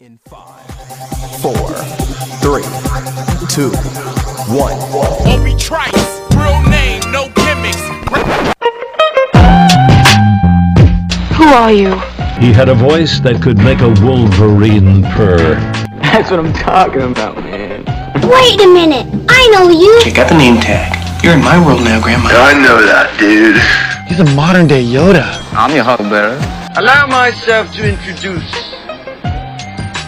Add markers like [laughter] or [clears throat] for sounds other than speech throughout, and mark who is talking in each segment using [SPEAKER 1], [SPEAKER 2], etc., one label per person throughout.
[SPEAKER 1] In five, four, three, two, one. Won't be trite. Real name, no gimmicks.
[SPEAKER 2] Who are you?
[SPEAKER 3] He had a voice that could make a wolverine purr.
[SPEAKER 4] That's what I'm talking about, man.
[SPEAKER 5] Wait a minute. I know you.
[SPEAKER 6] I got the name tag. You're in my world now, Grandma. I know that, dude.
[SPEAKER 7] He's a modern day Yoda.
[SPEAKER 4] I'm your huckleberry.
[SPEAKER 8] Allow myself to introduce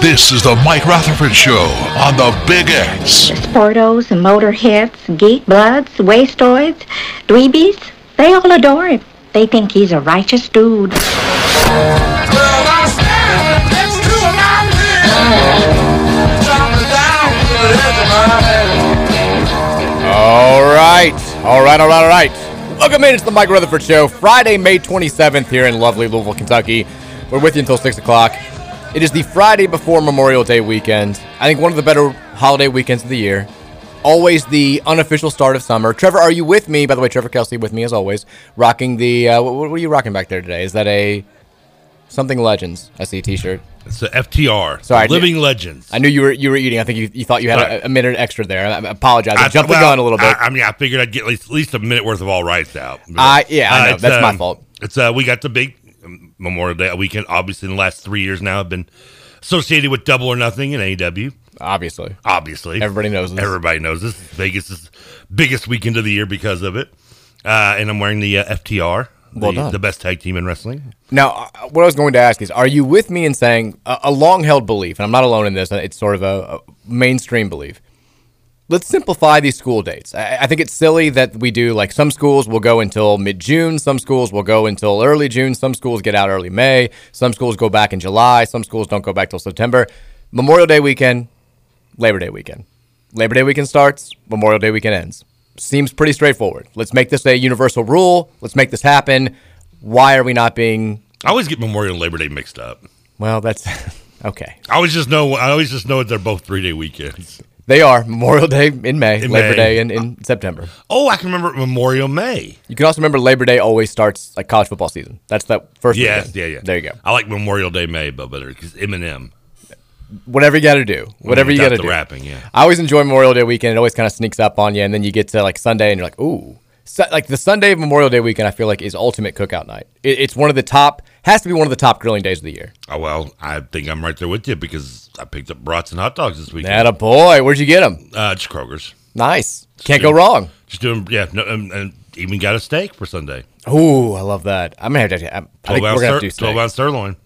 [SPEAKER 9] This is the Mike Rutherford Show on the Big X.
[SPEAKER 10] Sportos, motorheads, geek bloods, wastoids, dweebies, they all adore him. They think he's a righteous dude.
[SPEAKER 11] All right. All right, all right, all right. Welcome in. It's the Mike Rutherford Show, Friday, May 27th, here in lovely Louisville, Kentucky. We're with you until 6 o'clock. It is the Friday before Memorial Day weekend. I think one of the better holiday weekends of the year. Always the unofficial start of summer. Trevor, are you with me? By the way, Trevor Kelsey with me as always, rocking the. Uh, what, what are you rocking back there today? Is that a something Legends? I see a T-shirt.
[SPEAKER 12] It's the FTR.
[SPEAKER 11] Sorry, I knew-
[SPEAKER 12] Living Legends.
[SPEAKER 11] I knew you were you were eating. I think you, you thought you had
[SPEAKER 12] Right.
[SPEAKER 11] a, a minute extra there. I, I apologize. I, jumped
[SPEAKER 12] well,
[SPEAKER 11] the gun a little bit.
[SPEAKER 12] I, I mean, I figured I'd get at least, at least a minute worth of all rights out. uh,
[SPEAKER 11] I- yeah, I know.
[SPEAKER 12] it's,
[SPEAKER 11] That's my fault.
[SPEAKER 12] It's uh, we got the big um, Memorial Day weekend. Obviously, in the last three years now, have been associated with Double or Nothing and AEW.
[SPEAKER 11] Obviously,
[SPEAKER 12] Obviously,
[SPEAKER 11] everybody knows this.
[SPEAKER 12] Everybody knows this. Vegas' biggest weekend of the year because of it. Uh, and I'm wearing the uh, FTR, the,
[SPEAKER 11] Well done.
[SPEAKER 12] the best tag team in wrestling.
[SPEAKER 11] Now, uh, what I was going to ask is, are you with me in saying a, a long held belief, and I'm not alone in this, it's sort of a, a mainstream belief. Let's simplify these school dates. I, I think it's silly that we do like some schools will go until mid June, some schools will go until early June, some schools get out early May, some schools go back in July, some schools don't go back till September. Memorial Day weekend, Labor Day weekend. Labor Day weekend starts, Memorial Day weekend ends. Seems pretty straightforward. Let's make this a universal rule. Let's make this happen. Why are we not being
[SPEAKER 12] I always get Memorial and Labor Day mixed up.
[SPEAKER 11] well, that's [laughs] okay.
[SPEAKER 12] I always just know. I always just know that they're both three day weekends.
[SPEAKER 11] They are Memorial Day in May,
[SPEAKER 12] In
[SPEAKER 11] Labor
[SPEAKER 12] May.
[SPEAKER 11] Day in, in September.
[SPEAKER 12] Oh, I can remember Memorial May.
[SPEAKER 11] You can also remember Labor Day always starts like college football season. That's that first
[SPEAKER 12] Yes,
[SPEAKER 11] weekend.
[SPEAKER 12] yeah, yeah.
[SPEAKER 11] There you go.
[SPEAKER 12] I like Memorial Day May but better because Eminem.
[SPEAKER 11] Whatever you got to do, whatever you
[SPEAKER 12] without
[SPEAKER 11] got to
[SPEAKER 12] the
[SPEAKER 11] do.
[SPEAKER 12] rapping, yeah.
[SPEAKER 11] I always enjoy Memorial Day weekend. It always kind of sneaks up on you, and then you get to like Sunday, and you're like, ooh, Su- like the Sunday of Memorial Day weekend. I feel like is ultimate cookout night. It, it's one of the top, has to be one of the top grilling days of the year.
[SPEAKER 12] Oh well, I think I'm right there with you because I picked up brats and hot dogs this weekend.
[SPEAKER 11] That a boy. Where'd you get them?
[SPEAKER 12] Uh, just Kroger's.
[SPEAKER 11] Nice. Can't go wrong.
[SPEAKER 12] Just doing, yeah. No, and, and even got a steak for Sunday.
[SPEAKER 11] Ooh, I love that. I'm gonna have to. I, I think
[SPEAKER 12] Twelve
[SPEAKER 11] we're
[SPEAKER 12] ounce,
[SPEAKER 11] gonna have
[SPEAKER 12] sir,
[SPEAKER 11] to do
[SPEAKER 12] twelve
[SPEAKER 11] steak.
[SPEAKER 12] ounce sirloin.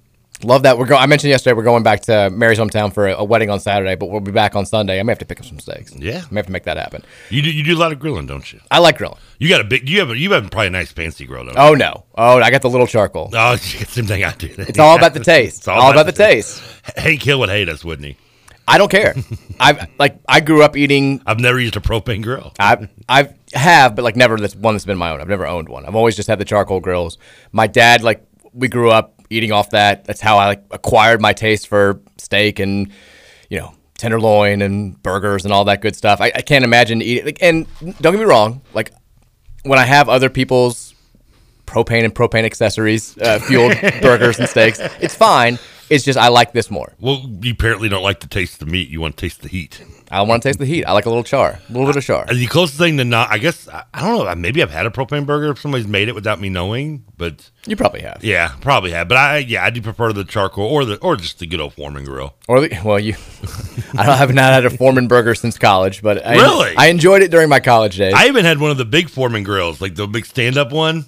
[SPEAKER 11] Love that. We're going. I mentioned yesterday we're going back to Mary's hometown for a, a wedding on Saturday, but we'll be back on Sunday. I'm gonna have to pick up some steaks.
[SPEAKER 12] Yeah.
[SPEAKER 11] I'm gonna have to make that happen.
[SPEAKER 12] You do, you do a lot of grilling, don't you?
[SPEAKER 11] I like grilling.
[SPEAKER 12] You got a big. You have a, you have probably a nice fancy grill, don't you?
[SPEAKER 11] Oh no. Oh, I got the little charcoal.
[SPEAKER 12] Oh, [laughs] same thing I did.
[SPEAKER 11] It's all
[SPEAKER 12] [laughs]
[SPEAKER 11] about the taste. All about the taste.
[SPEAKER 12] Hank Hill would hate us, wouldn't he?
[SPEAKER 11] I don't care. I like. I grew up eating.
[SPEAKER 12] I've never used a propane grill.
[SPEAKER 11] I I have, but like never this one that's been my own. I've never owned one. I've always just had the charcoal grills. My dad like we grew up eating off that. That's how I like acquired my taste for steak and you know tenderloin and burgers and all that good stuff. I, I can't imagine eating. Like, and don't get me wrong, like when I have other people's propane and propane accessories uh, fueled burgers and steaks, it's fine. It's just I like this more.
[SPEAKER 12] Well, you apparently don't like the taste of the meat. You want to taste the heat.
[SPEAKER 11] I want to taste the heat. I like a little char, a little bit of char.
[SPEAKER 12] Uh, The closest thing to not, I guess, I, I don't know. Maybe I've had a propane burger if somebody's made it without me knowing, but
[SPEAKER 11] You probably have.
[SPEAKER 12] yeah, probably have. But I, yeah, I do prefer the charcoal or the or just the good old Foreman grill.
[SPEAKER 11] Or the, well, you, [laughs] I don't, have not had a Foreman burger since college, but I,
[SPEAKER 12] Really?
[SPEAKER 11] I enjoyed it during my college days.
[SPEAKER 12] I even had one of the big Foreman grills, like the big stand up one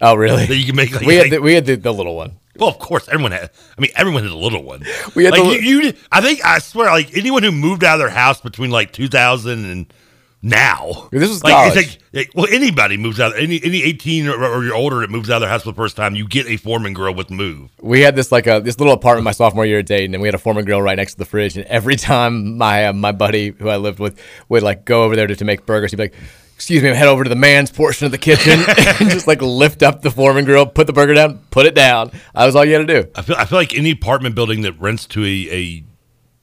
[SPEAKER 11] oh,
[SPEAKER 12] that
[SPEAKER 11] really?
[SPEAKER 12] you can make.
[SPEAKER 11] [laughs]
[SPEAKER 12] Like,
[SPEAKER 11] We had
[SPEAKER 12] like-
[SPEAKER 11] the, we had the, the little one.
[SPEAKER 12] well, of course, everyone had. I mean, everyone had a little one.
[SPEAKER 11] We had
[SPEAKER 12] like
[SPEAKER 11] the
[SPEAKER 12] you, you. I think I swear, like anyone who moved out of their house between like 2000 and now.
[SPEAKER 11] This was
[SPEAKER 12] like,
[SPEAKER 11] college.
[SPEAKER 12] it's like well, anybody moves out. Any any eighteen or, or you're older that moves out of their house for the first time, you get a foreman girl with move.
[SPEAKER 11] We had this like a this little apartment my sophomore year at Dayton, and we had a foreman grill right next to the fridge. And every [laughs] time my uh, my buddy who I lived with would like go over there to, to make burgers, he'd be like, "Excuse me, I'm head over to the man's portion of the kitchen," [laughs] and just like lift up the foreman grill, put the burger down, put it down. That was all you had to do.
[SPEAKER 12] I feel I feel like any apartment building that rents to a, a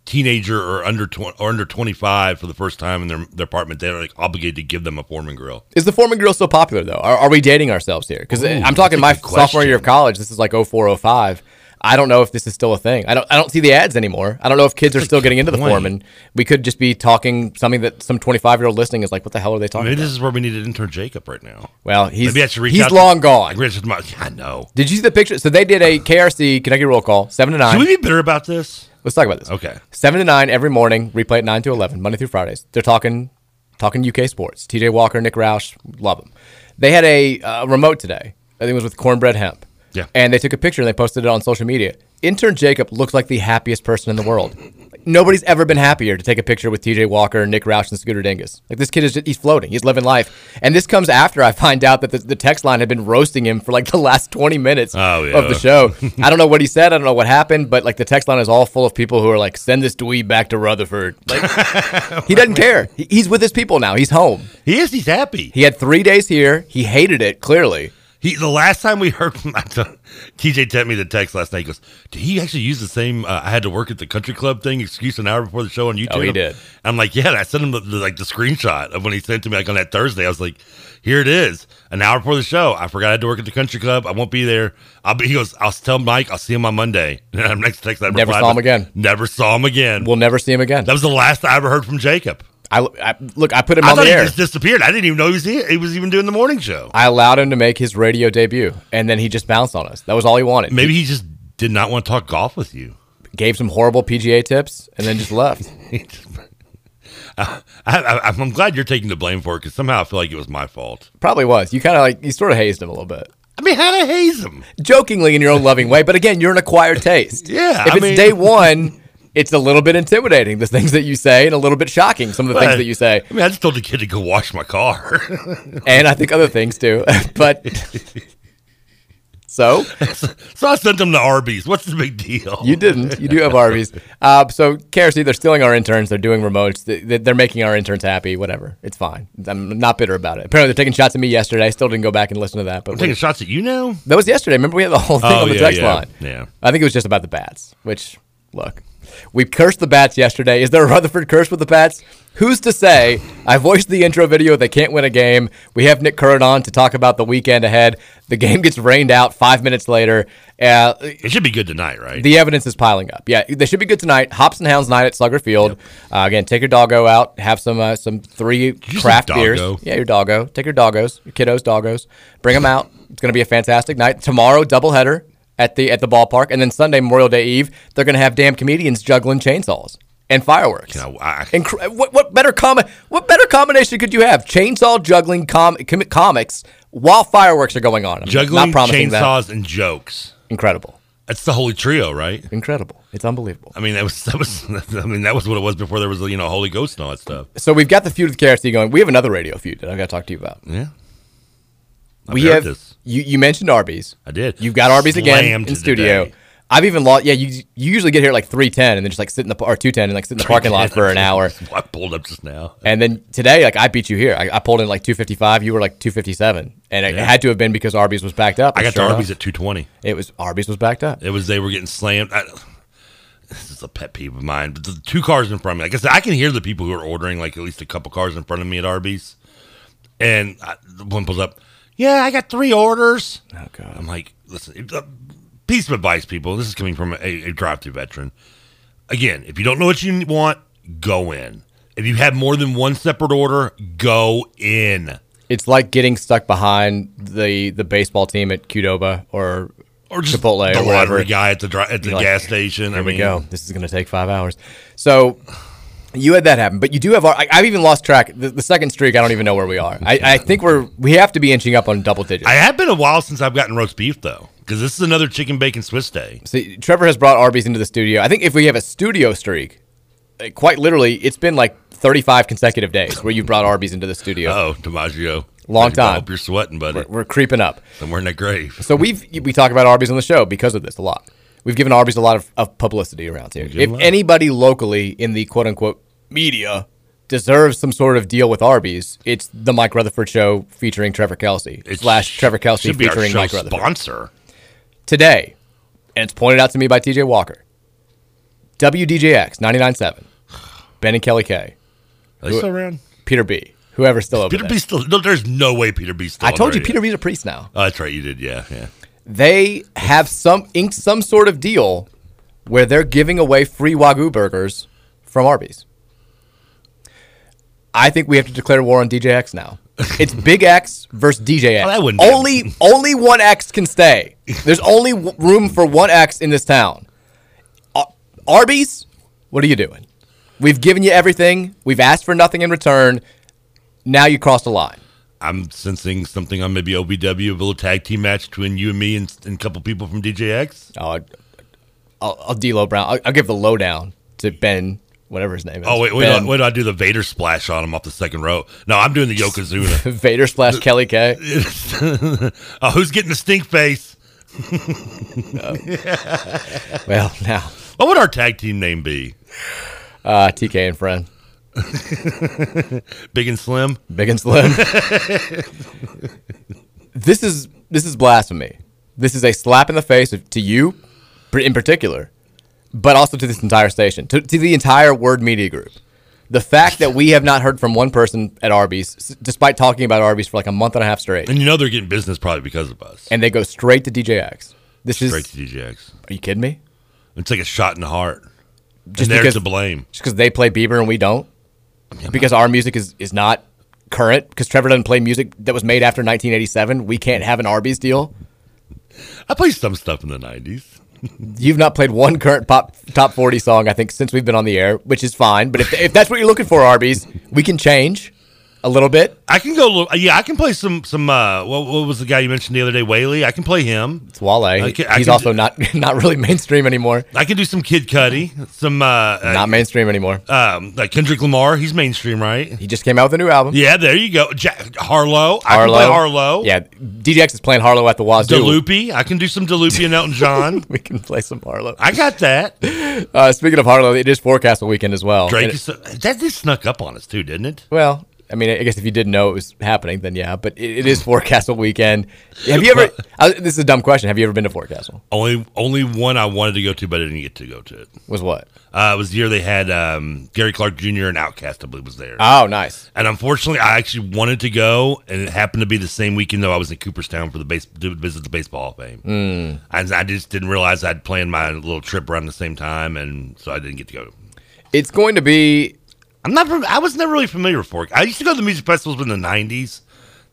[SPEAKER 12] teenager or under tw- or under twenty five for the first time in their, their apartment, they're like obligated to give them a foreman grill.
[SPEAKER 11] Is the foreman grill still popular though? Are, are we dating ourselves here? Because
[SPEAKER 12] Ooh,
[SPEAKER 11] I'm talking my
[SPEAKER 12] that's a good
[SPEAKER 11] sophomore year of college. This is like 0405. I don't know if this is still a thing. I don't. I don't see the ads anymore. I don't know if kids are still getting into the
[SPEAKER 12] point.
[SPEAKER 11] foreman. We could just be talking something that some 25 year old listening is like, "What the hell are they talking?"
[SPEAKER 12] Maybe
[SPEAKER 11] about?
[SPEAKER 12] this is where we need to intern Jacob right now.
[SPEAKER 11] Well, he's
[SPEAKER 12] Maybe I should reach
[SPEAKER 11] he's
[SPEAKER 12] out to-
[SPEAKER 11] long gone.
[SPEAKER 12] I reach out to my- I know.
[SPEAKER 11] Did you see the picture? So they did a KRC Kentucky roll call seven to nine.
[SPEAKER 12] Should we be bitter about this?
[SPEAKER 11] Let's talk about this.
[SPEAKER 12] Okay.
[SPEAKER 11] Seven to nine every morning. Replay at nine to eleven Monday through Fridays. They're talking talking UK sports. T.J. Walker, Nick Roush, love them. They had a uh, remote today. I think it was with cornbread hemp.
[SPEAKER 12] Yeah.
[SPEAKER 11] And they took a picture and they posted it on social media. Intern Jacob looks like the happiest person in the world. Like, Nobody's ever been happier to take a picture with T.J. Walker, Nick Roush, and Scooter Dingus. Like this kid is just, he's floating. He's living life. And this comes after I find out that the, the text line had been roasting him for like the last twenty minutes
[SPEAKER 12] Oh, yeah.
[SPEAKER 11] of the
[SPEAKER 12] [laughs]
[SPEAKER 11] show. I don't know what he said. I don't know what happened, but like the text line is all full of people who are like, send this dweeb back to Rutherford.
[SPEAKER 12] [laughs]
[SPEAKER 11] Like, he doesn't care. He- He's with his people now. He's home.
[SPEAKER 12] He is. He's happy.
[SPEAKER 11] He had three days here. He hated it, clearly.
[SPEAKER 12] He the last time we heard from [laughs] TJ sent me the text last night. He goes, did he actually use the same? Uh, I had to work at the country club thing excuse an hour before the show on YouTube.
[SPEAKER 11] Oh, he did.
[SPEAKER 12] I'm like, yeah. And I sent him the, the- like the screenshot of when he sent to me like on that Thursday. I was like, here it is, an hour before the show. I forgot I had to work at the country club. I won't be there. I'll be. He goes, I'll tell Mike. I'll see him on Monday. [laughs] And then next text, I
[SPEAKER 11] Never
[SPEAKER 12] replied
[SPEAKER 11] saw him
[SPEAKER 12] with,
[SPEAKER 11] again.
[SPEAKER 12] Never saw him again.
[SPEAKER 11] We'll never see him again.
[SPEAKER 12] that was the last I ever heard from Jacob.
[SPEAKER 11] I, I look. I put him
[SPEAKER 12] I
[SPEAKER 11] on the
[SPEAKER 12] thought he
[SPEAKER 11] air.
[SPEAKER 12] just disappeared. I didn't even know he was here. he was even doing the morning show.
[SPEAKER 11] I allowed him to make his radio debut, and then he just bounced on us. That was all he wanted.
[SPEAKER 12] Maybe he just did not want to talk golf with you. [laughs]
[SPEAKER 11] He gave some horrible PGA tips, and then just left.
[SPEAKER 12] I, I, I'm glad you're taking the blame for it because somehow I feel like it was my fault.
[SPEAKER 11] Probably was. You kind of like you sort of hazed him a little bit,
[SPEAKER 12] I mean, how to haze him?
[SPEAKER 11] jokingly in your own loving way. But again, you're an acquired taste.
[SPEAKER 12] [laughs] Yeah,
[SPEAKER 11] If
[SPEAKER 12] I
[SPEAKER 11] it's
[SPEAKER 12] mean-
[SPEAKER 11] day one, it's a little bit intimidating. The things that you say, and a little bit shocking. Some of the things
[SPEAKER 12] But-
[SPEAKER 11] that you say,
[SPEAKER 12] I mean, I just told the kid to go wash my car. [laughs]
[SPEAKER 11] and I think other things too. [laughs] but so
[SPEAKER 12] so I sent him to Arby's. What's the big deal?
[SPEAKER 11] You didn't. You do have RVs. Uh, so, KRC, they're stealing our interns. They're doing remotes. They- they- They're making our interns happy. Whatever. It's fine. I'm not bitter about it. Apparently, they're taking shots at me yesterday. I still didn't go back and listen to that. But
[SPEAKER 12] I'm taking shots at you now?
[SPEAKER 11] that was yesterday. Remember, we had the whole thing
[SPEAKER 12] Oh,
[SPEAKER 11] on the
[SPEAKER 12] yeah,
[SPEAKER 11] text
[SPEAKER 12] yeah,
[SPEAKER 11] line.
[SPEAKER 12] yeah.
[SPEAKER 11] I think it was just about the bats, which, look, we cursed the bats yesterday. Is there a Rutherford curse with the bats? Who's to say? I voiced the intro video. They can't win a game. We have Nick Curran on to talk about the weekend ahead. The game gets rained out five minutes later. Uh,
[SPEAKER 12] It should be good tonight, right?
[SPEAKER 11] the evidence is piling up. Yeah, they should be good tonight. Hops and Hounds night at Slugger Field. Uh, again, take your doggo out. Have some uh, some three
[SPEAKER 12] you say
[SPEAKER 11] craft beers.
[SPEAKER 12] doggo?
[SPEAKER 11] Yeah, your doggo. Take your doggos, your kiddos, doggos. Bring them out. It's going to be a fantastic night. Tomorrow, doubleheader at the at the ballpark, and then Sunday, Memorial Day Eve, they're going to have damn comedians juggling chainsaws and fireworks.
[SPEAKER 12] You know, I-
[SPEAKER 11] Incre- what what better com- what better combination could you have? Chainsaw juggling com- com- comics while fireworks are going on. I'm
[SPEAKER 12] Juggling
[SPEAKER 11] not promising that.
[SPEAKER 12] chainsaws and jokes.
[SPEAKER 11] Incredible,
[SPEAKER 12] That's the holy trio, right?
[SPEAKER 11] incredible. It's unbelievable.
[SPEAKER 12] I mean, that was that was. [laughs] I mean, that was what it was before there was you know Holy Ghost and all that stuff.
[SPEAKER 11] So we've got the feud with KRC going. We have another radio feud that I've got to talk to you about.
[SPEAKER 12] Yeah, I've
[SPEAKER 11] we
[SPEAKER 12] heard
[SPEAKER 11] have
[SPEAKER 12] this.
[SPEAKER 11] you. You mentioned Arby's.
[SPEAKER 12] I did.
[SPEAKER 11] You've got Arby's again
[SPEAKER 12] Slammed
[SPEAKER 11] in studio.
[SPEAKER 12] today.
[SPEAKER 11] I've even lost. Yeah, you you usually get here at like three ten and then just like sit in the or two ten and like sit in the parking lot for
[SPEAKER 12] [laughs]
[SPEAKER 11] an hour.
[SPEAKER 12] I pulled up just now.
[SPEAKER 11] And then today, like I beat you here. I, I pulled in like two fifty five. You were like two fifty seven, and it
[SPEAKER 12] Yeah.
[SPEAKER 11] had to have been because Arby's was backed up.
[SPEAKER 12] I got
[SPEAKER 11] Sure
[SPEAKER 12] to
[SPEAKER 11] enough,
[SPEAKER 12] Arby's at two twenty.
[SPEAKER 11] It was Arby's was backed up.
[SPEAKER 12] It was they were getting slammed. I, this is a pet peeve of mine. But the two cars in front of me, like I said, I can hear the people who are ordering like at least a couple cars in front of me at Arby's, and I, the one pulls up. Yeah, I got three orders. Oh god! I'm like, listen, it- uh, piece of advice, people. This is coming from a, a drive-through veteran. Again, if you don't know what you want, go in. If you have more than one separate order, go in.
[SPEAKER 11] It's like getting stuck behind the the baseball team at Qdoba or
[SPEAKER 12] Or just
[SPEAKER 11] Chipotle
[SPEAKER 12] the
[SPEAKER 11] or whatever.
[SPEAKER 12] lottery guy at the dri- at the
[SPEAKER 11] You're like,
[SPEAKER 12] gas station. I
[SPEAKER 11] Here
[SPEAKER 12] mean,
[SPEAKER 11] we go. This is going to take five hours. So you had that happen, but you do have. I, I've even lost track. The, the second streak, I don't even know where we are. I, I think we're we have to be inching up on double digits.
[SPEAKER 12] I have been a while since I've gotten roast beef though, because this is another chicken bacon Swiss day.
[SPEAKER 11] See, Trevor has brought Arby's into the studio. I think if we have a studio streak, like, quite eh, literally, it's been like 35 consecutive days where you brought Arby's into the studio.
[SPEAKER 12] Oh, DiMaggio.
[SPEAKER 11] Long time.
[SPEAKER 12] You're sweating, buddy.
[SPEAKER 11] We're, we're creeping up.
[SPEAKER 12] Somewhere in the grave.
[SPEAKER 11] So we've we talk about Arby's on the show because of this a lot. We've given Arby's a lot of, of publicity around here.
[SPEAKER 12] Good
[SPEAKER 11] If
[SPEAKER 12] luck.
[SPEAKER 11] anybody locally in the quote unquote media deserves some sort of deal with Arby's, it's the Mike Rutherford show featuring Trevor Kelsey slash Trevor Kelsey
[SPEAKER 12] should be our
[SPEAKER 11] featuring
[SPEAKER 12] show
[SPEAKER 11] Mike Rutherford
[SPEAKER 12] sponsor.
[SPEAKER 11] today, and it's pointed out to me by TJ Walker. WDJX 99.7, Ben and Kelly K.
[SPEAKER 12] Are they
[SPEAKER 11] Who-
[SPEAKER 12] still around?
[SPEAKER 11] Peter B. Whoever's still over
[SPEAKER 12] Peter
[SPEAKER 11] there.
[SPEAKER 12] B's still. No, there's no way Peter B's still.
[SPEAKER 11] I
[SPEAKER 12] on
[SPEAKER 11] told you
[SPEAKER 12] radio.
[SPEAKER 11] Peter B's a priest now.
[SPEAKER 12] Oh, that's right. You did. Yeah, yeah.
[SPEAKER 11] They have some inked some sort of deal where they're giving away free wagyu burgers from Arby's. I think we have to declare war on DJX
[SPEAKER 12] [laughs]
[SPEAKER 11] now. It's Big X versus DJX.
[SPEAKER 12] Oh, that wouldn't be-
[SPEAKER 11] only only one X can stay. There's only w- room for one X in this town. Ar- Arby's, what are you doing? We've given you everything. We've asked for nothing in return. Now you crossed the line.
[SPEAKER 12] I'm sensing something on maybe OBW, a little tag team match between you and me and, and a couple people from DJX.
[SPEAKER 11] Oh, I'd- I'll, I'll D-Lo Brown. I'll, I'll give the lowdown to Ben, whatever his name is.
[SPEAKER 12] Oh wait, wait,
[SPEAKER 11] Ben,
[SPEAKER 12] do I- wait! do I do the Vader splash on him off the second row. No, I'm doing the Yokozuna.
[SPEAKER 11] Vader slash Kelly K.
[SPEAKER 12] [laughs] oh, who's getting the stink face?
[SPEAKER 11] Well, now
[SPEAKER 12] What would our tag team name be?
[SPEAKER 11] uh, TK and friend,
[SPEAKER 12] Big and Slim.
[SPEAKER 11] Big and
[SPEAKER 12] [laughs]
[SPEAKER 11] Slim. this is this is blasphemy. This is a slap in the face of, to you, pr- in particular, but also to this entire station, to, to the entire Word Media Group. The fact that we have not heard from one person at Arby's, s- despite talking about Arby's for like a month and a half straight,
[SPEAKER 12] And you know they're getting business probably because of us.
[SPEAKER 11] and they go straight to DJX. This
[SPEAKER 12] Straight
[SPEAKER 11] is
[SPEAKER 12] to DJX.
[SPEAKER 11] Are you kidding me?
[SPEAKER 12] It's like a shot in the heart.
[SPEAKER 11] Just
[SPEAKER 12] and they're
[SPEAKER 11] because-
[SPEAKER 12] to blame.
[SPEAKER 11] Just because they play Bieber and we don't? Because our music is, is not current? Because Trevor doesn't play music that was made after 1987? We can't have an Arby's deal?
[SPEAKER 12] I played some stuff in the '90s.
[SPEAKER 11] You've not played one current pop top 40 song, I think, since we've been on the air, which is fine. But if, if that's what you're looking for, Arby's, we can change a little bit.
[SPEAKER 12] I can go. a little- Yeah, I can play some. Some. Uh, what, what was the guy you mentioned the other day? Whaley. I can play him.
[SPEAKER 11] It's Wale.
[SPEAKER 12] I can- I
[SPEAKER 11] He's
[SPEAKER 12] can
[SPEAKER 11] also
[SPEAKER 12] do-
[SPEAKER 11] not [laughs] not really mainstream anymore.
[SPEAKER 12] I can do some Kid Cudi. Some. Uh,
[SPEAKER 11] Not mainstream anymore.
[SPEAKER 12] uh, um, like Kendrick Lamar. He's mainstream, right?
[SPEAKER 11] He just came out with a new album.
[SPEAKER 12] Yeah. There you go. Jack, Harlow. I can play Harlow.
[SPEAKER 11] Yeah. DJX is playing Harlow at the Wazoo.
[SPEAKER 12] Delupi. I can do some Delupi and Elton John.
[SPEAKER 11] [laughs] We can play some Harlow.
[SPEAKER 12] I got that.
[SPEAKER 11] Uh, speaking of Harlow, it is forecast weekend as well.
[SPEAKER 12] Drake
[SPEAKER 11] And-
[SPEAKER 12] is that just snuck up on us too, didn't it?
[SPEAKER 11] Well, I mean, I guess if you didn't know it was happening, then yeah. But it,
[SPEAKER 12] [laughs]
[SPEAKER 11] it is Forecastle weekend. Have you ever? I, this is a dumb question. Have you ever been to Forecastle?
[SPEAKER 12] Only only one I wanted to go to, but I didn't get to go to it.
[SPEAKER 11] Was what?
[SPEAKER 12] Uh, it was the year they had um, Gary Clark Jr. and Outcast, I believe, was there.
[SPEAKER 11] Oh, nice.
[SPEAKER 12] and unfortunately, I actually wanted to go, and it happened to be the same weekend though I was in Cooperstown for the base to visit the Baseball Hall of Fame. Mm. I, I just didn't realize I'd planned my little trip around the same time, and so I didn't get to go.
[SPEAKER 11] It's going to be.
[SPEAKER 12] I'm not. fam- I was never really familiar with Fork. I used to go to the music festivals in the '90s,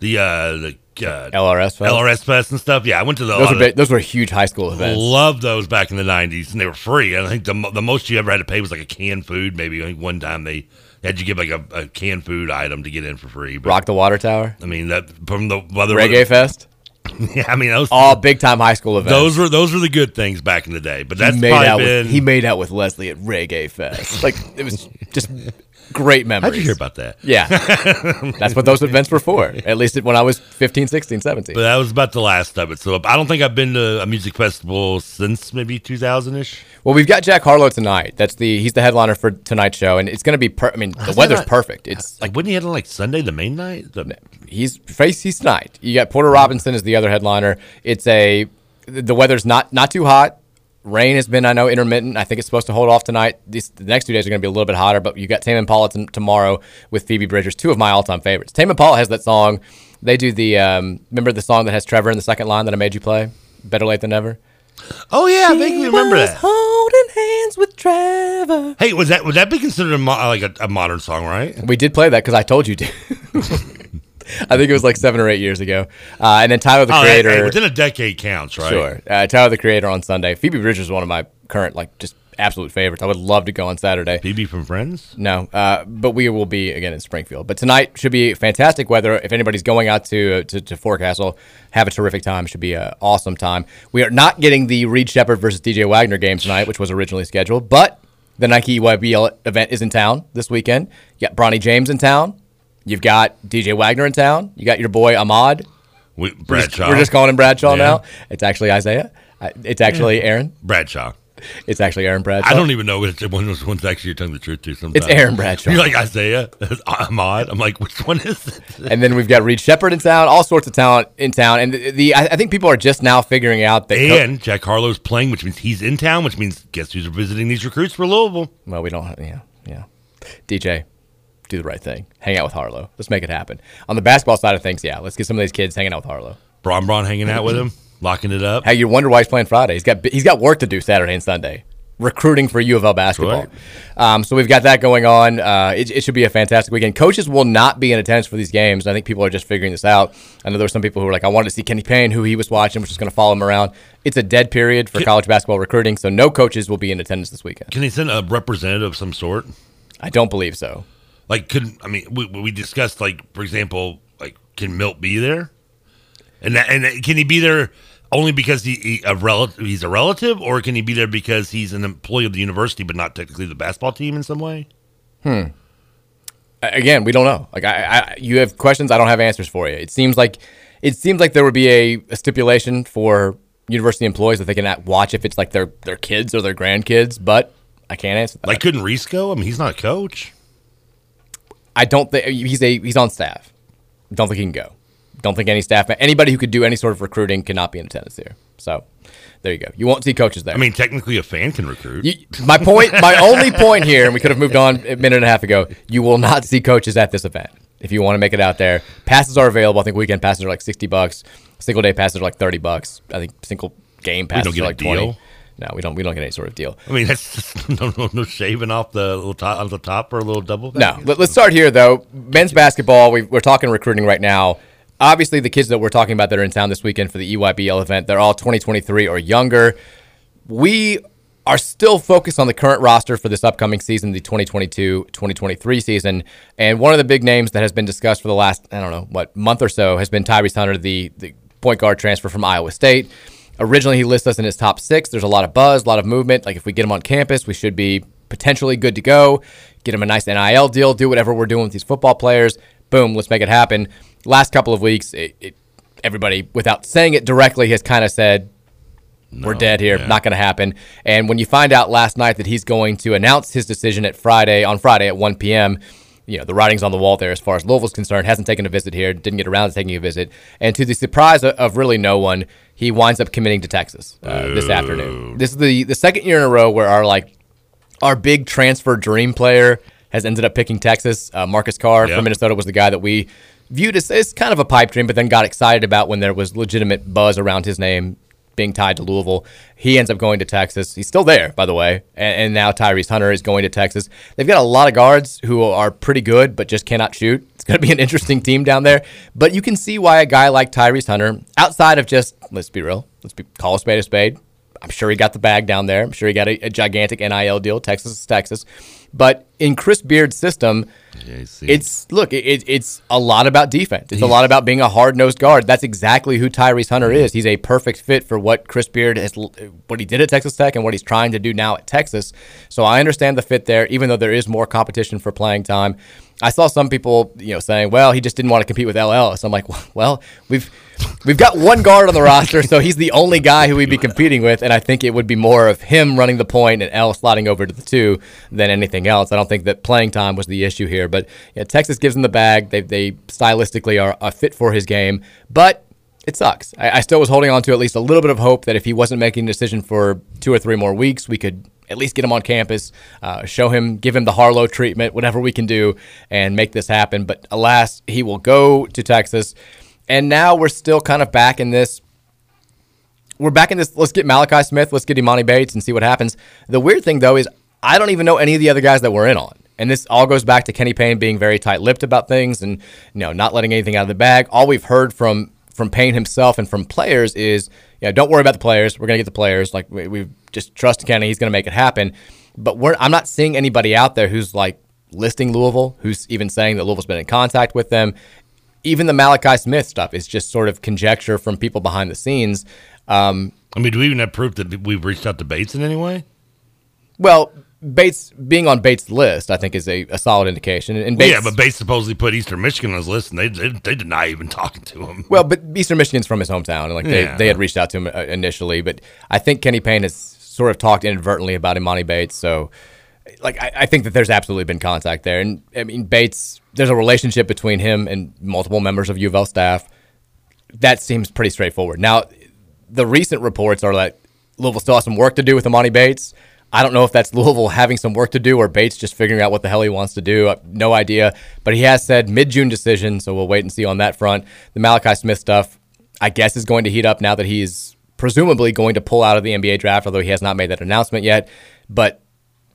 [SPEAKER 12] the uh, the uh,
[SPEAKER 11] LRS Fest?
[SPEAKER 12] LRS Fest and stuff. Yeah, I went to the.
[SPEAKER 11] Those were big, those were huge high school events.
[SPEAKER 12] Love those back in the '90s, and they were free. I think the, mo- the most you ever had to pay was like a canned food. Maybe I think one time they had you give like a, a canned food item to get in for free. But,
[SPEAKER 11] Rock the Water Tower,
[SPEAKER 12] I mean that from the weather.
[SPEAKER 11] Reggae Fest,
[SPEAKER 12] [laughs] Yeah, I mean those.
[SPEAKER 11] all big time high school events.
[SPEAKER 12] those were those were the good things back in the day. But that's
[SPEAKER 11] he made
[SPEAKER 12] probably
[SPEAKER 11] out
[SPEAKER 12] been.
[SPEAKER 11] with he made out with Leslie at Reggae Fest. Like it was
[SPEAKER 12] [laughs]
[SPEAKER 11] just great memories.
[SPEAKER 12] How'd you hear about that? [laughs]
[SPEAKER 11] Yeah, that's what those events were for. At least when I was 15, 16, 17.
[SPEAKER 12] But that was about the last of it. So I don't think I've been to a music festival since maybe 2000 ish.
[SPEAKER 11] Well, we've got Jack Harlow tonight. That's the he's the headliner for tonight's show, and it's going to be. Per- I mean, the
[SPEAKER 12] How's that
[SPEAKER 11] weather's
[SPEAKER 12] not-
[SPEAKER 11] perfect. It's
[SPEAKER 12] Like, wouldn't he have it, like Sunday, the main night? The,
[SPEAKER 11] he's face he's tonight. You got Porter Robinson as the other headliner. It's a the weather's not not too hot. Rain has been I know intermittent. I think it's supposed to hold off tonight. These, the next two days are going to be a little bit hotter. But you got Tame Impala t- tomorrow with Phoebe Bridgers, two of my all time favorites. Tame Impala has that song. They do the um, remember the song that has Trevor in the second line that I made you play. Better late than never.
[SPEAKER 12] oh, yeah, I vaguely remember
[SPEAKER 11] Was
[SPEAKER 12] that.
[SPEAKER 11] Holding hands with Trevor.
[SPEAKER 12] Hey, was that would that be considered a mo- like a, a modern song, right?
[SPEAKER 11] We did play that because I told you to. [laughs] I think it was like seven or eight years ago. Uh, and then Tyler the
[SPEAKER 12] Oh, hey,
[SPEAKER 11] Creator.
[SPEAKER 12] hey, within a decade counts, right?
[SPEAKER 11] sure. Uh, Tyler the Creator on Sunday. Phoebe Bridgers is one of my current, like, just absolute favorites. I would love to go on Saturday.
[SPEAKER 12] BB from Friends.
[SPEAKER 11] No, uh, but we will be again in Springfield. But tonight should be fantastic weather. If anybody's going out to to, to Forecastle, have a terrific time. Should be an awesome time. We are not getting the Reed Shepherd versus DJ Wagner game tonight, which was originally scheduled, but The Nike YBL event is in town this weekend. You got Bronny James in town. You've got DJ Wagner in town. You got your boy Ahmad.
[SPEAKER 12] We, Bradshaw.
[SPEAKER 11] We're just, we're just calling him Bradshaw now. It's actually Isaiah. I- It's actually Aaron.
[SPEAKER 12] Bradshaw.
[SPEAKER 11] It's actually Aaron Bradshaw.
[SPEAKER 12] I don't even know which one was one's actually you're telling the truth to. Sometimes
[SPEAKER 11] Aaron Bradshaw.
[SPEAKER 12] You're like Isaiah, Ahmad. I'm like, which one is it?
[SPEAKER 11] and then we've got Reed Shepard in town, all sorts of talent in town, and the, the I, I think people are just now figuring out that. co-
[SPEAKER 12] And Jack Harlow's playing, which means he's in town, which means guess who's visiting these recruits for Louisville?
[SPEAKER 11] well, we don't. Yeah, yeah. DJ, do the right thing. Hang out with Harlow. Let's make it happen. On the basketball side of things, yeah, let's get some of these kids hanging out with Harlow.
[SPEAKER 12] Bron Bron hanging out with him, locking it up.
[SPEAKER 11] Hey, you wonder why he's playing Friday? He's got bi- he's got work to do Saturday and Sunday. Recruiting for U of L basketball, um, so we've got that going on. Uh, it, it should be a fantastic weekend. Coaches will not be in attendance for these games. I think people are just figuring this out. I know there were some people who were like, "I wanted to see Kenny Payne, who he was watching, which is going to follow him around." It's a dead period for college basketball recruiting, so no coaches will be in attendance this weekend.
[SPEAKER 12] Can they send a representative of some sort?
[SPEAKER 11] I don't believe so.
[SPEAKER 12] Like, could I mean, we, we discussed like, for example, like, can Milt be there? And that, and that- can he be there only because he, he a relative? He's a relative, or can he be there because he's an employee of the university, but not technically the basketball team in some way?
[SPEAKER 11] Hmm. A- Again, we don't know. Like I, I, you have questions. I don't have answers for you. It seems like, it seems like there would be a, a stipulation for university employees that they cannot watch if it's like their their kids or their grandkids. But I can't answer that.
[SPEAKER 12] Like, couldn't Reese go? I mean, he's not a coach.
[SPEAKER 11] I don't think he's a he's on staff. Don't think he can go. Don't think any staff anybody who could do any sort of recruiting cannot be in attendance here. So there you go. You won't see coaches there.
[SPEAKER 12] I mean, technically, a fan can recruit.
[SPEAKER 11] You- my point, my only point here, and we could have moved on a minute and a half ago. You will not see coaches at this event if you want to make it out there. Passes are available. I think weekend passes are like sixty bucks. Single day passes are like thirty bucks. I think single game
[SPEAKER 12] We don't
[SPEAKER 11] passes
[SPEAKER 12] get
[SPEAKER 11] are
[SPEAKER 12] a
[SPEAKER 11] like twenty.
[SPEAKER 12] deal?
[SPEAKER 11] No, we don't. We don't get any sort of deal.
[SPEAKER 12] I mean, that's just [laughs] no, no, no shaving off the little top, on the top or a little double.
[SPEAKER 11] No, let, us start here though. Men's basketball. We, we're talking recruiting right now. Obviously, the kids that we're talking about that are in town this weekend for the E EYBL event, they're all 2023 or younger. We are still focused on the current roster for this upcoming season, the 2022 2023 season. And one of the big names that has been discussed for the last, I don't know, what month or so has been Tyrese Hunter, the, the point guard transfer from Iowa State. Originally, he lists us in his top six. There's a lot of buzz, a lot of movement. Like, if we get him on campus, we should be potentially good to go. Get him a nice NIL deal, do whatever we're doing with these football players. Boom, let's make it happen. Last couple of weeks, it, it, everybody, without saying it directly, has kind of said, we're dead here. Not going to happen. And when you find out last night that he's going to announce his decision at Friday on Friday at 1 p.m., you know the writing's on the wall there as far as Louisville's concerned. Hasn't taken a visit here. Didn't get around to taking a visit. And to the surprise of- of really no one, he winds up committing to Texas uh, this afternoon. This is the the second year in a row where our like our big transfer dream player has ended up picking Texas. Uh, Marcus Carr
[SPEAKER 12] Yeah.
[SPEAKER 11] from Minnesota was the guy that we viewed as, as kind of a pipe dream, but then got excited about when there was legitimate buzz around his name being tied to Louisville. He ends up going to Texas. He's still there, by the way. And, and now Tyrese Hunter is going to Texas. They've got a lot of guards who are pretty good, but just cannot shoot. It's going to be an interesting team down there. But you can see why a guy like Tyrese Hunter, outside of just, let's be real, let's be, call a spade a spade, I'm sure he got the bag down there. I'm sure he got a, a gigantic NIL deal. Texas is Texas. But in Chris Beard's system, it's look, it- it, it's a lot about defense. It's a lot about being a hard nosed guard. That's exactly who Tyrese Hunter is. He's a perfect fit for what Chris Beard has, l- what he did at Texas Tech and what he's trying to do now at Texas. So I understand the fit there, even though there is more competition for playing time. I saw some people, you know, saying, "Well, he just didn't want to compete with LL." So I'm like, [laughs] "Well, we've we've got one guard on the roster, so he's the only guy who we'd be competing with." And I think it would be more of him running the point and L sliding over to the two than anything else. I don't think that playing time was the issue here, but yeah, Texas gives him the bag. They they stylistically are a fit for his game, but it sucks. I, I still was holding on to at least a little bit of hope that if he wasn't making a decision for two or three more weeks, we could at least get him on campus, uh, show him, give him the Harlow treatment, whatever we can do, and make this happen. But alas, he will go to Texas. And now we're still kind of back in this we're back in this. Let's get Malachi Smith. Let's get Imani Bates and see what happens. The weird thing though is I don't even know any of the other guys that we're in on. And this all goes back to Kenny Payne being very tight-lipped about things and you know not letting anything out of the bag. All we've heard from from Payne himself and from players is you know don't worry about the players. We're gonna get the players. Like we, we just trust Kenny. He's gonna make it happen. But we're I'm not seeing anybody out there who's like listing Louisville, who's even saying that Louisville's been in contact with them even the Malachi Smith stuff is just sort of conjecture from people behind the scenes. Um,
[SPEAKER 12] I mean, do we even have proof that we've reached out to Bates in any way?
[SPEAKER 11] well, Bates being on Bates' list, I think, is a, a solid indication. And Bates,
[SPEAKER 12] yeah, but Bates supposedly put Eastern Michigan on his list, and they they, they deny even [laughs] talking to him.
[SPEAKER 11] Well, but Eastern Michigan's from his hometown, and like they,
[SPEAKER 12] Yeah.
[SPEAKER 11] they had reached out to him uh, initially. But I think Kenny Payne has sort of talked inadvertently about Imani Bates, so like I, I think that there's absolutely been contact there. And I mean Bates, there's a relationship between him and multiple members of U of L staff. That seems pretty straightforward. Now, the recent reports are that Louisville still has some work to do with Imani Bates. I don't know if that's Louisville having some work to do or Bates just figuring out what the hell he wants to do. I have no idea. But he has said mid June decision, so we'll wait and see on that front. The Malachi Smith stuff, I guess, is going to heat up now that he's presumably going to pull out of the NBA draft, although he has not made that announcement yet. But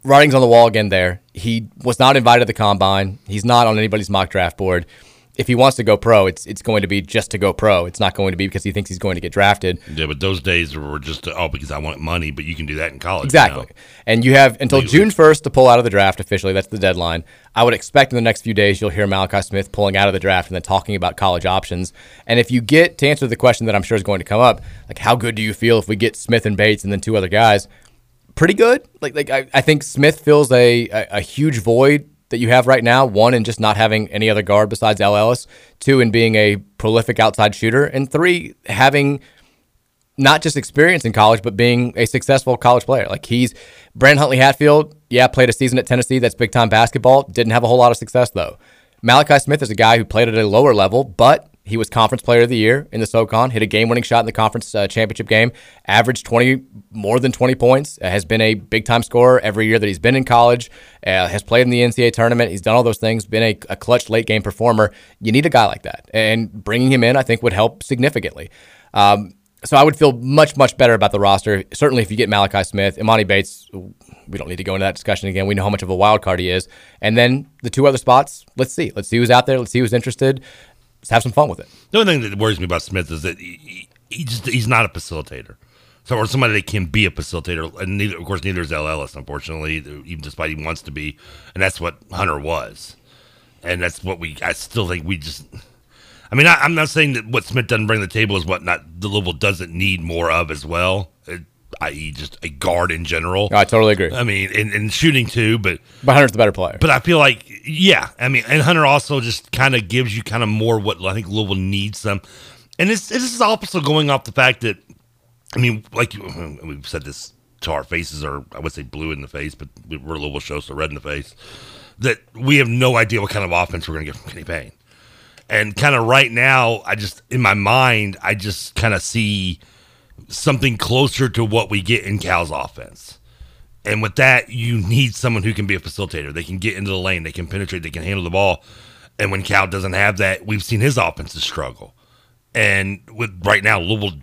[SPEAKER 11] writing's on the wall again there. He was not invited to the combine. He's not on anybody's mock draft board. If he wants to go pro, it's it's going to be just to go pro. It's not going to be because he thinks he's going to get drafted.
[SPEAKER 12] Yeah, but those days were just oh because I want money, but you can do that in college
[SPEAKER 11] Exactly.
[SPEAKER 12] now.
[SPEAKER 11] And you have until June 1st to pull out of the draft officially. That's the deadline. I would expect in the next few days you'll hear Malachi Smith pulling out of the draft and then talking about college options. And if you get to answer the question that I'm sure is going to come up, like how good do you feel if we get Smith and Bates and then two other guys? Pretty good. Like like I, I think Smith fills a, a a huge void that you have right now. One in just not having any other guard besides L. Ellis. Two in being a prolific outside shooter. And three having not just experience in college, but being a successful college player. Like he's Brand Huntley Hatfield, yeah, played a season at Tennessee that's big time basketball, didn't have a whole lot of success though. Malachi Smith is a guy who played at a lower level, but he was conference player of the year in the SoCon, hit a game winning shot in the conference uh, championship game, averaged 20, more than 20 points, uh, has been a big time scorer every year that he's been in college, uh, has played in the NCAA tournament. He's done all those things, been a, a clutch late game performer. You need a guy like that. And bringing him in, I think, would help significantly. Um, so I would feel much, much better about the roster. Certainly, if you get Malachi Smith, Imani Bates, we don't need to go into that discussion again. We know how much of a wild card he is. And then the two other spots, let's see. Let's see who's out there. Let's see who's interested. Let's have some fun with it.
[SPEAKER 12] The only thing that worries me about Smith is that he, he he just he's not a facilitator. So or somebody that can be a facilitator, and neither, of course, neither is LLS, unfortunately, even despite he wants to be, and that's what Hunter was, and that's what we. I still think we just. I mean, I, I'm not saying that what Smith doesn't bring to the table is what not the Louisville doesn't need more of as well, it, i.e., just a guard in general.
[SPEAKER 11] I totally agree.
[SPEAKER 12] I mean, and, and shooting too, but
[SPEAKER 11] But Hunter's the better player.
[SPEAKER 12] Um, but I feel like, yeah, I mean, and Hunter also just kind of gives you kind of more what I think Louisville needs some, and this this is also going off the fact that, I mean, like you- we've said this to our faces, or I would say blue in the face, but we- we're a Louisville show, so red in the face. That we have no idea what kind of offense we're going to get from Kenny Payne, and kind of right now, I just in my mind, I just kind of see something closer to what we get in Cal's offense. And with that, you need someone who can be a facilitator. They can get into the lane, they can penetrate, they can handle the ball. And when Cal doesn't have that, we've seen his offenses struggle. And with right now, Louisville,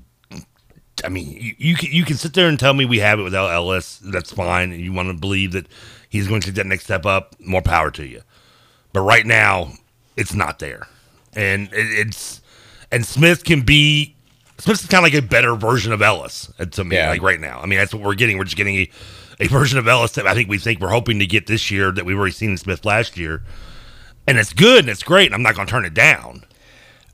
[SPEAKER 12] I mean, you, you can you can sit there and tell me we have it without Ellis. That's fine. And you want to believe that he's going to take that next step up. More power to you. But right now, it's not there. And it, it's and Smith can be Smith's kind of like a better version of Ellis uh, to me, like right now. I mean, that's what we're getting. We're just getting a, a version of Ellis that I think we think we're hoping to get this year that we've already seen in Smith last year. And it's good and it's great. And I'm not going to turn it down.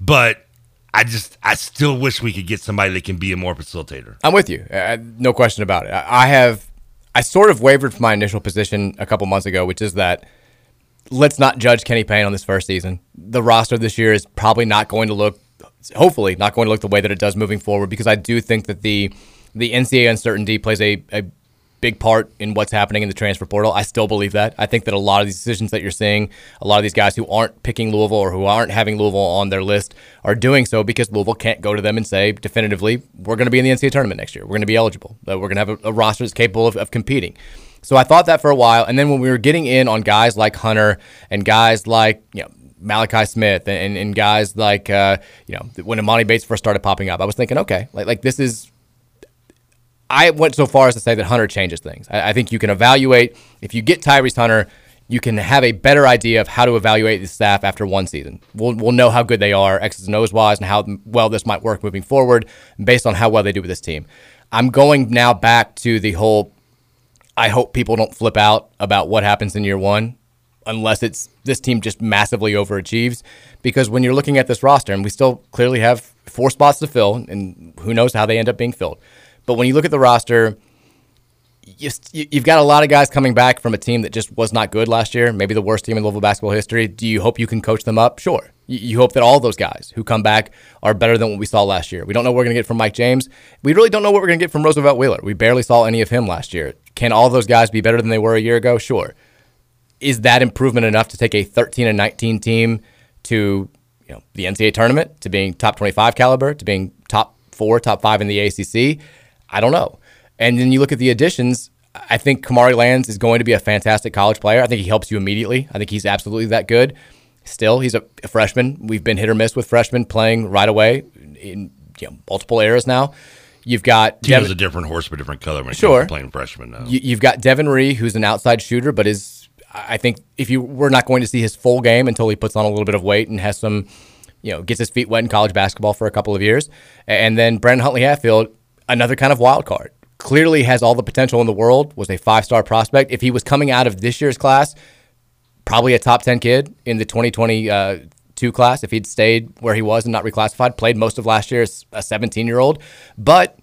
[SPEAKER 12] But I just, I still wish we could get somebody that can be a more facilitator.
[SPEAKER 11] I'm with you. Uh, no question about it. I, I have, I sort of wavered from my initial position a couple months ago, which is that let's not judge Kenny Payne on this first season. The roster this year is probably not going to look, hopefully, not going to look the way that it does moving forward because I do think that the the NCAA uncertainty plays a, a big part in what's happening in the transfer portal. I still believe that. I think that a lot of these decisions that you're seeing, a lot of these guys who aren't picking Louisville or who aren't having Louisville on their list are doing so because Louisville can't go to them and say definitively, we're going to be in the NCAA tournament next year. We're going to be eligible. That We're going to have a, a roster that's capable of, of competing. So I thought that for a while. And then when we were getting in on guys like Hunter and guys like, you know, Malachi Smith and, and guys like, uh, you know, when Imani Bates first started popping up, I was thinking, okay, like, like this is I went so far as to say that Hunter changes things. I, I think you can evaluate if you get Tyrese Hunter, you can have a better idea of how to evaluate the staff after one season. We'll, we'll know how good they are, X's and O's wise, and how well this might work moving forward based on how well they do with this team. I'm going now back to the whole I hope people don't flip out about what happens in year one unless it's this team just massively overachieves. Because when you're looking at this roster, and we still clearly have four spots to fill, and who knows how they end up being filled. But when you look at the roster, you, you've got a lot of guys coming back from a team that just was not good last year, maybe the worst team in Louisville basketball history. Do you hope you can coach them up? Sure. You, you hope that all those guys who come back are better than what we saw last year. We don't know what we're going to get from Mike James. We really don't know what we're going to get from Roosevelt Wheeler. We barely saw any of him last year. Can all those guys be better than they were a year ago? Sure. Is that improvement enough to take a 13 and 19 team to you know the NCAA tournament, to being top 25 caliber, to being top four, top five in the ACC? I don't know. And then you look at the additions. I think Kamari Lands is going to be a fantastic college player. I think he helps you immediately. I think he's absolutely that good. Still, he's a, a freshman. We've been hit or miss with freshmen playing right away in you know, multiple eras now. You've got
[SPEAKER 12] Tito's Devin, a different horse, but different color. When
[SPEAKER 11] sure,
[SPEAKER 12] playing freshman now.
[SPEAKER 11] You, have got Devin Ree, who's an outside shooter, but is I think if you we're not going to see his full game until he puts on a little bit of weight and has some, you know, gets his feet wet in college basketball for a couple of years, and then Brandon Huntley Hatfield, another kind of wild card clearly has all the potential in the world, was a five star prospect. If he was coming out of this year's class, probably a top 10 kid in the 2022 class, if he'd stayed where he was and not reclassified, played most of last year as a 17 year old. But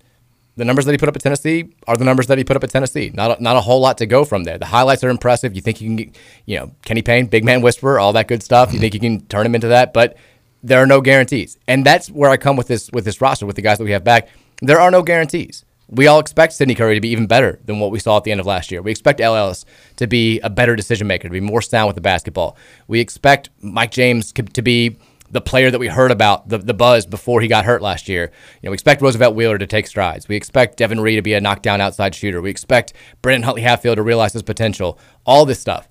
[SPEAKER 11] the numbers that he put up at Tennessee are the numbers that he put up at Tennessee. Not a, not a whole lot to go from there. The highlights are impressive. You think you can, get, you know, Kenny Payne, big man whisperer, all that good stuff. You think you can turn him into that, but there are no guarantees. And that's where I come with this with this roster with the guys that we have back. There are no guarantees. We all expect Sidney Curry to be even better than what we saw at the end of last year. We expect L. Ellis to be a better decision maker, to be more sound with the basketball. We expect Mike James to be the player that we heard about, the, the buzz before he got hurt last year. You know, we expect Roosevelt Wheeler to take strides. We expect Devin Reed to be a knockdown outside shooter. We expect Brandon Huntley Hatfield to realize his potential. All this stuff.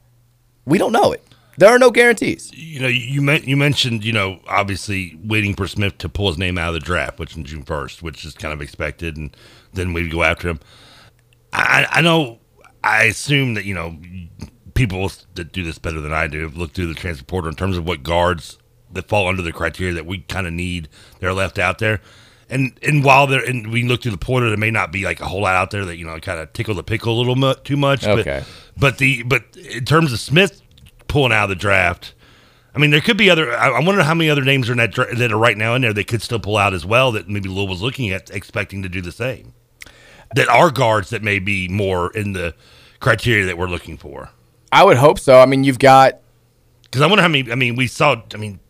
[SPEAKER 11] We don't know it. There are no guarantees.
[SPEAKER 12] You know, you meant you mentioned, you know, obviously waiting for Smith to pull his name out of the draft, which in June first, which is kind of expected, and then we'd go after him. I, I know, I assume that you know people that do this better than I do have looked through the transfer portal in terms of what guards that fall under the criteria that we kind of need. They're left out there, and and while they're and we look through the portal, there may not be like a whole lot out there that you know kind of tickle the pickle a little mu- too much.
[SPEAKER 11] Okay,
[SPEAKER 12] but, but the but in terms of Smith pulling out of the draft. I mean, there could be other. I, I wonder how many other names are in that dra- that are right now in there they could still pull out as well that maybe Louisville's looking at expecting to do the same. That are guards that may be more in the criteria that we're looking for.
[SPEAKER 11] I would hope so. I mean, you've got
[SPEAKER 12] because I wonder how many. I mean, we saw. I mean,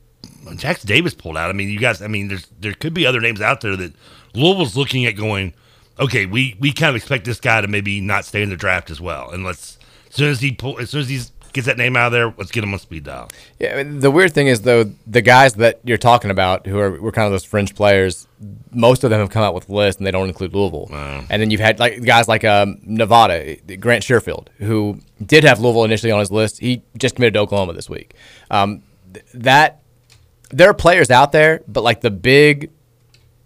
[SPEAKER 12] Jackson Davis pulled out. I mean, you guys. I mean, there's there could be other names out there that Louisville's looking at going. Okay, we we kind of expect this guy to maybe not stay in the draft as well, and let's as soon as he pull as soon as he's gets that name out of there. Let's get him on speed dial.
[SPEAKER 11] Yeah, the weird thing is though, the guys that you're talking about who are were kind of those fringe players, most of them have come out with lists and they don't include Louisville. Wow. And then you've had like guys like um, Nevada, Grant Sherfield, who did have Louisville initially on his list. He just committed to Oklahoma this week. Um, th- that there are players out there, but like the big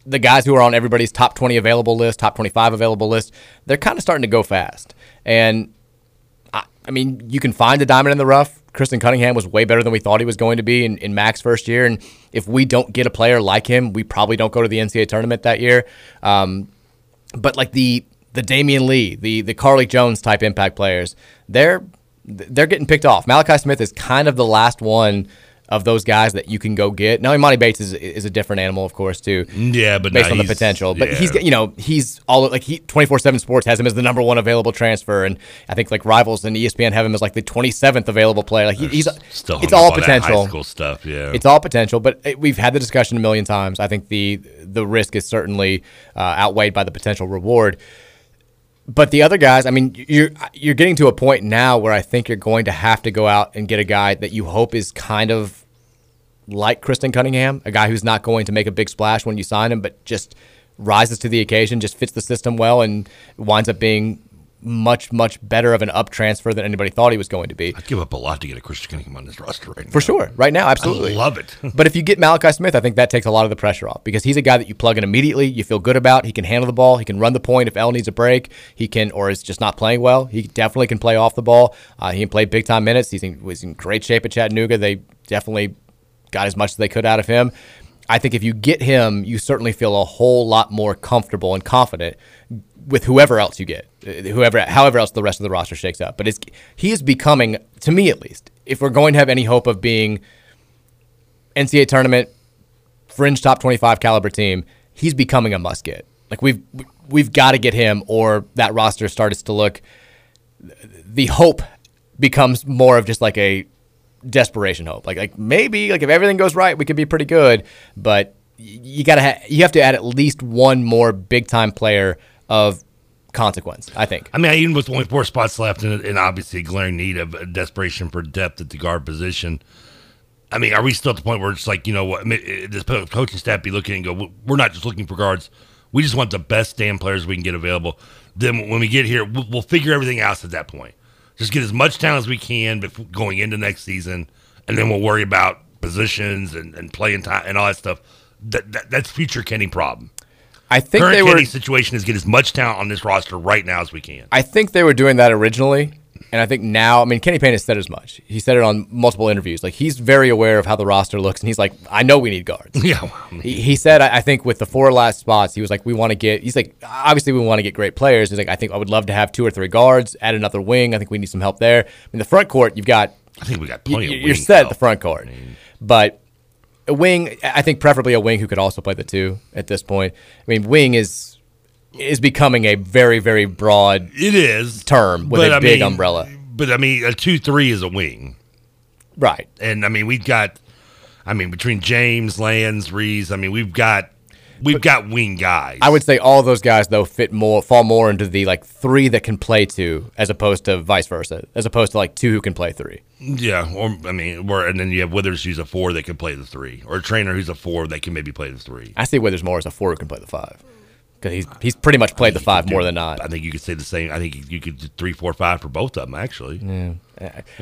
[SPEAKER 11] the guys who are on everybody's top 20 available list, top 25 available list, they're kind of starting to go fast. And I mean, you can find a diamond in the rough. Kristen Cunningham was way better than we thought he was going to be in, in Mac's first year. And if we don't get a player like him, we probably don't go to the NCAA tournament that year. Um, but like the the Damian Lee, the the Carly Jones type impact players, they're they're getting picked off. Malachi Smith is kind of the last one of those guys that you can go get. Now Imani Bates is is a different animal, of course, too.
[SPEAKER 12] Yeah, but
[SPEAKER 11] based
[SPEAKER 12] no,
[SPEAKER 11] on the potential, but yeah. he's you know he's all like he twenty four seven Sports has him as the number one available transfer, and I think like rivals E and ESPN have him as like the twenty seventh available player. Like he, he's
[SPEAKER 12] still
[SPEAKER 11] it's all potential.
[SPEAKER 12] high school stuff, yeah.
[SPEAKER 11] It's all potential, but it, we've had the discussion a million times. I think the the risk is certainly uh, outweighed by the potential reward. But the other guys, I mean, you're you're getting to a point now where I think you're going to have to go out and get a guy that you hope is kind of like Kristen Cunningham, a guy who's not going to make a big splash when you sign him, but just rises to the occasion, just fits the system well, and winds up being much, much better of an up transfer than anybody thought he was going to be.
[SPEAKER 12] I'd give up a lot to get a Christian Cunningham on this roster right now.
[SPEAKER 11] For sure. Right now, absolutely.
[SPEAKER 12] I love it.
[SPEAKER 11] [laughs] but if you get Malachi Smith, I think that takes a lot of the pressure off because he's a guy that you plug in immediately, you feel good about. He can handle the ball. He can run the point if L needs a break. He can, or is just not playing well. He definitely can play off the ball. Uh, he can play big time minutes. He's in, he's in great shape at Chattanooga. They definitely got as much as they could out of him. I think if you get him, you certainly feel a whole lot more comfortable and confident with whoever else you get, uh, whoever, however else the rest of the roster shakes up. But it's, he is becoming, to me at least, if we're going to have any hope of being NCAA tournament fringe top twenty five caliber team, he's becoming a must get. Like we've we've got to get him, or that roster starts to look. The hope becomes more of just like a desperation hope. Like like maybe like if everything goes right, we could be pretty good. But you gotta ha- you have to add at least one more big time player of consequence. I think.
[SPEAKER 12] I mean, even with only four spots left and, and obviously a glaring need of uh, desperation for depth at the guard position. I mean, are we still at the point where it's like, you know what, I mean, eh, this coaching staff be looking and go, we're not just looking for guards. We just want the best damn players we can get available. Then when we get here, we'll, we'll figure everything out at that point. Just get as much talent as we can before going into next season, and then we'll worry about positions and, and playing time and all that stuff. That, that that's future Kenny problem.
[SPEAKER 11] I think
[SPEAKER 12] Current
[SPEAKER 11] they were.
[SPEAKER 12] Kenny's situation is get as much talent on this roster right now as we can.
[SPEAKER 11] I think they were doing that originally, and I think now. I mean, Kenny Payne has said as much. He said it on multiple interviews. Like he's very aware of how the roster looks, and he's like, I know we need
[SPEAKER 12] [laughs]
[SPEAKER 11] guards.
[SPEAKER 12] Yeah, well, I mean,
[SPEAKER 11] He, he said, I, I think with the four last spots, he was like, we want to get. He's like, obviously we want to get great players. He's like, I think I would love to have two or three guards, add another wing. I think we need some help there. In the front court, you've got.
[SPEAKER 12] I think we got
[SPEAKER 11] You,
[SPEAKER 12] plenty
[SPEAKER 11] are
[SPEAKER 12] of wing
[SPEAKER 11] set at the
[SPEAKER 12] help.
[SPEAKER 11] front court, but a wing. I think preferably a wing who could also play the two at this point. I mean, wing is is becoming a very very broad
[SPEAKER 12] It is
[SPEAKER 11] term with
[SPEAKER 12] but
[SPEAKER 11] a
[SPEAKER 12] I
[SPEAKER 11] big
[SPEAKER 12] mean-
[SPEAKER 11] umbrella.
[SPEAKER 12] But I mean, a two three is a wing,
[SPEAKER 11] Right.
[SPEAKER 12] and I mean we've got, I mean between James Lands Reeves, I mean we've got we've got wing guys.
[SPEAKER 11] I would say all those guys though fit more fall more into the like three that can play two as opposed to vice versa, as opposed to like two who can play three.
[SPEAKER 12] yeah, or I mean, or and then you have Withers who's a four that can play the three, or a trainer who's a four that can maybe play the three.
[SPEAKER 11] I see Withers more as a four who can play the five. Because he's he's pretty much played the five more than not.
[SPEAKER 12] I think you could say the same. I think you could do three, four, five for both of them actually.
[SPEAKER 11] Yeah.
[SPEAKER 12] In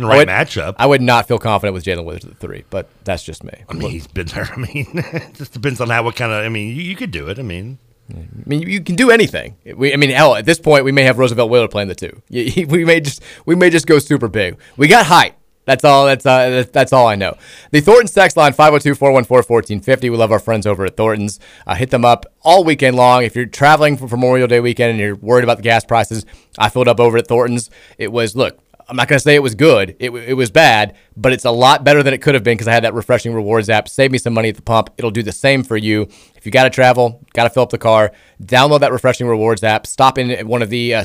[SPEAKER 12] the
[SPEAKER 11] I
[SPEAKER 12] right
[SPEAKER 11] would-
[SPEAKER 12] matchup.
[SPEAKER 11] I would not feel confident with Jalen Withers at the three, but that's just me.
[SPEAKER 12] I mean, he's been there. [laughs] I mean, it just depends on how what kind of. I mean, you, you could do it. I mean,
[SPEAKER 11] I mean, you- you can do anything. We, I mean, hell, at this point, we may have Roosevelt Wheeler playing the two. [laughs] You- We may just we may just go super big. We got height. That's all. That's uh, that- that's all I know. The Thornton's text line 502-414-1450. We love our friends over at Thornton's. Uh, hit them up all weekend long. If you're traveling for Memorial Day weekend and you're worried about the gas prices, I filled up over at Thornton's. It was look. I'm not gonna say it was good. It, w- it was bad, but it's a lot better than it could have been because I had that refreshing rewards app. Save me some money at the pump. It'll do the same for you. If you got to travel, got to fill up the car, download that Refreshing Rewards app, stop in at one of the uh,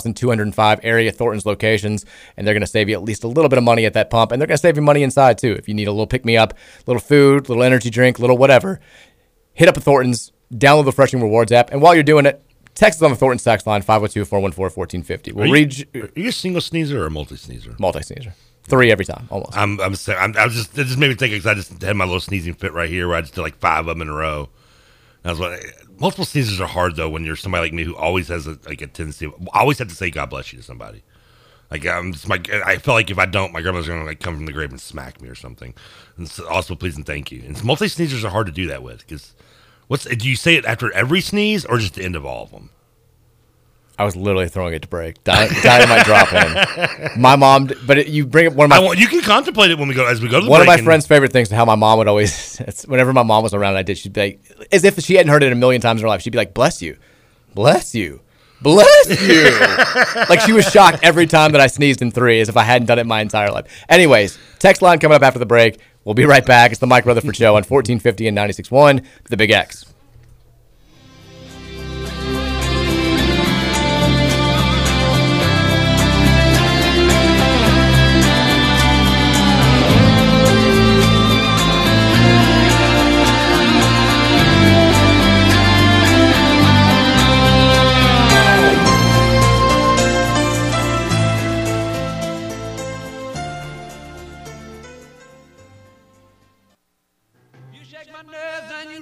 [SPEAKER 11] 71,205 area Thornton's locations, and they're going to save you at least a little bit of money at that pump. And they're going to save you money inside too. If you need a little pick me up, little food, little energy drink, little whatever, hit up a Thornton's, download the Refreshing Rewards app, and while you're doing it, text us on the Thornton's text line 502 414 1450.
[SPEAKER 12] are
[SPEAKER 11] We'll
[SPEAKER 12] you-
[SPEAKER 11] read you
[SPEAKER 12] Are you a single sneezer or a multi sneezer?
[SPEAKER 11] multi sneezer. Three every time, almost.
[SPEAKER 12] I'm I'm sa- I'm, I was just it just made me think because I just had my little sneezing fit right here where I just did like five of them in a row. And I was like, multiple sneezes are hard though when you're somebody like me who always has a, like a tendency. Of, I always have to say God bless you to somebody. Like I'm just my I felt like if I don't, my grandma's gonna like come from the grave and smack me or something. And it's also please and thank you. And multi sneezers are hard to do that with because what's do you say it after every sneeze or just the end of all of them?
[SPEAKER 11] I was literally throwing it to break. [laughs] Dy- Dynamite drop in. My mom, d- but it, you bring up one of my
[SPEAKER 12] I want you can contemplate it when we go as we go to the
[SPEAKER 11] one of
[SPEAKER 12] break
[SPEAKER 11] my
[SPEAKER 12] and-
[SPEAKER 11] friend's favorite things is how my mom would always, [laughs] it's- whenever my mom was around, I did. She'd be like, as if she hadn't heard it a million times in her life. She'd be like, "Bless you, bless you, bless you." [laughs] like she was shocked every time that I sneezed in three, as if I hadn't done it my entire life. Anyways, text line coming up after the break. We'll be right back. It's the Mike Rutherford Show on 1450 and 96.1, The Big X.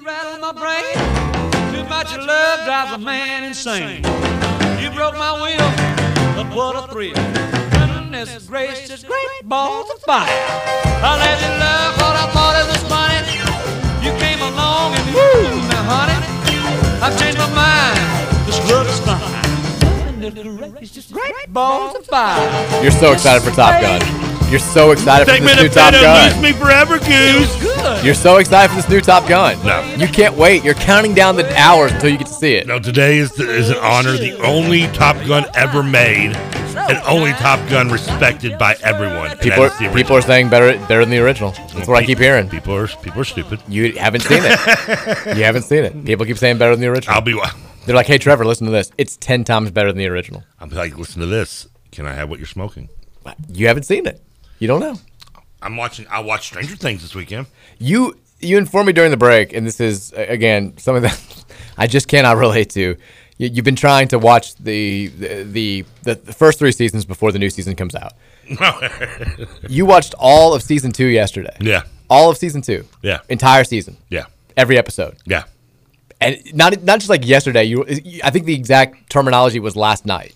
[SPEAKER 13] rattle my brain. Too much of love drives a man insane. You broke my will, but what a thrill. Goodness gracious, great balls of fire. I let you love what I thought it was funny. You came along and woo, now honey, I've changed my mind. This love is fine. Goodness gracious, great balls of fire.
[SPEAKER 11] You're so excited for Top Gun. You're so excited
[SPEAKER 12] Take
[SPEAKER 11] for
[SPEAKER 12] me
[SPEAKER 11] this
[SPEAKER 12] to
[SPEAKER 11] new Top
[SPEAKER 12] Plato,
[SPEAKER 11] Gun.
[SPEAKER 12] lose me forever, goose.
[SPEAKER 11] You're so excited for this new Top Gun. No. You can't wait. You're counting down the hours until you get to see it.
[SPEAKER 12] No, today is is an honor. The only Top Gun ever made, and only Top Gun respected by everyone. and
[SPEAKER 11] People
[SPEAKER 12] that is the
[SPEAKER 11] are, people are saying better better than the original. That's what I keep hearing. People
[SPEAKER 12] are people are stupid. [laughs]
[SPEAKER 11] You haven't seen it. you haven't seen it. People keep saying better than the original.
[SPEAKER 12] I'll be [laughs]
[SPEAKER 11] They're like, hey, Trevor, listen to this. It's 10 times better than the original.
[SPEAKER 12] I'm like, listen to this. Can I have what you're smoking?
[SPEAKER 11] You haven't seen it. You don't know.
[SPEAKER 12] I'm watching. I watched Stranger Things this weekend. [laughs]
[SPEAKER 11] You you informed me during the break, and this is a- again some of [laughs] that I just cannot relate to. You, you've been trying to watch the the, the the first three seasons before the new season comes out. you watched all of season two yesterday.
[SPEAKER 12] Yeah.
[SPEAKER 11] All of season two.
[SPEAKER 12] Yeah.
[SPEAKER 11] Entire season.
[SPEAKER 12] Yeah.
[SPEAKER 11] Every episode.
[SPEAKER 12] Yeah.
[SPEAKER 11] And not not just like yesterday. You, I think the exact terminology was last night.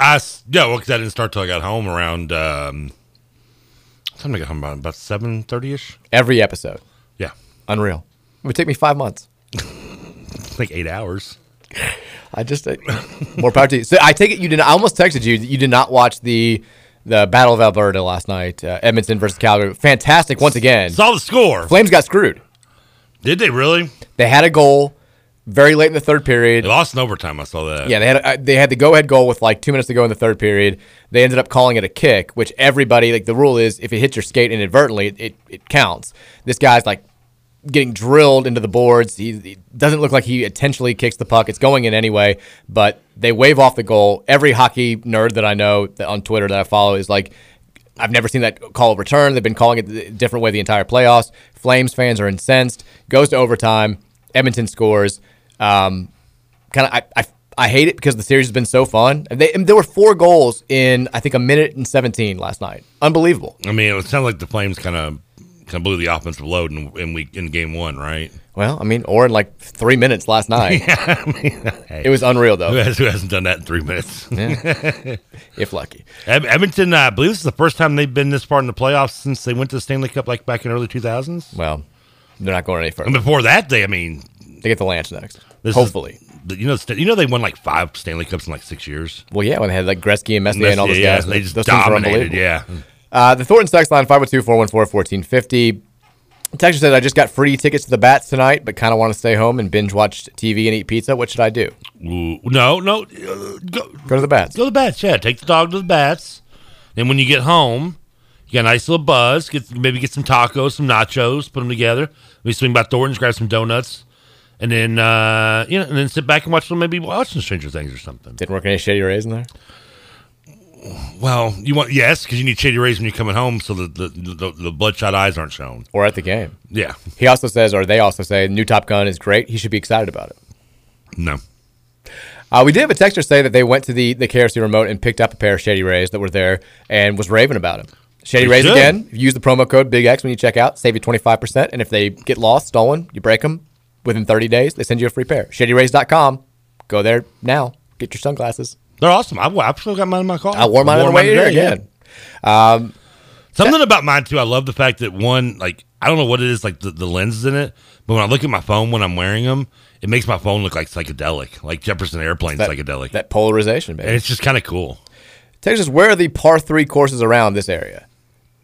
[SPEAKER 12] I s- yeah, well, because I didn't start till I got home around. Um, what time did I get home about about seven thirty ish.
[SPEAKER 11] Every episode.
[SPEAKER 12] Yeah,
[SPEAKER 11] Unreal. It would take me five months.
[SPEAKER 12] like eight hours.
[SPEAKER 11] I just uh, more power to you. So I take it you did. Not, I almost texted you. that You did not watch the the Battle of Alberta last night. Uh, Edmonton versus Calgary. Fantastic once again.
[SPEAKER 12] Saw the score.
[SPEAKER 11] Flames got screwed.
[SPEAKER 12] Did they really?
[SPEAKER 11] They had a goal very late in the third period.
[SPEAKER 12] They lost in overtime. I saw that.
[SPEAKER 11] Yeah, they had uh, they had the go ahead goal with like two minutes to go in the third period. They ended up calling it a kick, which everybody like the rule is if it hits your skate inadvertently, it it, it counts. This guy's like getting drilled into the boards. He, he doesn't look like he intentionally kicks the puck. It's going in anyway, but they wave off the goal. Every hockey nerd that I know that on Twitter that I follow is like. I've never seen that call return. They've been calling it a different way the entire playoffs. Flames fans are incensed. Goes to overtime. Edmonton scores. Um, kind of I, I I hate it because the series has been so fun. And They and there were four goals in I think a minute and 17 last night. Unbelievable.
[SPEAKER 12] I mean, it sounded like the Flames kind of kind of blew the offensive load in, in week in game one, right? [laughs]
[SPEAKER 11] Well, I mean, or in like three minutes last night.
[SPEAKER 12] Yeah, I mean, hey.
[SPEAKER 11] It was unreal though.
[SPEAKER 12] Who, has, who hasn't done that in three minutes?
[SPEAKER 11] Yeah. if lucky.
[SPEAKER 12] Ed- Edmonton, uh, I believe this is the first time they've been this far in the playoffs since they went to the Stanley Cup, like back in early two thousands.
[SPEAKER 11] Well, they're not going any further.
[SPEAKER 12] And before that, they, I mean,
[SPEAKER 11] they get the Lance next.
[SPEAKER 12] This
[SPEAKER 11] Hopefully.
[SPEAKER 12] is- but you know, st- you know, they won like five Stanley Cups in like six years.
[SPEAKER 11] Well, yeah, when they had like Gretzky and Messier and all those
[SPEAKER 12] yeah,
[SPEAKER 11] guys,
[SPEAKER 12] they just
[SPEAKER 11] those things were
[SPEAKER 12] dominated.
[SPEAKER 11] unbelievable.
[SPEAKER 12] Yeah,
[SPEAKER 11] Uh, the Thornton Sex line 502-414-1450. Texture says, I just got free tickets to the Bats tonight, but kind of want to stay home and binge watch TV and eat pizza. What should I do?
[SPEAKER 12] Ooh,
[SPEAKER 11] Mm.
[SPEAKER 12] no, no, uh, go,
[SPEAKER 11] go to the bats.
[SPEAKER 12] Go to the bats. Yeah, take the dog to the bats. Then when you get home, you got a nice little buzz. Get maybe get some tacos, some nachos, put them together. We swing by Thornton's, grab some donuts, and then uh, you know, and then sit back and watch some maybe watch some Stranger Things or something.
[SPEAKER 11] Didn't work any Shady Rays in there?
[SPEAKER 12] Well, you want yes because you need shady rays when you're coming home, so the the, the the bloodshot eyes aren't shown.
[SPEAKER 11] Or at the game.
[SPEAKER 12] Yeah,
[SPEAKER 11] He also says, or they also say, new Top Gun is great. He should be excited about it.
[SPEAKER 12] no.
[SPEAKER 11] Uh, we did have a texter say that they went to the, the KRC remote and picked up a pair of Shady Rays that were there and was raving about it. Shady
[SPEAKER 12] They
[SPEAKER 11] Rays
[SPEAKER 12] should.
[SPEAKER 11] again. Use the promo code Big X when you check out. Save you twenty five percent. And if they get lost, stolen, you break them within thirty days. They send you a free pair. ShadyRays.com. Go there now. Get your sunglasses.
[SPEAKER 12] They're awesome. I, I've still got mine in my car.
[SPEAKER 11] I wore mine on the way here
[SPEAKER 12] today, yeah.
[SPEAKER 11] again. Um,
[SPEAKER 12] Something about mine too. I love the fact that one, like, I don't know what it is, like the, the lenses in it, but when I look at my phone when I'm wearing them, it makes my phone look like psychedelic, like Jefferson Airplane
[SPEAKER 11] that-
[SPEAKER 12] psychedelic.
[SPEAKER 11] that polarization, baby.
[SPEAKER 12] and it's just kind of cool.
[SPEAKER 11] Texas, where are the par three courses around this area?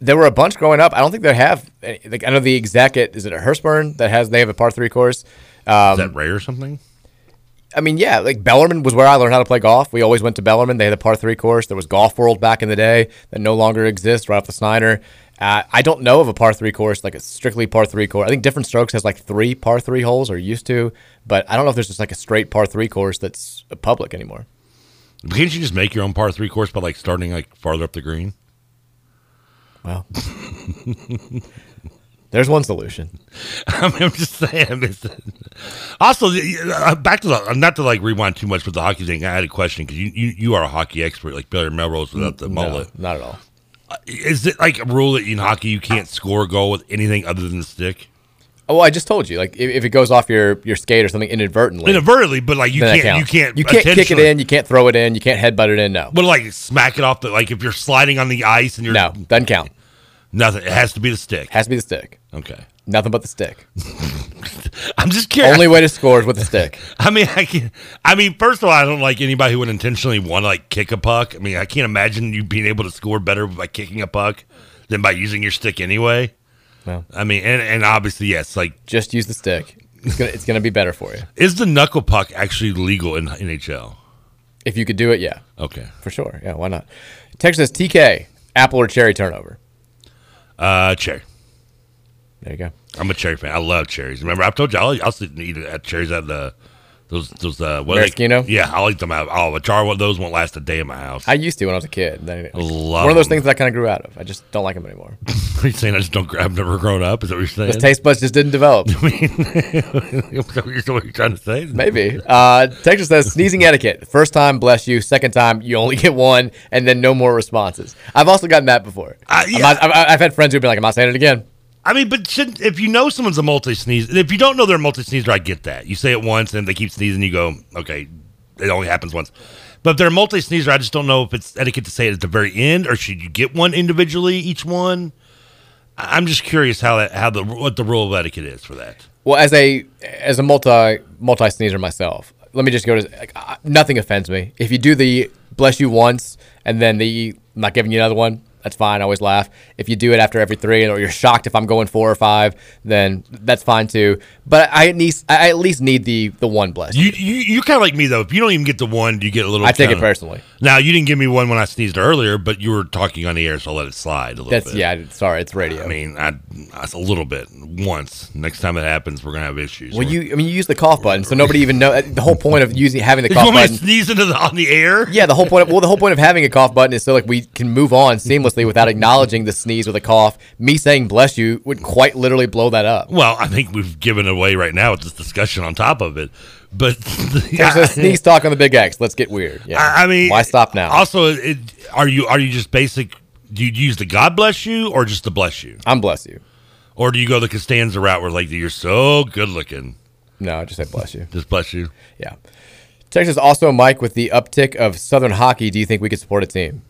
[SPEAKER 11] There were a bunch growing up. I don't think they have. Any, like I know the exact it is it at Hurstburn that has they have a par three course. Um,
[SPEAKER 12] Is that rare or something?
[SPEAKER 11] I mean, yeah, like Bellarmine was where I learned how to play golf. We always went to Bellarmine. They had a par three course. There was Golf World back in the day that no longer exists right off the Snyder. Uh, I don't know of a par three course, like a strictly par three course. I think Different Strokes has like three par three holes or used to, but I don't know if there's just like a straight par three course that's public anymore.
[SPEAKER 12] Can't you just make your own par three course by like starting like farther up the green? [laughs]
[SPEAKER 11] Well, there's one solution.
[SPEAKER 12] I mean, I'm just [laughs] saying. It's, also, the- uh, back to the not to like rewind too much with the hockey thing. I had a question because you, you you are a hockey expert, like Billy Melrose without the
[SPEAKER 11] Mm, No,
[SPEAKER 12] mullet.
[SPEAKER 11] not at all.
[SPEAKER 12] Is it like a rule that in hockey you can't score a goal with anything other than the stick?
[SPEAKER 11] Oh, well, I just told you, like if, if it goes off your, your skate or something inadvertently,
[SPEAKER 12] Inadvertently, but like you
[SPEAKER 11] then that
[SPEAKER 12] can't, you
[SPEAKER 11] counts.
[SPEAKER 12] can't,
[SPEAKER 11] you can't kick it
[SPEAKER 12] intentionally-
[SPEAKER 11] in, you can't throw it in, you can't headbutt it in. No,
[SPEAKER 12] But like smack it off the like if you're sliding on the ice and you're
[SPEAKER 11] no, doesn't count.
[SPEAKER 12] nothing. It has to be the stick.
[SPEAKER 11] Has to be the stick.
[SPEAKER 12] Okay, [laughs]
[SPEAKER 11] Nothing but the stick.
[SPEAKER 12] I'm just curious.
[SPEAKER 11] Only way to score is with a stick.
[SPEAKER 12] [laughs] I mean, I can. I mean, first of all, I don't like anybody who would intentionally want to like kick a puck. I mean, I can't imagine you being able to score better by kicking a puck than by using your stick anyway.
[SPEAKER 11] Well.
[SPEAKER 12] I mean, and and obviously, yes, like
[SPEAKER 11] Just use the stick. It's gonna, it's gonna be better for you.
[SPEAKER 12] is the knuckle puck actually legal in NHL?
[SPEAKER 11] If you could do it, yeah,
[SPEAKER 12] Okay.
[SPEAKER 11] for sure. Yeah, why not? Text says TK, apple or cherry turnover.
[SPEAKER 12] Uh, cherry.
[SPEAKER 11] There you go.
[SPEAKER 12] I'm a cherry fan. I love cherries. Remember, I've told you I'll, I'll sit and eat at cherries at the Those those uh what are they-
[SPEAKER 11] Maraschino?
[SPEAKER 12] Yeah, I like them out. Oh, a jar of those won't last a day in my house. [laughs]
[SPEAKER 11] I used to when I was a kid. Then-
[SPEAKER 12] Love
[SPEAKER 11] one of those
[SPEAKER 12] them.
[SPEAKER 11] things that I kind of grew out of. I just don't like them anymore.
[SPEAKER 12] Are you saying I just don't grab? I've never grown up. Is that what you're saying?
[SPEAKER 11] Those
[SPEAKER 12] [laughs]
[SPEAKER 11] taste buds just didn't develop.
[SPEAKER 12] Is that what you're- what you're trying to say?
[SPEAKER 11] Maybe. Uh, Texas says sneezing etiquette. First time, bless you. Second time, you only [laughs] get one, and then no more responses. I've also gotten that before. I'm not- I've, I've had friends who've been like, "I'm not saying it again."
[SPEAKER 12] I mean, but shouldn't, if you know someone's a multi sneeze, if you don't know they're a multi sneezer, I get that. You say it once and they keep sneezing, you go, okay, it only happens once. But if they're a multi sneezer, I just don't know if it's etiquette to say it at the very end or should you get one individually, each one. I- I'm just curious how that, how the what the rule of etiquette is for that.
[SPEAKER 11] Well, as a as a multi multi sneezer myself, let me just go to like, I, nothing offends me. If you do the bless you once and then the I'm not giving you another one, that's fine. I always laugh. If you do it after every three, or you're shocked if I'm going four or five, then that's fine too. But I at least I at least need the the one bless.
[SPEAKER 12] You you you kind of like me though. If you don't even get the one, you get a little.
[SPEAKER 11] I take it
[SPEAKER 12] kinda-
[SPEAKER 11] personally.
[SPEAKER 12] Now you didn't give me one when I sneezed earlier, but you were talking on the air, so I let it slide a little
[SPEAKER 11] That's-
[SPEAKER 12] bit.
[SPEAKER 11] yeah, Sorry, it's radio.
[SPEAKER 12] I mean, I, I a little bit once. Next time it happens, we're gonna have issues.
[SPEAKER 11] Well, you I mean you use the cough button, so nobody even know uh, the whole point of using having the
[SPEAKER 12] [laughs] You
[SPEAKER 11] cough
[SPEAKER 12] want me to
[SPEAKER 11] button.
[SPEAKER 12] sneeze into the on the air?
[SPEAKER 11] Yeah, the whole point. Of, well, the whole point of having a cough button is so like we can move on seamlessly without acknowledging the sneeze or the cough. Me saying "bless you" would quite literally blow that up.
[SPEAKER 12] Well, I think we've given away right now with this discussion on top of it. But [laughs]
[SPEAKER 11] There's a sneeze talk on the Big X. Let's get weird. Yeah.
[SPEAKER 12] I, I mean,
[SPEAKER 11] why stop now?
[SPEAKER 12] Also, it, are you are you just basic? Do you use the God bless you or just the bless you?
[SPEAKER 11] I'm bless you.
[SPEAKER 12] Or do you go the Costanza route where like you're so good looking?
[SPEAKER 11] No, I just say bless you.
[SPEAKER 12] Just bless you.
[SPEAKER 11] Yeah. Texas also Mike with the uptick of Southern hockey. Do you think we could support a team?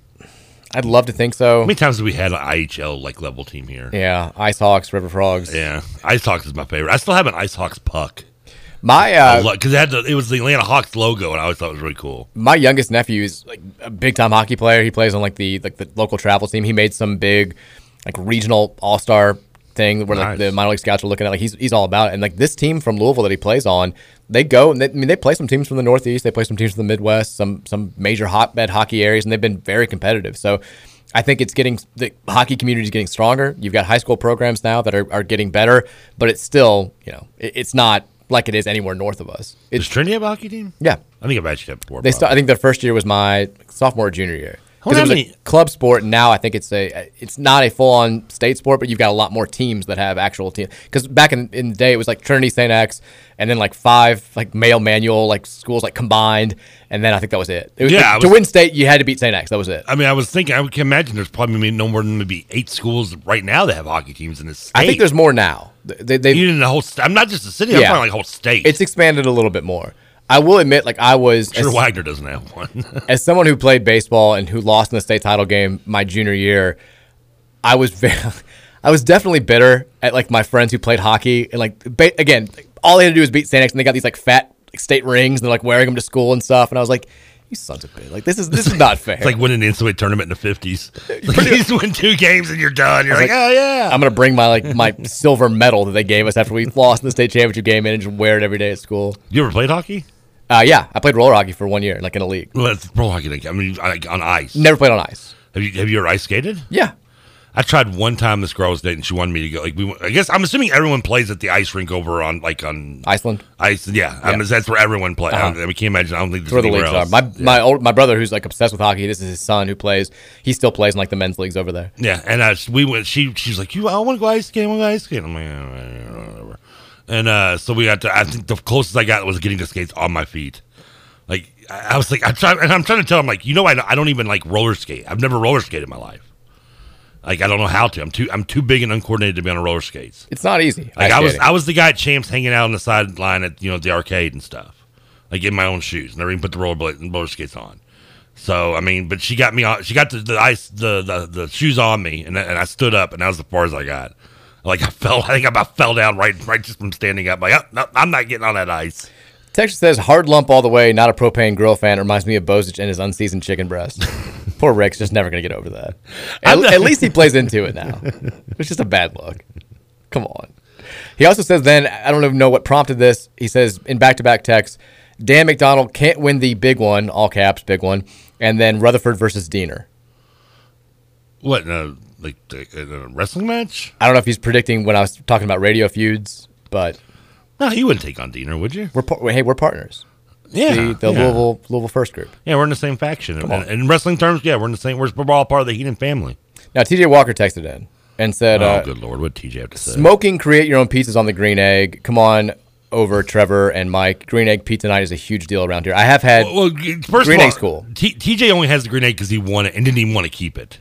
[SPEAKER 11] I'd love to think so.
[SPEAKER 12] How many times have we had an IHL like level team here?
[SPEAKER 11] Yeah, Ice Hawks, River Frogs.
[SPEAKER 12] Yeah, Ice Hawks is my favorite. I still have an Ice Hawks puck.
[SPEAKER 11] My uh,
[SPEAKER 12] because it had the, it was the Atlanta Hawks logo, and I always thought it was really cool.
[SPEAKER 11] my youngest nephew is like a big time hockey player. He plays on like the like the local travel team. He made some big like regional all star thing where like
[SPEAKER 12] Nice.
[SPEAKER 11] the minor league scouts are looking at. Like he's he's all about it. And like this team from Louisville that he plays on, they go and they, I mean they play some teams from the Northeast. They play some teams from the Midwest. Some some major hotbed hockey areas, and they've been very competitive. So. I think it's getting the hockey community is getting stronger. You've got high school programs now that are, are getting better, but it's still, you know, it, it's not like it is anywhere north of us. It's,
[SPEAKER 12] Does Trinity have a hockey team?
[SPEAKER 11] yeah.
[SPEAKER 12] I think I've actually had before.
[SPEAKER 11] They
[SPEAKER 12] probably.
[SPEAKER 11] st- I think their first year was my sophomore or junior year.
[SPEAKER 12] I wonder
[SPEAKER 11] Because it
[SPEAKER 12] how
[SPEAKER 11] was
[SPEAKER 12] many-
[SPEAKER 11] a club sport, and now I think it's a it's not a full on state sport, but you've got a lot more teams that have actual teams. Because back in, in the day, it was like Trinity St. X, and then like five like male manual like schools like combined, and then I think that was it. It was
[SPEAKER 12] Yeah,
[SPEAKER 11] like,
[SPEAKER 12] I
[SPEAKER 11] to
[SPEAKER 12] was-
[SPEAKER 11] win state, you had to beat St. X. That was it.
[SPEAKER 12] I mean, I was thinking, I can imagine there's probably maybe no more than maybe eight schools right now that have hockey teams in this state.
[SPEAKER 11] I think there's more now. They, they,
[SPEAKER 12] even in the whole. St- I'm not just the city. I'm
[SPEAKER 11] Yeah.
[SPEAKER 12] talking like whole state.
[SPEAKER 11] It's expanded a little bit more. I will admit, like I was
[SPEAKER 12] sure,
[SPEAKER 11] as-
[SPEAKER 12] Wagner doesn't have one. [laughs]
[SPEAKER 11] as someone who played baseball and who lost in the state title game my junior year, I was very, [laughs] I was definitely bitter at like my friends who played hockey and like ba- again, all they had to do was beat Sanex and they got these like fat like, state rings and they're like wearing them to school and stuff and I was like, you sons of bitch, like this is this is
[SPEAKER 12] [laughs]
[SPEAKER 11] not fair.
[SPEAKER 12] It's
[SPEAKER 11] [laughs]
[SPEAKER 12] like winning the NCAA tournament in the fifties. Like, you just win two games and you're done. You're
[SPEAKER 11] I was
[SPEAKER 12] like, oh yeah.
[SPEAKER 11] I'm gonna bring my like my silver medal that they gave us after we lost in the state championship game and just wear it every day at school.
[SPEAKER 12] "Ah." You ever played hockey?
[SPEAKER 11] Uh, yeah, I played roller hockey for one year, like in a league.
[SPEAKER 12] Well, that's pro hockey. like, I mean, like on ice.
[SPEAKER 11] Never played on ice.
[SPEAKER 12] Have you Have you ever ice skated?
[SPEAKER 11] Yeah.
[SPEAKER 12] I tried one time. This girl I was dating. She wanted me to go. Like we. went- I guess I'm assuming everyone plays at the ice rink over on like on
[SPEAKER 11] Iceland?
[SPEAKER 12] Ice. Yeah. I
[SPEAKER 11] Yeah.
[SPEAKER 12] mean, that's where everyone plays.
[SPEAKER 11] Uh-huh.
[SPEAKER 12] I don't- we can't imagine. I don't think
[SPEAKER 11] It's where
[SPEAKER 12] there's
[SPEAKER 11] the
[SPEAKER 12] anywhere
[SPEAKER 11] leagues
[SPEAKER 12] else.
[SPEAKER 11] are. My my old my brother who's like obsessed with hockey. This is his son who plays. He still plays in like the men's leagues over there.
[SPEAKER 12] Yeah, and I, we went. She she's like, "You, I want to go ice skating. I want to go ice skating." I'm like, "Yeah, right, whatever. And uh, so we got to. I think the closest I got was getting the skates on my feet. Like I, I was like, I try, and I'm trying to tell him like, you know, I, don't- I don't even like roller skate. I've never roller skated in my life. Like I don't know how to. I'm too I'm too big and uncoordinated to be on roller skates.
[SPEAKER 11] It's not easy. ice
[SPEAKER 12] Like I was
[SPEAKER 11] skating.
[SPEAKER 12] I was the guy at Champs hanging out on the sideline at you know the arcade and stuff. Like in my own shoes, never even put the roller blade roller skates on. So I mean, but she got me on. She got the, the ice the, the the shoes on me, and I- and I stood up, and that was as far as I got. Like I fell, [laughs] I think I about fell down right right just from standing up. Like oh, no, I'm not getting on that ice.
[SPEAKER 11] Texas says hard lump all the way. Not a propane grill fan. Reminds me of Bozich and his unseasoned chicken
[SPEAKER 12] [laughs]
[SPEAKER 11] breast. Poor Rick's just never gonna get over that. At,
[SPEAKER 12] I'm not-
[SPEAKER 11] at least he plays into it
[SPEAKER 12] [laughs]
[SPEAKER 11] now. It's just a bad look. Come on. He also says then I don't even know what prompted this. He says in back to back texts, Dan McDonald can't win the big one, all caps, big one, and then Rutherford versus Diener.
[SPEAKER 12] What? No, like the, in a wrestling match?
[SPEAKER 11] I don't know if he's predicting when I was talking about radio feuds, but
[SPEAKER 12] No, you wouldn't take on Diener, would you?
[SPEAKER 11] we're par- hey, we're partners.
[SPEAKER 12] Yeah,
[SPEAKER 11] the, the
[SPEAKER 12] yeah.
[SPEAKER 11] Louisville Louisville First group.
[SPEAKER 12] Yeah, we're in the same faction.
[SPEAKER 11] Come
[SPEAKER 12] And- in wrestling terms, yeah, we're in the same. We're, we're all part of the Heenan family.
[SPEAKER 11] Now TJ Walker texted in and said,
[SPEAKER 12] oh,
[SPEAKER 11] uh,
[SPEAKER 12] good lord, what TJ have to say?
[SPEAKER 11] "Smoking, create your own pizzas on the Green Egg. Come on." Over Trevor and Mike, Green Egg Pizza Night is a huge deal around here. I have had
[SPEAKER 12] Well, well, g- first
[SPEAKER 11] Green
[SPEAKER 12] of all,
[SPEAKER 11] Egg's cool.
[SPEAKER 12] T- TJ only has the green egg because he won it and didn't even want to keep it.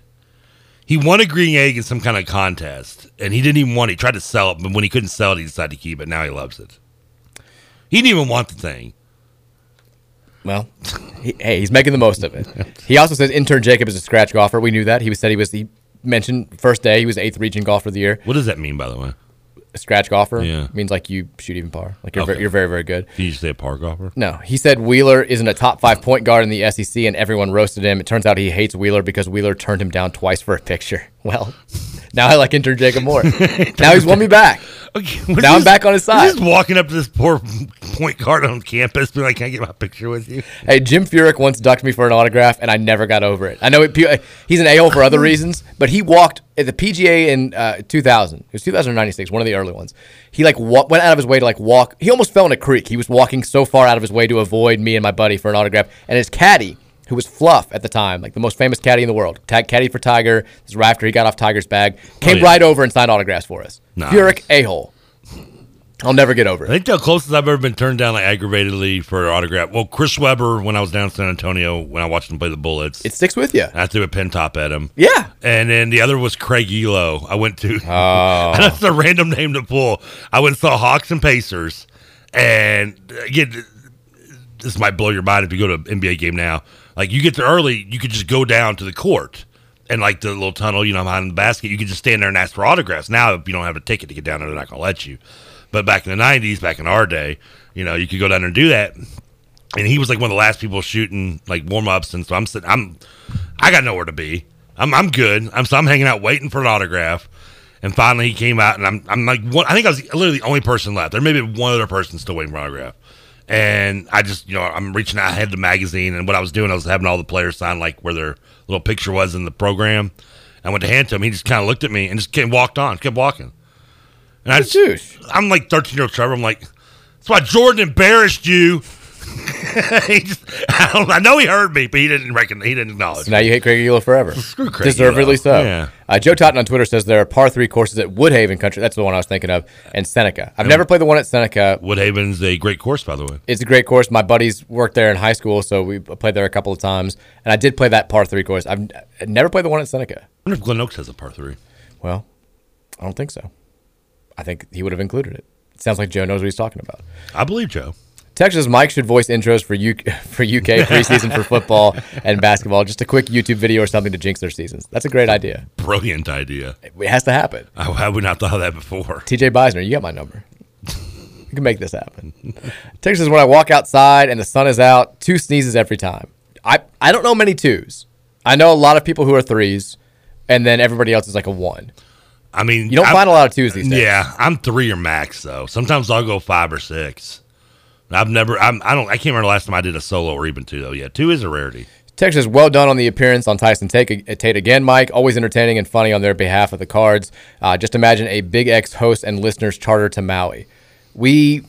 [SPEAKER 12] He won a green egg in some kind of contest, and he didn't even want it. He tried to sell it, but when he couldn't sell it, he decided to keep it. Now he loves it. He didn't even want the thing.
[SPEAKER 11] Well, he, hey, he's making the most of it. He also says intern Jacob is a scratch golfer. We knew that. He was said he was. He mentioned first day he was eighth region golfer of the year.
[SPEAKER 12] What does that mean, by the way?
[SPEAKER 11] A scratch golfer
[SPEAKER 12] Yeah.
[SPEAKER 11] means like you shoot even par. Like you're,
[SPEAKER 12] Okay.
[SPEAKER 11] very, you're very very good.
[SPEAKER 12] Did you say a park [laughs] offer?
[SPEAKER 11] No, he said Wheeler isn't a top five point guard in the SEC, and everyone roasted him. It turns out he hates Wheeler because Wheeler turned him down twice for a picture. [laughs] Well, now I like intern Jacob more. now he's won me back.
[SPEAKER 12] What
[SPEAKER 11] now
[SPEAKER 12] is
[SPEAKER 11] I'm
[SPEAKER 12] this-
[SPEAKER 11] back on his
[SPEAKER 12] what
[SPEAKER 11] side.
[SPEAKER 12] is This walking up to this poor [laughs] point guard on campus, being like, "Can I get my picture with you?"
[SPEAKER 11] Hey, Jim Furyk once ducked me for an autograph, and I never got over it. I know it, pe- he's an a-hole for
[SPEAKER 12] [laughs]
[SPEAKER 11] other reasons, but he walked at the PGA in uh, 2000. It was 2096, one of the early ones. He like wa- went out of his way to like walk. He almost fell in a creek. He was walking so far out of his way to avoid me and my buddy for an autograph. And his caddy, who was Fluff at the time, like the most famous caddy in the world, tag caddy for Tiger. This is right after he got off Tiger's bag, came
[SPEAKER 12] Oh, yeah.
[SPEAKER 11] right over and signed autographs for us.
[SPEAKER 12] Nice.
[SPEAKER 11] Furyk, a-hole. I'll never get over it.
[SPEAKER 12] I think the closest I've ever been turned down like aggravatedly for an autograph. Well, Chris Webber when I was down in San Antonio when I watched him play the Bullets.
[SPEAKER 11] It sticks with you.
[SPEAKER 12] I threw a pin top at him.
[SPEAKER 11] Yeah.
[SPEAKER 12] And then the other was Craig Elo. I went to [laughs] that's a random name to pull. I went and saw Hawks and Pacers. And again, this might blow your mind if you go to an NBA game now. Like you get there early, you could just go down to the court and like the little tunnel, you know, behind the basket, you could just stand there and ask for autographs. Now, if you don't have a ticket to get down there, they're not going to let you. But back in the '90s, back in our day, you know, you could go down there and do that. And he was like one of the last people shooting like warm ups, and so I'm sitting, I'm, I got nowhere to be. I'm, I'm good. I'm so I'm hanging out waiting for an autograph. And finally, he came out, and I'm, I'm like, one, I think I was literally the only person left. There may be one other person still waiting for an autograph. And I just, you know, I'm reaching out. I had the magazine, and what I was doing, I was having all the players sign like where their little picture was in the program. I went to hand to him. He just kind of looked at me and just came, walked on, kept walking. And I
[SPEAKER 11] just,
[SPEAKER 12] I'm like 13 year old Trevor. I'm like, that's why Jordan embarrassed you. [laughs] He just- I, don't, I know he heard me, but he didn't recognize. He didn't acknowledge.
[SPEAKER 11] So now you hate Craig Eula
[SPEAKER 12] [laughs]
[SPEAKER 11] forever. Screw
[SPEAKER 12] Craig
[SPEAKER 11] Deservedly
[SPEAKER 12] Elo.
[SPEAKER 11] so.
[SPEAKER 12] Yeah.
[SPEAKER 11] Uh, Joe Totten on Twitter says there are par three courses at Woodhaven Country. That's the one I was thinking of, and Seneca. I've
[SPEAKER 12] And-
[SPEAKER 11] never played the one at Seneca.
[SPEAKER 12] Woodhaven's a great course, by the way.
[SPEAKER 11] It's a great course. My buddies worked there in high school, so we played there a couple of times. And I did play that par three course. I've I've never played the one at Seneca.
[SPEAKER 12] I wonder if Glen Oaks has a par three.
[SPEAKER 11] Well, I don't think so. I think he would have included it. Sounds like Joe knows what he's talking about.
[SPEAKER 12] I believe Joe.
[SPEAKER 11] Texas Mike should voice intros for UK, [laughs] for
[SPEAKER 12] [laughs]
[SPEAKER 11] UK preseason for football and basketball. Just a quick YouTube video or something to jinx their seasons. That's a great idea.
[SPEAKER 12] Brilliant idea.
[SPEAKER 11] It has to happen.
[SPEAKER 12] I, I would not thought of that before.
[SPEAKER 11] TJ Beisner, you got my number. you can make this happen. Texas, when I walk outside and the sun is out, two sneezes every time. I, I don't know many twos. I know a lot of people who are threes, and then everybody else is like a one.
[SPEAKER 12] I mean,
[SPEAKER 11] You don't
[SPEAKER 12] I'm-
[SPEAKER 11] find a lot of twos these days.
[SPEAKER 12] Yeah, I'm three or max though. Sometimes I'll go five or six. I've never. I'm, I don't. I can't remember the last time I did a solo or even two though. Yeah, two is a rarity.
[SPEAKER 11] Texas, well done on the appearance on Tyson Tate, Tate again, Mike. Always entertaining and funny on their behalf of the cards. Uh, just imagine a Big X host and listeners charter to Maui. We,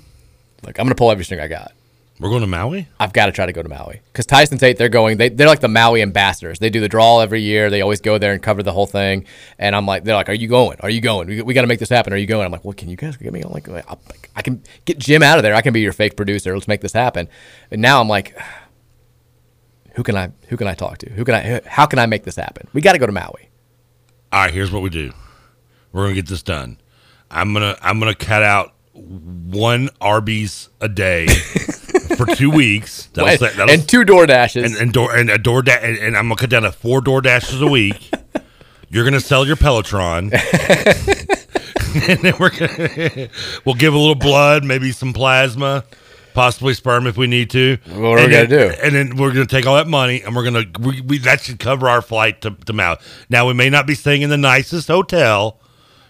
[SPEAKER 11] look, I'm going to pull everything I got.
[SPEAKER 12] We're going to Maui.
[SPEAKER 11] I've got to try to go to Maui because Tyson Tate, they're going. They, they're like the Maui ambassadors. They do the draw every year. They always go there and cover the whole thing. And I'm like, they're like, "Are you going? Are you going? We, we got to make this happen. Are you going?" I'm like, "Well, can you guys get me on? Like, I, I can get Jim out of there. I can be your fake producer. Let's make this happen." And now I'm like, [sighs] "Who can I? Who can I talk to? Who can I? How can I make this happen? We got to go to Maui."
[SPEAKER 12] all right here's what we do we're gonna get this done i'm gonna i'm gonna cut out one arby's a day for two weeks
[SPEAKER 11] Wait, and two door dashes
[SPEAKER 12] and, and door and a door da- and, and i'm gonna cut down to four door dashes
[SPEAKER 11] [laughs]
[SPEAKER 12] a week you're gonna sell your pelotron [laughs] and then we're gonna [laughs] we'll give a little blood maybe some plasma possibly sperm if we need to
[SPEAKER 11] What are we
[SPEAKER 12] And
[SPEAKER 11] gonna
[SPEAKER 12] then-
[SPEAKER 11] do?
[SPEAKER 12] and then we're going to take all that money and we're going to we, we that should cover our flight to, to Maui. Now we may not be staying in the nicest hotel,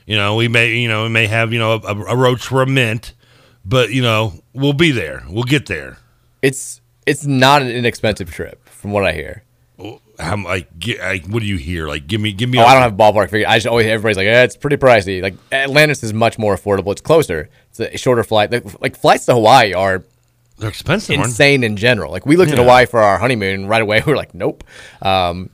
[SPEAKER 12] you know. We may you know we may have you know a, a roach for a mint, but you know we'll be there. We'll get there.
[SPEAKER 11] It's it's not an inexpensive trip, from what I hear.
[SPEAKER 12] I'm like, get, like what do you hear? Like give me give me.
[SPEAKER 11] Oh,
[SPEAKER 12] a-
[SPEAKER 11] I don't have a ballpark figure. I just always everybody's like, eh, it's pretty pricey. Like Atlantis is much more affordable. It's closer. It's a shorter flight. Like, like flights to Hawaii are
[SPEAKER 12] They're expensive, aren't they?
[SPEAKER 11] insane in general. Like we looked at
[SPEAKER 12] Yeah.
[SPEAKER 11] Hawaii for our honeymoon right away. [laughs] We were like, nope. Um,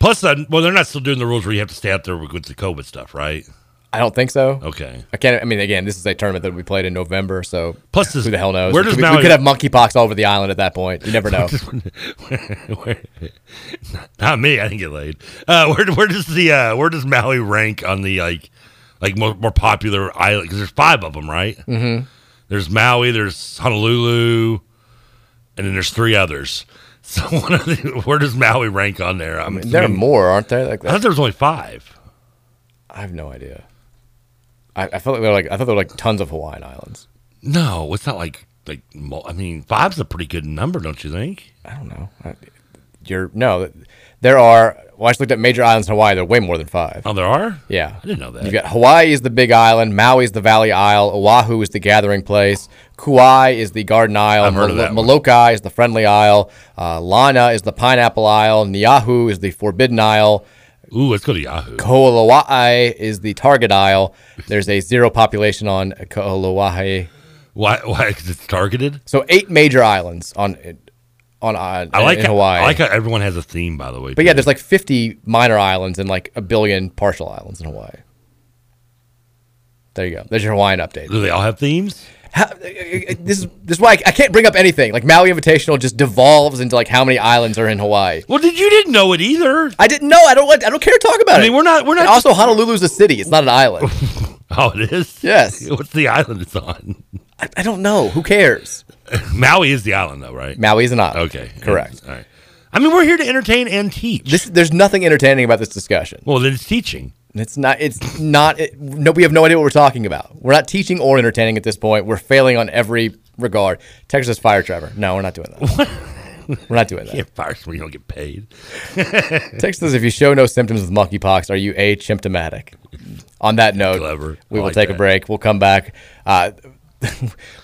[SPEAKER 12] Plus, uh, well, they're not still doing the rules where you have to stay out there with the COVID stuff, right?
[SPEAKER 11] I don't think so.
[SPEAKER 12] Okay. [laughs]
[SPEAKER 11] I can't. I mean, again, this is a tournament that we played in November, so
[SPEAKER 12] Plus this-
[SPEAKER 11] who the hell knows?
[SPEAKER 12] where
[SPEAKER 11] we,
[SPEAKER 12] does
[SPEAKER 11] we- we
[SPEAKER 12] Maui-
[SPEAKER 11] could have monkeypox all over the island at that point.
[SPEAKER 12] [laughs]
[SPEAKER 11] You never know.
[SPEAKER 12] Not me. I didn't get laid. Uh, where where does the uh, where does Maui rank on the like like more, more popular island? Because there's five of them, right?
[SPEAKER 11] Mhm.
[SPEAKER 12] There's Maui. There's Honolulu, and then there's three others. [laughs] So one of the, where does Maui rank on there? I'm,
[SPEAKER 11] [laughs] there are more, aren't there? Like
[SPEAKER 12] I thought there was only five.
[SPEAKER 11] I have no idea. I, I felt like they're like I thought there were like tons of Hawaiian islands.
[SPEAKER 12] No, it's not like like. mo- I mean, five's a pretty good number, don't you think?
[SPEAKER 11] I don't know. I- You're no, there are. Well, I just looked at major islands in Hawaii. There are way more than five.
[SPEAKER 12] Oh, there are.
[SPEAKER 11] Yeah,
[SPEAKER 12] I didn't know that.
[SPEAKER 11] You've got Hawaii is the big island, Maui is the Valley Isle, Oahu is the gathering place, Kauai is the Garden Isle,
[SPEAKER 12] I've heard of that one.
[SPEAKER 11] Molokai is the Friendly Isle, uh, Lana is the Pineapple Isle, Niahu is the Forbidden Isle.
[SPEAKER 12] Ooh, let's go to Yahoo.
[SPEAKER 11] Koalawai is the target isle. There's a zero population on Koalawai.
[SPEAKER 12] Why? Why? Because it's targeted.
[SPEAKER 11] So eight major islands on on uh,
[SPEAKER 12] I like
[SPEAKER 11] in
[SPEAKER 12] how-
[SPEAKER 11] Hawaii.
[SPEAKER 12] I like how everyone has a theme, by the way.
[SPEAKER 11] But yeah,
[SPEAKER 12] too.
[SPEAKER 11] there's like 50 minor islands and like a billion partial islands in Hawaii. There you go. There's your Hawaiian update.
[SPEAKER 12] Do they all have themes?
[SPEAKER 11] How, uh, this is this is why I, I can't bring up anything. Like Maui Invitational just devolves into like how many islands are in Hawaii.
[SPEAKER 12] Well, did you didn't know it either?
[SPEAKER 11] I didn't know. I don't want. I don't care to talk about
[SPEAKER 12] I
[SPEAKER 11] it.
[SPEAKER 12] mean, we're not. We're not.
[SPEAKER 11] And also, Honolulu's a city. It's not an
[SPEAKER 12] [laughs]
[SPEAKER 11] island.
[SPEAKER 12] oh, it is.
[SPEAKER 11] Yes.
[SPEAKER 12] [laughs] What's the island it's on?
[SPEAKER 11] I, I don't know. Who cares?
[SPEAKER 12] Maui is the island, though, right?
[SPEAKER 11] Maui is an island.
[SPEAKER 12] Okay.
[SPEAKER 11] Correct.
[SPEAKER 12] All right. I mean, we're here to entertain and teach.
[SPEAKER 11] This there's nothing entertaining about this discussion.
[SPEAKER 12] Well, then it's teaching.
[SPEAKER 11] It's not. It's not. It, no, we have no idea what we're talking about. We're not teaching or entertaining at this point. We're failing on every regard. Texas Fire Trevor. No, we're not doing that. we're not doing
[SPEAKER 12] You
[SPEAKER 11] that.
[SPEAKER 12] can't fire someone you don't get paid.
[SPEAKER 11] Texas says if you show no symptoms of monkeypox, are you a symptomatic? On that note,
[SPEAKER 12] Clever.
[SPEAKER 11] we
[SPEAKER 12] I
[SPEAKER 11] will
[SPEAKER 12] like
[SPEAKER 11] take a
[SPEAKER 12] that.
[SPEAKER 11] break. We'll come back. Uh, [laughs]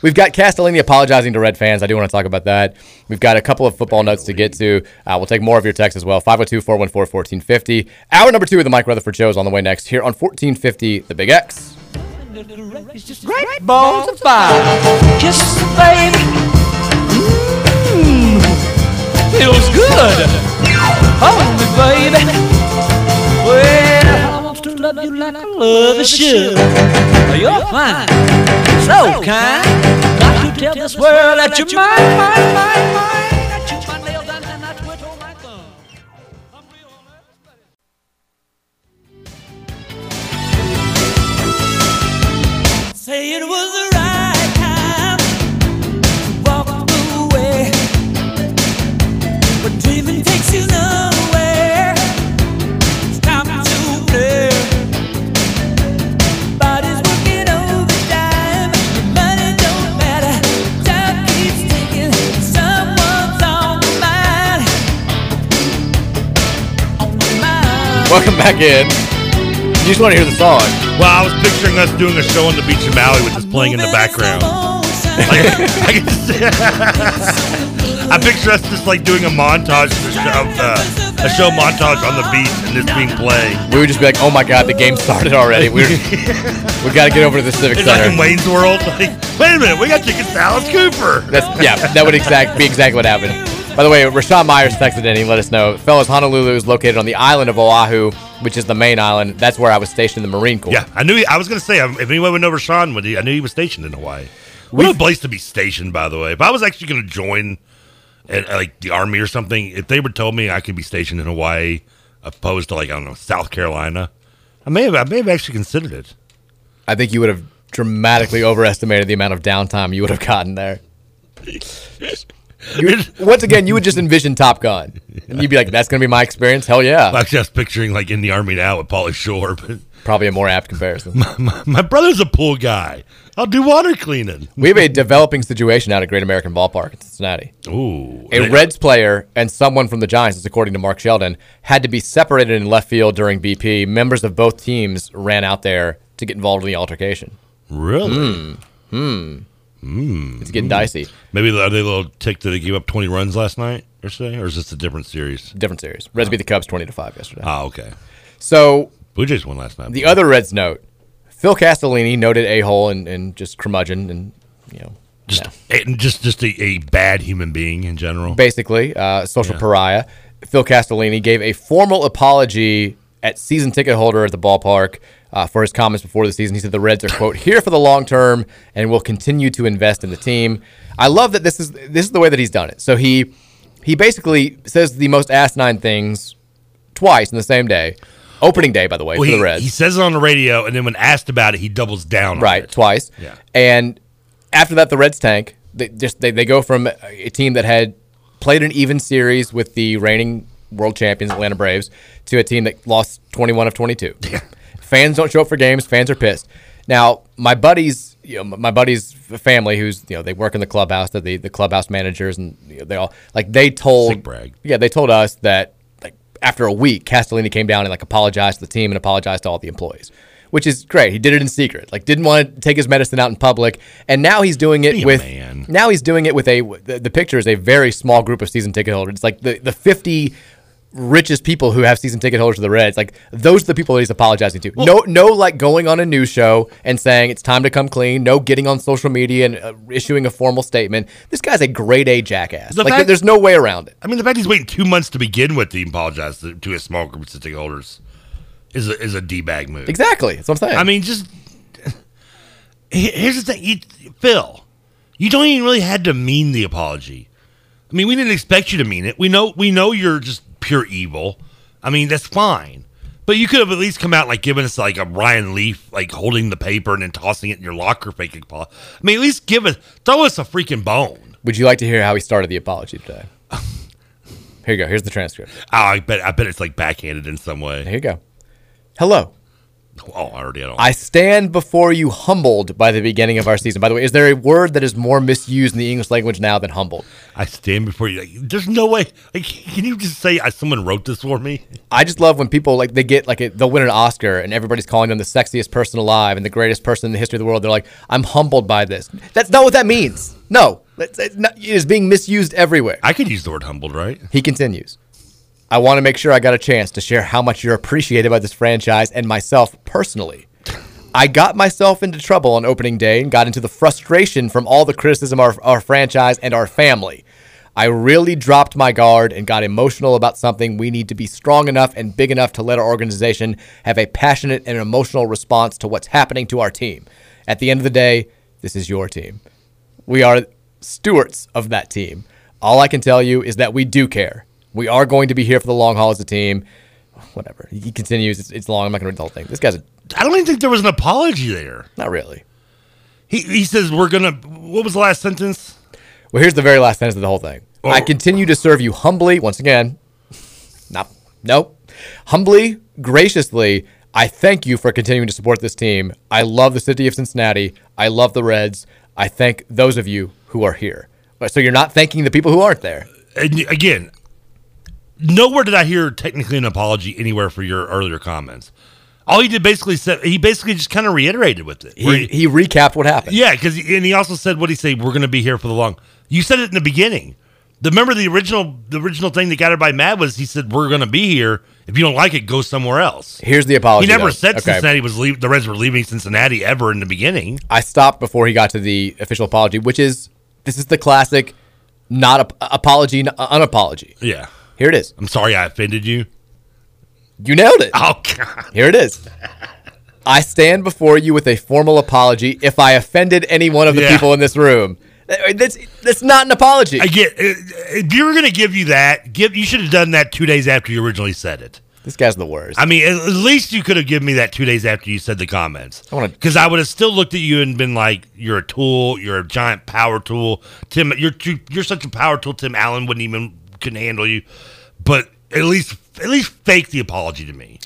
[SPEAKER 11] we've got Castellini apologizing to Red fans. I do want to talk about that. We've got a couple of football notes to get to. Uh, we'll take more of your texts as well. 502 414 1450. Hour number two of the Mike Rutherford Show is on the way next here on 1450 The Big X.
[SPEAKER 13] Great balls of fire. Kiss the baby. Mmm. Feels good. Hold me, baby. Well, I want to love you like I love a should. You're fine. So kind. Got to tell this world that you're mine, mine, mine, mine. That you're my nail gun and I twitch all my thumb. Say it was the right time to walk away. But dreaming takes you nowhere. It's time to play. Body's working overtime. Your money don't matter. Time keeps ticking. Someone's on your mind. On your mind.
[SPEAKER 11] Welcome back in. You just want to hear the song.
[SPEAKER 12] Well, I was picturing us doing a show on the beach in Maui with this playing in the background. [laughs] Like, I, can just- [laughs] I picture us just like doing a montage of, the show, of uh, a show montage on the beach and this being played.
[SPEAKER 11] We would just be like, oh my God, the game started already. We're, we got to get over to the Civic
[SPEAKER 12] It's like in
[SPEAKER 11] Center.
[SPEAKER 12] Wayne's World. [laughs] Like, wait a minute, we got chicken salad, Cooper.
[SPEAKER 11] That's, yeah, that would exact, be exactly what happened. By the way, Rashawn Myers texted in. He let us know, fellas, Honolulu is located on the island of Oahu, which is the main island. That's where I was stationed in the Marine Corps.
[SPEAKER 12] Yeah, I knew. He, I was gonna say um, if anyone would know Rashawn, would he, I knew he was stationed in Hawaii. What a place to be stationed, by the way. If I was actually gonna join, at, like the army or something, if they would told me I could be stationed in Hawaii, opposed to like I don't know South Carolina, I may have I may have actually considered it.
[SPEAKER 11] I think you would have dramatically overestimated the amount of downtime you would have gotten there. You-
[SPEAKER 12] [laughs]
[SPEAKER 11] once again, you would just envision Top Gun. And you'd be like, that's going to be my experience? Hell yeah.
[SPEAKER 12] Actually, I was picturing like in the army now with Polly Shore, [laughs] but
[SPEAKER 11] Probably a more apt comparison.
[SPEAKER 12] my, my brother's a pool guy. I'll do water cleaning.
[SPEAKER 11] We have a developing situation out at Great American Ballpark in Cincinnati.
[SPEAKER 12] Ooh,
[SPEAKER 11] A Reds player and someone from the Giants, this according to Mark Sheldon, had to be separated in left field during BP. Members of both teams ran out there to get involved in the altercation.
[SPEAKER 12] really?
[SPEAKER 11] Hmm.
[SPEAKER 12] Mm.
[SPEAKER 11] It's getting dicey.
[SPEAKER 12] Maybe are they a little ticked that they gave up twenty runs last night or today, or is this a different series?
[SPEAKER 11] Different series. Reds beat the Cubs 20 to 5 yesterday.
[SPEAKER 12] Ah, okay.
[SPEAKER 11] So
[SPEAKER 12] Blue Jays won last night.
[SPEAKER 11] the other Reds note Phil Castellini, noted a hole and, and just curmudgeon and, you know,
[SPEAKER 12] just
[SPEAKER 11] no.
[SPEAKER 12] and just just a, a bad human being in general.
[SPEAKER 11] Basically, uh, social pariah. Phil Castellini gave a formal apology at season ticket holder at the ballpark uh, for his comments before the season. He said the Reds are
[SPEAKER 12] [coughs]
[SPEAKER 11] quote here for the long term and will continue to invest in the team. I love that this is this is the way that he's done it. So he he basically says the most asinine things twice in the same day. Opening day, by the way,
[SPEAKER 12] Well,
[SPEAKER 11] for
[SPEAKER 12] he,
[SPEAKER 11] the Reds.
[SPEAKER 12] he says it on the radio, and then when asked about it, he doubles down.
[SPEAKER 11] right twice.
[SPEAKER 12] Yeah.
[SPEAKER 11] And after that, the Reds tank. They just they, they go from a team that had played an even series with the reigning world champions Atlanta Braves to a team that lost 21 of 22. Fans don't show up for games. Fans are pissed. Now, my buddies, you know, my buddies' family, who's you know they work in the clubhouse, they're the the clubhouse managers, and you know, they all like they told yeah they told us that like after a week, Castellini came down and like apologized to the team and apologized to all the employees, which is great. He did it in secret, like didn't want to take his medicine out in public, and now he's doing it with now he's doing it with a the, the picture is a very small group of season ticket holders. It's like the the fifty richest people who have season ticket holders to the Reds. Like those are the people that he's apologizing to. no, no, like going on a news show and saying it's time to come clean. No, getting on social media and uh, issuing a formal statement. This guy's a grade A jackass.
[SPEAKER 12] The
[SPEAKER 11] like
[SPEAKER 12] fact-
[SPEAKER 11] there's no way around it.
[SPEAKER 12] I mean, the fact he's waiting two months to begin with to apologize to, to his small group of stakeholders is a, is a d bag move.
[SPEAKER 11] Exactly. That's what I'm saying.
[SPEAKER 12] I mean, just he- here's the thing, you, Phil. You don't even really had to mean the apology. I mean, we didn't expect you to mean it. We know we know you're just pure evil. I mean, that's fine. But you could have at least come out like giving us like a Ryan Leaf like holding the paper and then tossing it in your locker fake apology. I mean, at least give us throw us a freaking bone.
[SPEAKER 11] Would you like to hear how he started the apology today? Here you go. Here's the transcript.
[SPEAKER 12] Oh, I bet I bet it's like backhanded in some way.
[SPEAKER 11] Here you go. Hello.
[SPEAKER 12] Oh, I already don't.
[SPEAKER 11] I stand before you humbled by the beginning of our season. By the way, is there a word that is more misused in the English language now than humbled?
[SPEAKER 12] I stand before you. Like, there's no way. Like, can you just say I, someone wrote this for me?
[SPEAKER 11] I just love when people like they get like a, they'll win an Oscar and everybody's calling them the sexiest person alive and the greatest person in the history of the world. They're like, I'm humbled by this. That's not what that means. No, that's, it's not, it is being misused everywhere.
[SPEAKER 12] I could use the word humbled, right?
[SPEAKER 11] He continues. I want to make sure I got a chance to share how much you're appreciated by this franchise and myself personally. I got myself into trouble on opening day and got into the frustration from all the criticism of our, our franchise and our family. I really dropped my guard and got emotional about something we need to be strong enough and big enough to let our organization have a passionate and emotional response to what's happening to our team. At the end of the day, this is your team. We are stewards of that team. All I can tell you is that we do care. We are going to be here for the long haul as a team. Whatever. He continues. It's, it's long. I'm not going to read the whole thing. This guy's a,
[SPEAKER 12] I don't even think there was an apology there.
[SPEAKER 11] not really.
[SPEAKER 12] He he says we're gonna. What was the last sentence?
[SPEAKER 11] Well, here's the very last sentence of the whole thing. I continue to serve you humbly. Once again, not nope. Humbly, graciously, I thank you for continuing to support this team. I love the city of Cincinnati. I love the Reds. I thank those of you who are here. So you're not thanking the people who aren't there.
[SPEAKER 12] And again, nowhere did I hear technically an apology anywhere for your earlier comments. All he did basically said he basically just kind of reiterated with it. where
[SPEAKER 11] He, he recapped what happened.
[SPEAKER 12] Yeah, because and he also said what he say. We're going to be here for the long. You said it in the beginning. The, remember the original the original thing that got everybody mad was he said we're going to be here. If you don't like it, go somewhere else.
[SPEAKER 11] Here's the apology.
[SPEAKER 12] He never
[SPEAKER 11] though.
[SPEAKER 12] said
[SPEAKER 11] Okay.
[SPEAKER 12] Cincinnati was leave. The Reds were leaving Cincinnati ever in the beginning.
[SPEAKER 11] I stopped before he got to the official apology, which is this is the classic not ap- apology, n- unapology.
[SPEAKER 12] Yeah.
[SPEAKER 11] Here it is.
[SPEAKER 12] I'm sorry I offended you.
[SPEAKER 11] You nailed
[SPEAKER 12] [laughs]
[SPEAKER 11] it.
[SPEAKER 12] Oh God.
[SPEAKER 11] Here it is. I stand before you with a formal apology if I offended any one of the
[SPEAKER 12] Yeah.
[SPEAKER 11] people in this room. That- That's that's not an apology.
[SPEAKER 12] I get. uh, If you were going to give you that, give you should have done that two days after you originally said it.
[SPEAKER 11] This guy's the worst.
[SPEAKER 12] I mean, at at least you could have given me that two days after you said the comments.
[SPEAKER 11] I wanna-
[SPEAKER 12] because I would have still looked at you and been like, "You're a tool. You're a giant power tool, Tim. You're too, you're such a power tool. Tim Allen wouldn't even couldn't handle you." But at least at least fake the apology to me.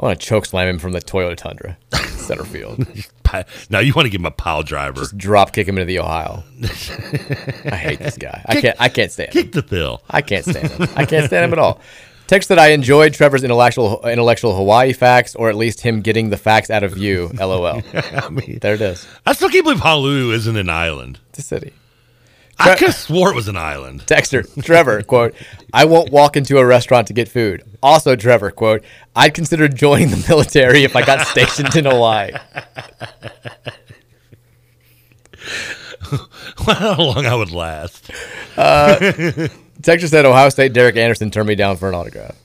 [SPEAKER 11] I want to choke slam him from the Toyota Tundra, center
[SPEAKER 12] [laughs]
[SPEAKER 11] field.
[SPEAKER 12] Pa- Now you want to give him a pile driver.
[SPEAKER 11] Drop kick him into the Ohio. I hate this guy. I
[SPEAKER 12] Kick-
[SPEAKER 11] can't. I can't stand him.
[SPEAKER 12] Kick the pill.
[SPEAKER 11] I can't stand him. I can't stand him at all. Text that I enjoyed Trevor's intellectual intellectual Hawaii facts, or at least him getting the facts out of you. LOL. there it is.
[SPEAKER 12] I still can't believe Honolulu isn't an island.
[SPEAKER 11] It's a city.
[SPEAKER 12] I could have swore it was an island.
[SPEAKER 11] Texter Trevor quote: I won't walk into a restaurant to get food. Also, Trevor quote: I'd consider joining the military if I got stationed in Hawaii.
[SPEAKER 12] [laughs] how long I would last.
[SPEAKER 11] Uh, Texas said Ohio State Derek Anderson turned me down for an autograph.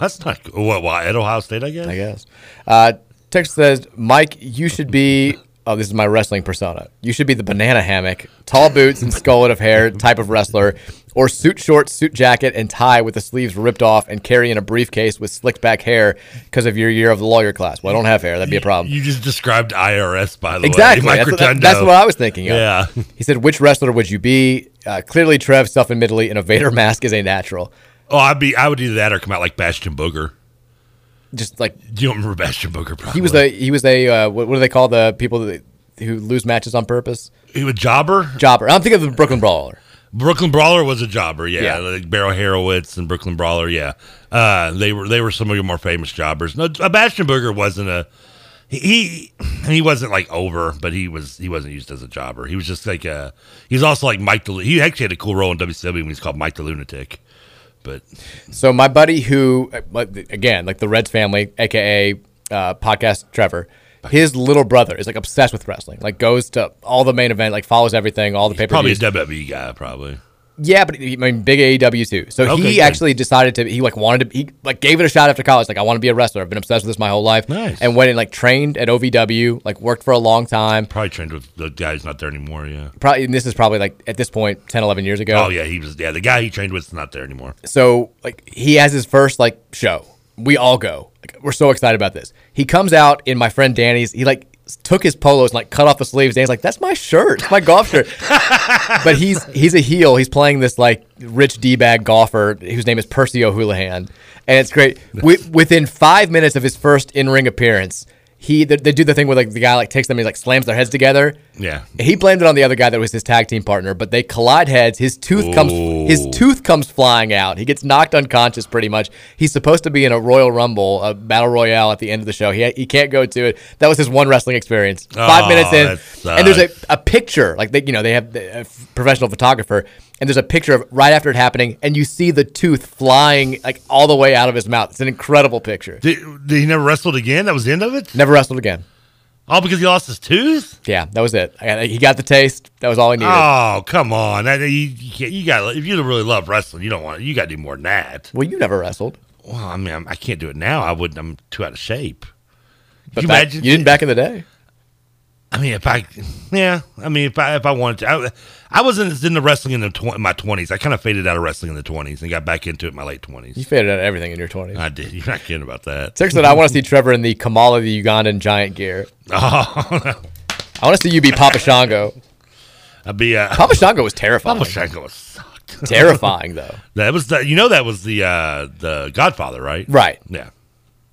[SPEAKER 12] That's not good. What, why? At Ohio State, I guess?
[SPEAKER 11] I guess. Uh, Texas says, Mike, you should be. Oh, this is my wrestling persona. You should be the banana hammock, tall boots and skullet of hair type of wrestler, or suit shorts, suit jacket, and tie with the sleeves ripped off and carrying a briefcase with slicked back hair because of your year of the lawyer class. Well, I don't have hair. That'd be a problem.
[SPEAKER 12] You just described IRS, by
[SPEAKER 11] um,
[SPEAKER 12] the
[SPEAKER 11] exactly.
[SPEAKER 12] way.
[SPEAKER 11] Exactly. That's, that's, what I was thinking of.
[SPEAKER 12] Yeah.
[SPEAKER 11] He said, which wrestler would you be? Uh, clearly, Trev, self-admittedly, in a Vader mask is a natural.
[SPEAKER 12] Oh, I'd be. I would do that or come out like Bastion Booger.
[SPEAKER 11] Just like
[SPEAKER 12] you don't remember Bastion Booger? Probably.
[SPEAKER 11] He was a. He was a. Uh, what, what, do they call the people that, who lose matches on purpose?
[SPEAKER 12] He was jobber.
[SPEAKER 11] Jobber. I'm thinking of the Brooklyn Brawler.
[SPEAKER 12] Brooklyn Brawler was a jobber, yeah. yeah. Like Barrow Harowitz and Brooklyn Brawler, yeah. Uh, they were they were some of your more famous jobbers. No, Bastion Booger wasn't a he he wasn't like over, but he was he wasn't used as a jobber. He was just like a he's also like Mike. The, he actually had a cool role in WCW when he's called Mike the Lunatic. But
[SPEAKER 11] so my buddy who again like the Reds family, aka uh, podcast Trevor his little brother is like obsessed with wrestling. Like goes to all the main event, like follows everything, all the paper.
[SPEAKER 12] Probably a WWE guy, probably.
[SPEAKER 11] Yeah, but he, I mean, big AEW too. So okay, he good. actually decided to. He like wanted to. He like gave it a shot after college. Like I want to be a wrestler. I've been obsessed with this my whole life.
[SPEAKER 12] Nice.
[SPEAKER 11] And went and like trained at OVW. Like worked for a long time.
[SPEAKER 12] Probably trained with the guy who's not there anymore. Yeah.
[SPEAKER 11] Probably. And this is probably like at this point 10, 11 years ago.
[SPEAKER 12] Oh yeah, he was. Yeah, the guy he trained with is not there anymore.
[SPEAKER 11] So like he has his first like show. We all go we're so excited about this. He comes out in my friend Danny's. He like took his polos and like cut off the sleeves. Danny's like, "That's my shirt. It's my golf shirt." but he's he's a heel. He's playing this like rich d bag golfer whose name is Percy O'Houlihan, and it's great. We, within five minutes of his first in ring appearance. He, they, they do the thing where like the guy like takes them and he, like slams their heads together.
[SPEAKER 12] Yeah.
[SPEAKER 11] He blamed it on the other guy that was his tag team partner, but they collide heads. His tooth Ooh. comes his tooth comes flying out. He gets knocked unconscious pretty much. He's supposed to be in a Royal Rumble, a battle royale at the end of the show. He he can't go to it. That was his one wrestling experience. Five
[SPEAKER 12] Oh,
[SPEAKER 11] minutes
[SPEAKER 12] that
[SPEAKER 11] in,
[SPEAKER 12] sucks.
[SPEAKER 11] and there's a, a picture like they you know they have a professional photographer. And there's a picture of right after it happening, and you see the tooth flying like all the way out of his mouth. It's an incredible picture.
[SPEAKER 12] Did, did he never wrestled again? That was the end of it.
[SPEAKER 11] Never wrestled again.
[SPEAKER 12] All because he lost his tooth.
[SPEAKER 11] Yeah, that was it. I, he got the taste. That was all he needed.
[SPEAKER 12] Oh come on! That, you you, can't- you got if you really love wrestling, you don't want you got to do more than that.
[SPEAKER 11] Well, you never wrestled.
[SPEAKER 12] Well, I mean, I'm, I can't do it now. I wouldn't. I'm too out of shape. Could
[SPEAKER 11] But
[SPEAKER 12] you
[SPEAKER 11] back-
[SPEAKER 12] imagine?
[SPEAKER 11] you didn't back in the day.
[SPEAKER 12] I mean, if I, yeah, I mean, if I if I wanted to, I, I wasn't as into wrestling in the tw- my twenties. I kind of faded out of wrestling in the twenties and got back into it in my late twenties.
[SPEAKER 11] You faded out of everything in your 20s.
[SPEAKER 12] I did. You're not kidding about that.
[SPEAKER 11] Text said, I want to see Trevor in the Kamala the Ugandan giant gear.
[SPEAKER 12] [laughs] Oh,
[SPEAKER 11] I want to see you be Papa Shango.
[SPEAKER 12] I'd be uh,
[SPEAKER 11] Papa Shango was terrifying.
[SPEAKER 12] Papa Shango sucked.
[SPEAKER 11] Terrifying, though.
[SPEAKER 12] That was the you know that was the uh the Godfather, right?
[SPEAKER 11] Right.
[SPEAKER 12] Yeah.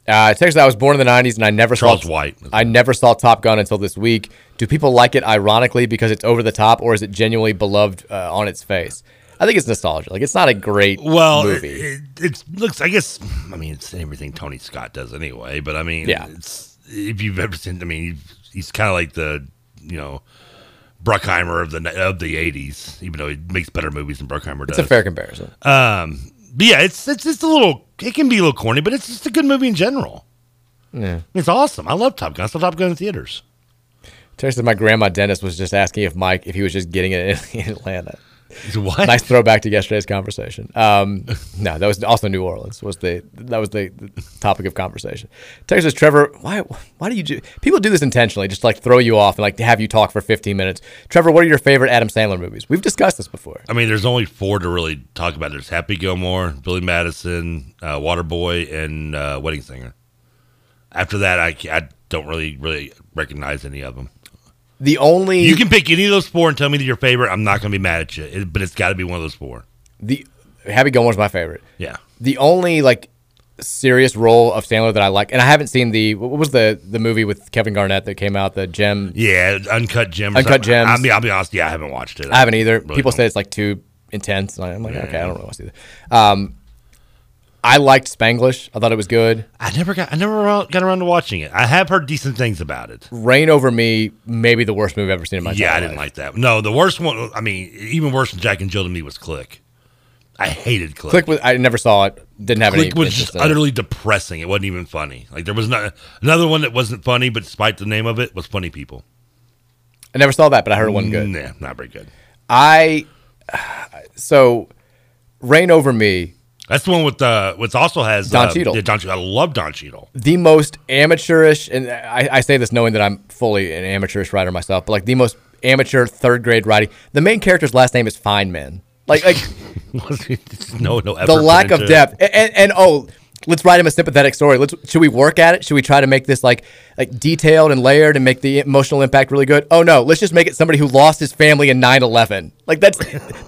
[SPEAKER 11] Uh, Text said, I was born in the 90s and I never
[SPEAKER 12] Charles
[SPEAKER 11] saw
[SPEAKER 12] White.
[SPEAKER 11] I never saw Top Gun until this week. Do people like it ironically because it's over the top or is it genuinely beloved uh, on its face? I think it's nostalgia. Like, it's not a great
[SPEAKER 12] Well, it,
[SPEAKER 11] movie.
[SPEAKER 12] it, it looks. I guess. I mean, it's everything Tony Scott does anyway. But I mean,
[SPEAKER 11] Yeah.
[SPEAKER 12] It's, if you've ever seen, I mean, you've- he's kind of like the you know Bruckheimer of the ni- of the eighties. Even though he makes better movies than Bruckheimer
[SPEAKER 11] it's a
[SPEAKER 12] does.
[SPEAKER 11] fair comparison.
[SPEAKER 12] Um, but yeah, it's it's just a little. It can be a little corny, but it's just a good movie in general.
[SPEAKER 11] Yeah.
[SPEAKER 12] It's awesome. I love Top Gun. I saw Top Gun in theaters. [laughs]
[SPEAKER 11] Text said, my grandma Dennis was just asking if Mike, if he was just getting it in [laughs] Atlanta. [laughs]
[SPEAKER 12] What?
[SPEAKER 11] Nice throwback to yesterday's conversation. Um, no, that was also New Orleans was the that was the, the topic of conversation. Texas Trevor, why why do you do people do this intentionally? Just like throw you off and like have you talk for 15 minutes. Trevor, what are your favorite Adam Sandler movies? We've discussed this before.
[SPEAKER 12] I mean, there's only four to really talk about. There's Happy Gilmore, Billy Madison, uh, Waterboy, and uh, Wedding Singer. After that, I, ca- I don't really really recognize any of them.
[SPEAKER 11] The only
[SPEAKER 12] You can pick any of those four and tell me that your favorite. I'm not going to be mad at you, It- but it's got to be one of those four.
[SPEAKER 11] the Happy Gilmore's my favorite.
[SPEAKER 12] Yeah.
[SPEAKER 11] The only like serious role of Sandler that I like, and I haven't seen the what was the the movie with Kevin Garnett that came out, the Gem
[SPEAKER 12] Yeah, Uncut Gems. or
[SPEAKER 11] Uncut
[SPEAKER 12] something.
[SPEAKER 11] Gems.
[SPEAKER 12] I mean, I'll be honest. Yeah, I haven't watched it.
[SPEAKER 11] I haven't either.
[SPEAKER 12] really
[SPEAKER 11] People say
[SPEAKER 12] don't.
[SPEAKER 11] it's like too intense. and I'm like, okay, I don't really want to see that. Um, I liked Spanglish. I thought it was good.
[SPEAKER 12] I never got I never ro- got around to watching it. I have heard decent things about it.
[SPEAKER 11] Rain Over Me, maybe the worst movie I've ever seen in my
[SPEAKER 12] yeah, I
[SPEAKER 11] entire
[SPEAKER 12] didn't
[SPEAKER 11] life.
[SPEAKER 12] like that. No, the worst one. I mean, even worse than Jack and Jill to me was Click. I hated Click.
[SPEAKER 11] Click was, I never saw it. Didn't have
[SPEAKER 12] Click
[SPEAKER 11] any.
[SPEAKER 12] was
[SPEAKER 11] interest
[SPEAKER 12] just
[SPEAKER 11] in it.
[SPEAKER 12] utterly depressing. It wasn't even funny. Like there was not another one that wasn't funny, but despite the name of it, was Funny People.
[SPEAKER 11] I never saw that, but I heard it wasn't good.
[SPEAKER 12] Nah, not very good.
[SPEAKER 11] I so Rain Over Me.
[SPEAKER 12] That's the one with uh, which also has
[SPEAKER 11] Don
[SPEAKER 12] uh,
[SPEAKER 11] Cheadle.
[SPEAKER 12] yeah, Don Cheadle. I love Don Cheadle. [laughs]
[SPEAKER 11] The most amateurish, and I, I say this knowing that I'm fully an amateurish writer myself, but like the most amateur third grade writing. The main character's last name is Feynman. Like like
[SPEAKER 12] no, no. effort
[SPEAKER 11] the
[SPEAKER 12] put
[SPEAKER 11] lack of
[SPEAKER 12] into it.
[SPEAKER 11] depth and, and, and oh let's write him a sympathetic story let's should we work at it should we try to make this like like detailed and layered and make the emotional impact really good oh no let's just make it somebody who lost his family in 9-11 like that's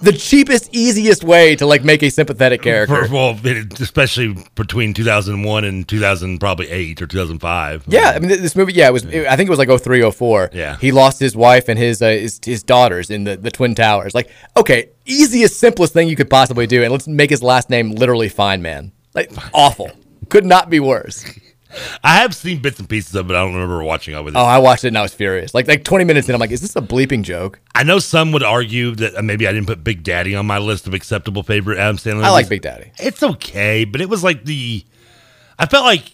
[SPEAKER 11] [laughs] the cheapest easiest way to like make a sympathetic character
[SPEAKER 12] [laughs] For- well, it- especially between 2001 and 2000, probably eight or 2005.
[SPEAKER 11] yeah i mean th- this movie yeah it was it- i think it was like 03 04
[SPEAKER 12] Yeah.
[SPEAKER 11] he lost his wife and his uh, his, his daughters in the, the twin towers like okay easiest simplest thing you could possibly do and let's make his last name literally fine man like awful could not be worse
[SPEAKER 12] I have seen bits and pieces of it. I don't remember watching it with it.
[SPEAKER 11] Oh, I watched it and I was furious. Like like 20 minutes in, I'm like, is this a bleeping joke?
[SPEAKER 12] I know some would argue that uh, maybe I didn't put Big Daddy on my list of acceptable favorite Adam Sandler.
[SPEAKER 11] I like
[SPEAKER 12] movies.
[SPEAKER 11] Big Daddy.
[SPEAKER 12] It's okay, but it was like the. I felt like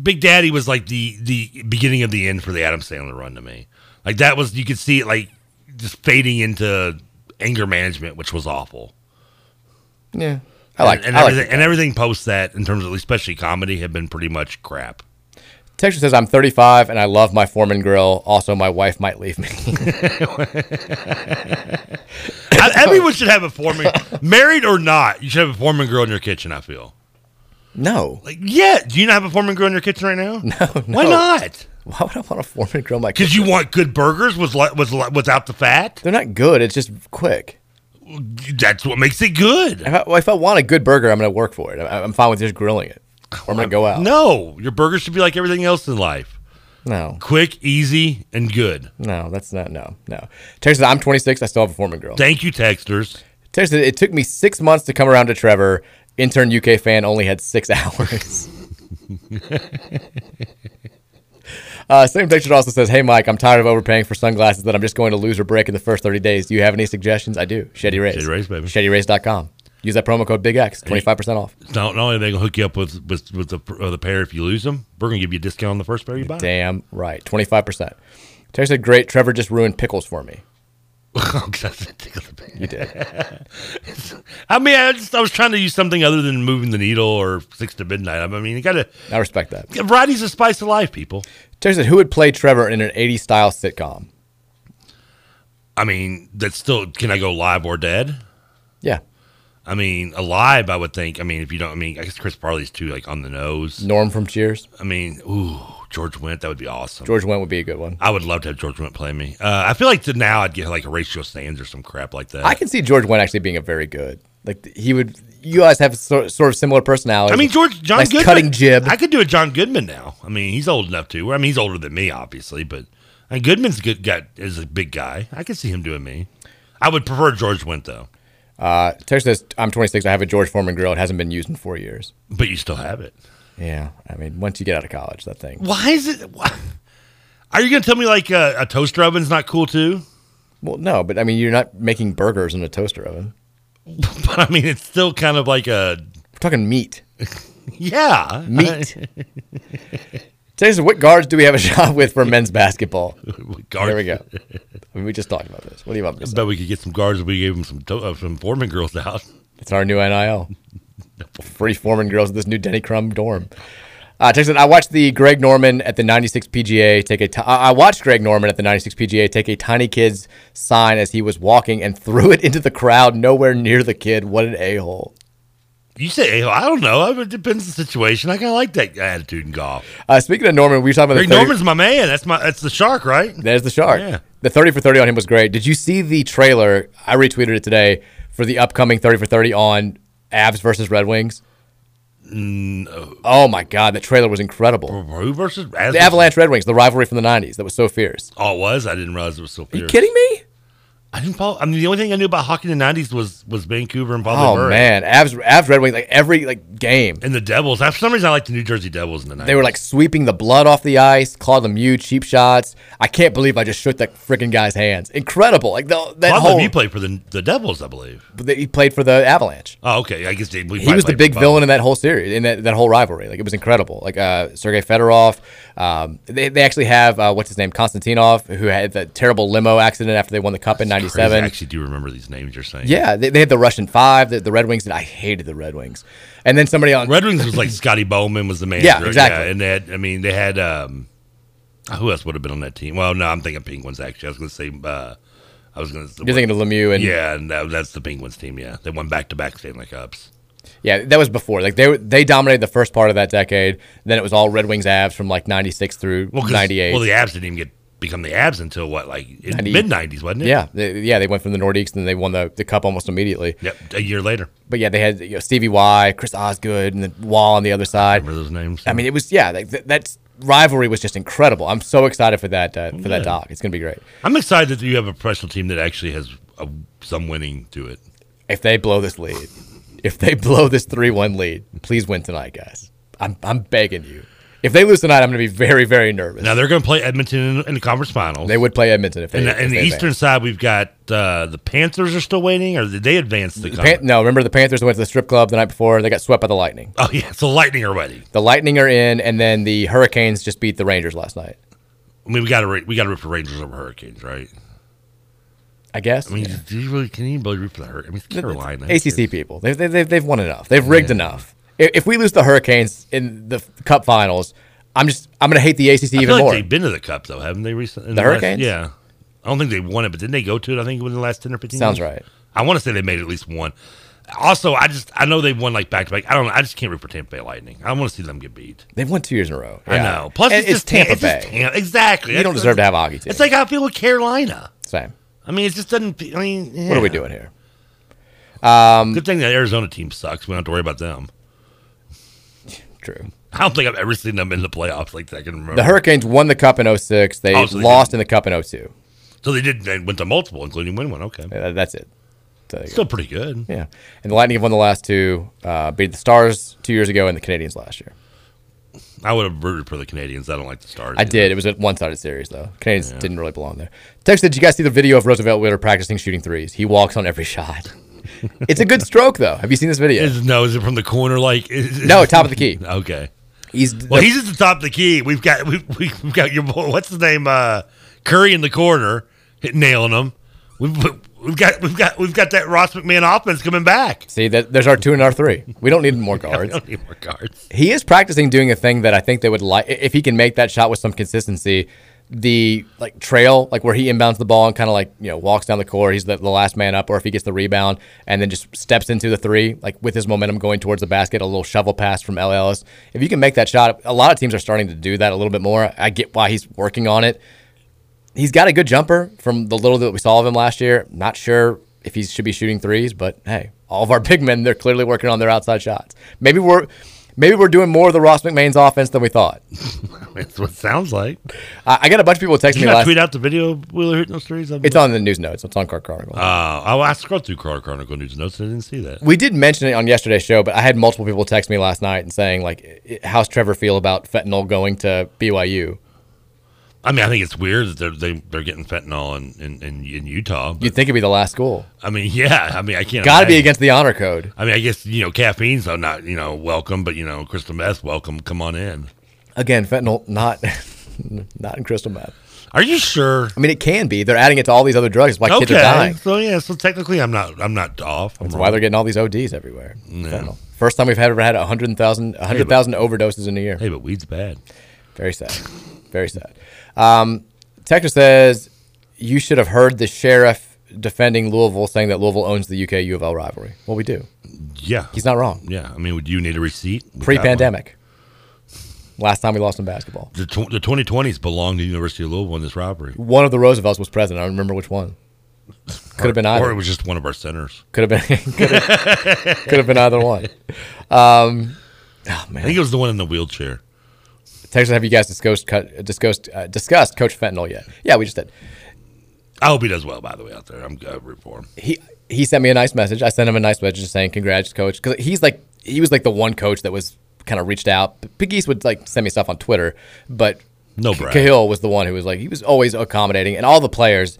[SPEAKER 12] Big Daddy was like the the beginning of the end for the Adam Sandler run to me. Like that was you could see it like just fading into anger management, which was awful.
[SPEAKER 11] Yeah. I like
[SPEAKER 12] and, and
[SPEAKER 11] I like
[SPEAKER 12] everything
[SPEAKER 11] Big
[SPEAKER 12] and
[SPEAKER 11] Daddy.
[SPEAKER 12] everything post that in terms of especially comedy had been pretty
[SPEAKER 11] [laughs]
[SPEAKER 12] much crap.
[SPEAKER 11] Texture says I'm 35 and I love my Foreman grill. Also, my wife might leave me. [laughs]
[SPEAKER 12] I, everyone should have a foreman, married or not. You should have a foreman girl in your kitchen. I feel.
[SPEAKER 11] no.
[SPEAKER 12] Like, yeah. Do you not have a foreman girl in your kitchen right now?
[SPEAKER 11] [laughs] No,
[SPEAKER 12] Why
[SPEAKER 11] no.
[SPEAKER 12] not?
[SPEAKER 11] Why would I want a Foreman grill my
[SPEAKER 12] Because you want good burgers with li- with li- without the fat.
[SPEAKER 11] They're not good. It's just quick.
[SPEAKER 12] That's what makes it good.
[SPEAKER 11] If I, well, if I want a good burger, I'm going to work for it. I, I'm fine with just grilling it. Or I'm going to go out.
[SPEAKER 12] No, your burgers should be like everything else in life:
[SPEAKER 11] No.
[SPEAKER 12] quick, easy, and good.
[SPEAKER 11] No, that's not. No, no. Texture says I'm 26. I still have a Foreman grill.
[SPEAKER 12] Thank you, texters.
[SPEAKER 11] Texture says it took me six months to come around to Trevor. Intern UK fan only had six [laughs] hours. Uh, same picture also says, "Hey Mike, I'm tired of overpaying for sunglasses that I'm just going to lose or break in the first 30 days. Do you have any suggestions? I do. Shady Rays.
[SPEAKER 12] Shady Rays, baby.
[SPEAKER 11] ShadyRays.com. Use that promo code Big X, 25% off.
[SPEAKER 12] Not, not only are they gonna hook you up with with, with the uh, the pair if you lose them, we're gonna give you a discount on the first pair you buy. [laughs]
[SPEAKER 11] Damn right, 25%. Terry said, "Great, Trevor just ruined pickles for me.
[SPEAKER 12] Oh,
[SPEAKER 11] You did.
[SPEAKER 12] [laughs] I mean, I, just, I was trying to use something other than moving the needle or six to midnight. I mean, you gotta
[SPEAKER 11] I respect that."
[SPEAKER 12] variety's the spice of life, people.
[SPEAKER 11] Terry said, "Who would play Trevor in an 80s style sitcom?
[SPEAKER 12] I mean, that's still can I go live or dead?
[SPEAKER 11] Yeah,
[SPEAKER 12] I mean, alive. I would think. I mean, if you don't, I mean, I guess Chris Farley's too like on the nose.
[SPEAKER 11] Norm from Cheers.
[SPEAKER 12] I mean, ooh, George Wendt. That would be awesome.
[SPEAKER 11] George Wendt would be a good one.
[SPEAKER 12] I would love to have George Wendt play me. Uh, I feel like to now I'd get like Horatio Sands or some crap like that.
[SPEAKER 11] I can see George Wendt actually being a very good. Like he would. You guys have sor- sort of similar personalities.
[SPEAKER 12] I mean, George John
[SPEAKER 11] nice
[SPEAKER 12] Goodman.
[SPEAKER 11] cutting jib.
[SPEAKER 12] I could do a John Goodman now. I mean, he's old enough to. I mean, he's older than me, obviously, but and Goodman's good. Got is a big guy. I could see him doing me. I would prefer George Wendt though.
[SPEAKER 11] Uh, Terry says, I'm 26. I have a George Foreman grill. It hasn't been used in four years.
[SPEAKER 12] But you still have it.
[SPEAKER 11] Yeah. I mean, once you get out of college, that thing.
[SPEAKER 12] Why is it? Why? Are you gonna tell me like uh, a, a toaster oven's not cool too? [laughs]
[SPEAKER 11] Well, no, but I mean, you're not making burgers in a toaster oven.
[SPEAKER 12] But I mean, it's still kind of like a
[SPEAKER 11] We're talking meat.
[SPEAKER 12] yeah
[SPEAKER 11] Meat.
[SPEAKER 12] [laughs]
[SPEAKER 11] Terry says, what guards do we have a [laughs] shot with for men's basketball?
[SPEAKER 12] guards?
[SPEAKER 11] There we go. I mean, we just talked about this. What do you want me to
[SPEAKER 12] I
[SPEAKER 11] say?
[SPEAKER 12] bet we could get some guards if we gave them some to- uh, some foreman girls out.
[SPEAKER 11] It's our new NIL. Free Foreman girls at this new Denny Crumb dorm. Uh, Texas, I watched the Greg Norman at the 96 PGA take a. T- I I watched Greg Norman at the 96 PGA take a tiny kid's sign as he was walking and [laughs] threw it into the crowd nowhere near the kid. What an a hole!
[SPEAKER 12] You say, hey, I don't know. I mean, It depends on the situation. I kind of like that attitude in golf.
[SPEAKER 11] Uh, speaking of Norman, we were talking about
[SPEAKER 12] Greg
[SPEAKER 11] the 30
[SPEAKER 12] Norman's my man. That's my that's the shark, right?
[SPEAKER 11] There's the shark.
[SPEAKER 12] Yeah.
[SPEAKER 11] The 30 for 30 on him was great. Did you see the trailer? I retweeted it today for the upcoming 30 for 30 on Avs versus Red Wings.
[SPEAKER 12] No.
[SPEAKER 11] Oh my God, that trailer was incredible.
[SPEAKER 12] Who versus
[SPEAKER 11] The Avalanche Red Wings, the rivalry from the 90s that was so fierce.
[SPEAKER 12] Oh, it was I didn't realize it was so.
[SPEAKER 11] Are you kidding me?
[SPEAKER 12] I didn't follow. I mean, the only thing I knew about hockey in the '90s was was Vancouver and Bobby
[SPEAKER 11] oh
[SPEAKER 12] Murray.
[SPEAKER 11] man, Avs, Avs, Red Wings, like every like game.
[SPEAKER 12] And the Devils. For some reason, I like the New Jersey Devils in the '90s.
[SPEAKER 11] They were like sweeping the blood off the ice, Claude Lemieux, cheap shots. I can't believe I just shook that freaking guy's hands. Incredible! Like the, that
[SPEAKER 12] Claude
[SPEAKER 11] whole.
[SPEAKER 12] Lemieux played for the the Devils, I believe.
[SPEAKER 11] But they- he played for the Avalanche.
[SPEAKER 12] Oh, okay. I guess they, we
[SPEAKER 11] He
[SPEAKER 12] probably
[SPEAKER 11] was the
[SPEAKER 12] played
[SPEAKER 11] big
[SPEAKER 12] for
[SPEAKER 11] villain in that whole series, in that, that whole rivalry. Like it was incredible. Like uh, Sergei Fedorov, um, they, they actually have uh, what's his name, Konstantinov, who had that terrible limo accident after they won the cup in
[SPEAKER 12] Bobby. Crazy. I
[SPEAKER 11] '97.
[SPEAKER 12] actually do remember these names you're saying.
[SPEAKER 11] Yeah, they, they had the Russian Five, the, the Red Wings, and I hated the Red Wings. And then somebody on
[SPEAKER 12] Red Wings was like Scotty Bowman was the manager.
[SPEAKER 11] Yeah, exactly.
[SPEAKER 12] and they had, I mean, they had um, who else would have been on that team? Well, no, I'm thinking Penguins. Actually, I was going to say, uh, I was going to.
[SPEAKER 11] You're thinking of Lemieux and-
[SPEAKER 12] yeah, and that, that's the Penguins team. Yeah, they won back to back Stanley Cups.
[SPEAKER 11] Yeah, that was before. Like they were- they dominated the first part of that decade. Then it was all Red Wings abs from like '96 through
[SPEAKER 12] Well, 'cause-
[SPEAKER 11] '98.
[SPEAKER 12] Well, the Abs didn't even get become the Abs until what, like mid '90s, wasn't it?
[SPEAKER 11] Yeah, they, yeah. They went from the Nordiques and they won the, the cup almost immediately.
[SPEAKER 12] Yep, a year later.
[SPEAKER 11] But yeah, they had you know, Stevie Y, Chris Osgood, and then Wall on the other side.
[SPEAKER 12] Remember those names?
[SPEAKER 11] I mean, it was yeah. Like, th- that rivalry was just incredible. I'm so excited for that uh, for
[SPEAKER 12] Yeah.
[SPEAKER 11] that doc. It's gonna be great.
[SPEAKER 12] I'm excited that you have a professional team that actually has a, some winning to it.
[SPEAKER 11] If they blow this lead, if they [laughs] blow this three one lead, please win tonight, guys. I'm I'm begging you. If they lose tonight, I'm gonna be very very nervous.
[SPEAKER 12] Now they're going to play Edmonton in, in the conference finals.
[SPEAKER 11] They would play Edmonton if they.
[SPEAKER 12] And the,
[SPEAKER 11] if
[SPEAKER 12] and the
[SPEAKER 11] they advance.
[SPEAKER 12] eastern side, we've got uh, the Panthers are still waiting, or did they advance the?
[SPEAKER 11] Pan-
[SPEAKER 12] conference?
[SPEAKER 11] no, remember the Panthers went to the strip club the night before. They got swept by the Lightning.
[SPEAKER 12] oh [laughs] yeah, so Lightning are waiting.
[SPEAKER 11] The Lightning are in, and then the Hurricanes just beat the Rangers last night.
[SPEAKER 12] I mean, we got to we got to root for Rangers over Hurricanes, right?
[SPEAKER 11] I guess.
[SPEAKER 12] I mean, do you really can you really root for the Hurricanes? I mean, it's Carolina.
[SPEAKER 11] ACC people, they've, they've, they've, they've won enough. They've rigged enough. If, if we lose the Hurricanes in the Cup Finals, I'm just I'm gonna hate the ACC
[SPEAKER 12] I
[SPEAKER 11] even
[SPEAKER 12] feel like
[SPEAKER 11] more.
[SPEAKER 12] they've been to the Cup though, haven't they? Recently, in
[SPEAKER 11] The
[SPEAKER 12] last-
[SPEAKER 11] Hurricanes?
[SPEAKER 12] yeah. I don't think they won it, but didn't they go to it? I think within the last ten or fifteen.
[SPEAKER 11] Sounds
[SPEAKER 12] years?
[SPEAKER 11] right.
[SPEAKER 12] I want to say they made at least one. Also, I just I know they've won like back to back. I don't. know. I just can't root for Tampa Bay Lightning. I want to see them get beat.
[SPEAKER 11] They've won two years in a row.
[SPEAKER 12] I
[SPEAKER 11] Yeah.
[SPEAKER 12] know. Plus,
[SPEAKER 11] And
[SPEAKER 12] it's, just Tampa Bay. exactly.
[SPEAKER 11] You don't
[SPEAKER 12] That's-
[SPEAKER 11] deserve to have Augie. Too.
[SPEAKER 12] It's like how I feel with Carolina.
[SPEAKER 11] Same.
[SPEAKER 12] I mean, it just doesn't. fe- I mean,
[SPEAKER 11] What are we
[SPEAKER 12] yeah.
[SPEAKER 11] doing here? Um,
[SPEAKER 12] Good thing that Arizona team sucks. We don't have to worry about them. [laughs]
[SPEAKER 11] True.
[SPEAKER 12] I don't think I've ever seen them in the playoffs like that. I can remember.
[SPEAKER 11] the Hurricanes won the Cup in 06. They
[SPEAKER 12] Oh, so they
[SPEAKER 11] lost in the Cup in 02.
[SPEAKER 12] So they did. They went to multiple, including win one. Okay,
[SPEAKER 11] Yeah, that's it. So-
[SPEAKER 12] still pretty good.
[SPEAKER 11] Yeah. And the Lightning have won the last two, uh, beat the Stars two years ago and the Canadians last year.
[SPEAKER 12] I would have rooted for the Canadians. I don't like the Stars.
[SPEAKER 11] I did. It was a one sided series, though. Canadians didn't really belong there. Text did you guys see the video of Roosevelt Wheeler practicing shooting threes? He walks on every [laughs] shot. it's a good stroke, though. Have you seen this video?
[SPEAKER 12] Is, no, is it from the corner? Like [laughs] is,
[SPEAKER 11] No, top of the key.
[SPEAKER 12] [laughs] Okay.
[SPEAKER 11] He's
[SPEAKER 12] Well, he's at the top of the key. We've got we've, [laughs] we've got your boy. What's his name? Uh, Curry in the corner, hit, nailing him. We've we've got we've got we've got that Ross McMahon offense coming back.
[SPEAKER 11] [laughs]
[SPEAKER 12] [laughs]
[SPEAKER 11] See, that, there's our two and our three. We don't need more guards.
[SPEAKER 12] don't need more guards.
[SPEAKER 11] He is practicing doing a thing that I think they would like if he can make that shot with some consistency. The like trail, like where he inbounds the ball and kind of like you know walks down the court. He's the, the last man up, or if he gets the rebound and then just steps into the three, like with his momentum going towards the basket, a little shovel pass from L. Ellis. If you can make that shot, a lot of teams are starting to do that a little bit more. I get why he's working on it. He's got a good jumper from the little that we saw of him last year. Not sure if he should be shooting threes, but hey, all of our [laughs] big men, they're clearly working on their outside shots. Maybe we're maybe we're doing more of the Ross McMain's offense than we thought.
[SPEAKER 12] That's what it sounds like.
[SPEAKER 11] I, I got a bunch of people texting
[SPEAKER 12] Did
[SPEAKER 11] me
[SPEAKER 12] you not
[SPEAKER 11] last.
[SPEAKER 12] tweet out the video of Wheeler hitting those threes?
[SPEAKER 11] It's on the news notes. It's on Car Chronicle.
[SPEAKER 12] Uh, oh, I scrolled through Car Chronicle News Notes. I didn't see that.
[SPEAKER 11] we did mention it on yesterday's show, but I had multiple people text me last night and saying like, i- "How's Trevor feel about fentanyl going to BYU?"
[SPEAKER 12] I mean, I think it's weird that they're they, they're getting fentanyl in in, in, in Utah. but-
[SPEAKER 11] You'd think it'd be the last school.
[SPEAKER 12] I mean, [laughs] yeah. I mean, I can't.
[SPEAKER 11] Got to be
[SPEAKER 12] imagine.
[SPEAKER 11] against the honor code.
[SPEAKER 12] I mean, I guess you know caffeine's not you know welcome, but you know crystal meth welcome. Come on in.
[SPEAKER 11] Again, fentanyl not [laughs] not in crystal meth.
[SPEAKER 12] Are you sure?
[SPEAKER 11] I mean, it can be. They're adding it to all these other drugs. Why kids are
[SPEAKER 12] okay.
[SPEAKER 11] dying?
[SPEAKER 12] So yeah. So technically, I'm not. I'm not off. I'm
[SPEAKER 11] That's
[SPEAKER 12] wrong.
[SPEAKER 11] why they're getting all these ODs everywhere.
[SPEAKER 12] Yeah.
[SPEAKER 11] Fentanyl. First time we've had ever had 100,000 100,000 overdoses in a year.
[SPEAKER 12] Hey, but weed's bad.
[SPEAKER 11] Very sad. Very sad. Um, Texter says you should have heard the sheriff defending Louisville, saying that Louisville owns the UK U of L rivalry. Well, we do.
[SPEAKER 12] Yeah.
[SPEAKER 11] He's not wrong.
[SPEAKER 12] Yeah. I mean, would you need a receipt? We got
[SPEAKER 11] Pre-pandemic. Last time we lost in basketball,
[SPEAKER 12] one. The, tw- the 2020s belong to the University of Louisville in this robbery.
[SPEAKER 11] one of the Roosevelts was president. I don't remember which
[SPEAKER 12] [laughs]
[SPEAKER 11] one. Could have been either.
[SPEAKER 12] Or it was just one of our centers.
[SPEAKER 11] Could have been. [laughs] could, have, could have been either one. Um, oh
[SPEAKER 12] I
[SPEAKER 11] man.
[SPEAKER 12] think it was the one in the wheelchair.
[SPEAKER 11] Texas, have you guys discussed cut- discussed uh, discussed Coach Fentanyl yet? Yeah, we just did.
[SPEAKER 12] I hope he does well. By the way, out there, I'm I root for him.
[SPEAKER 11] He he sent me a nice message. I sent him a nice message saying congrats, coach, because he's like he was like the one coach that was kind of reached out. Piggies would like send me stuff on Twitter, but
[SPEAKER 12] no, Brad.
[SPEAKER 11] Cahill was the one who was like he was always accommodating, and all the players.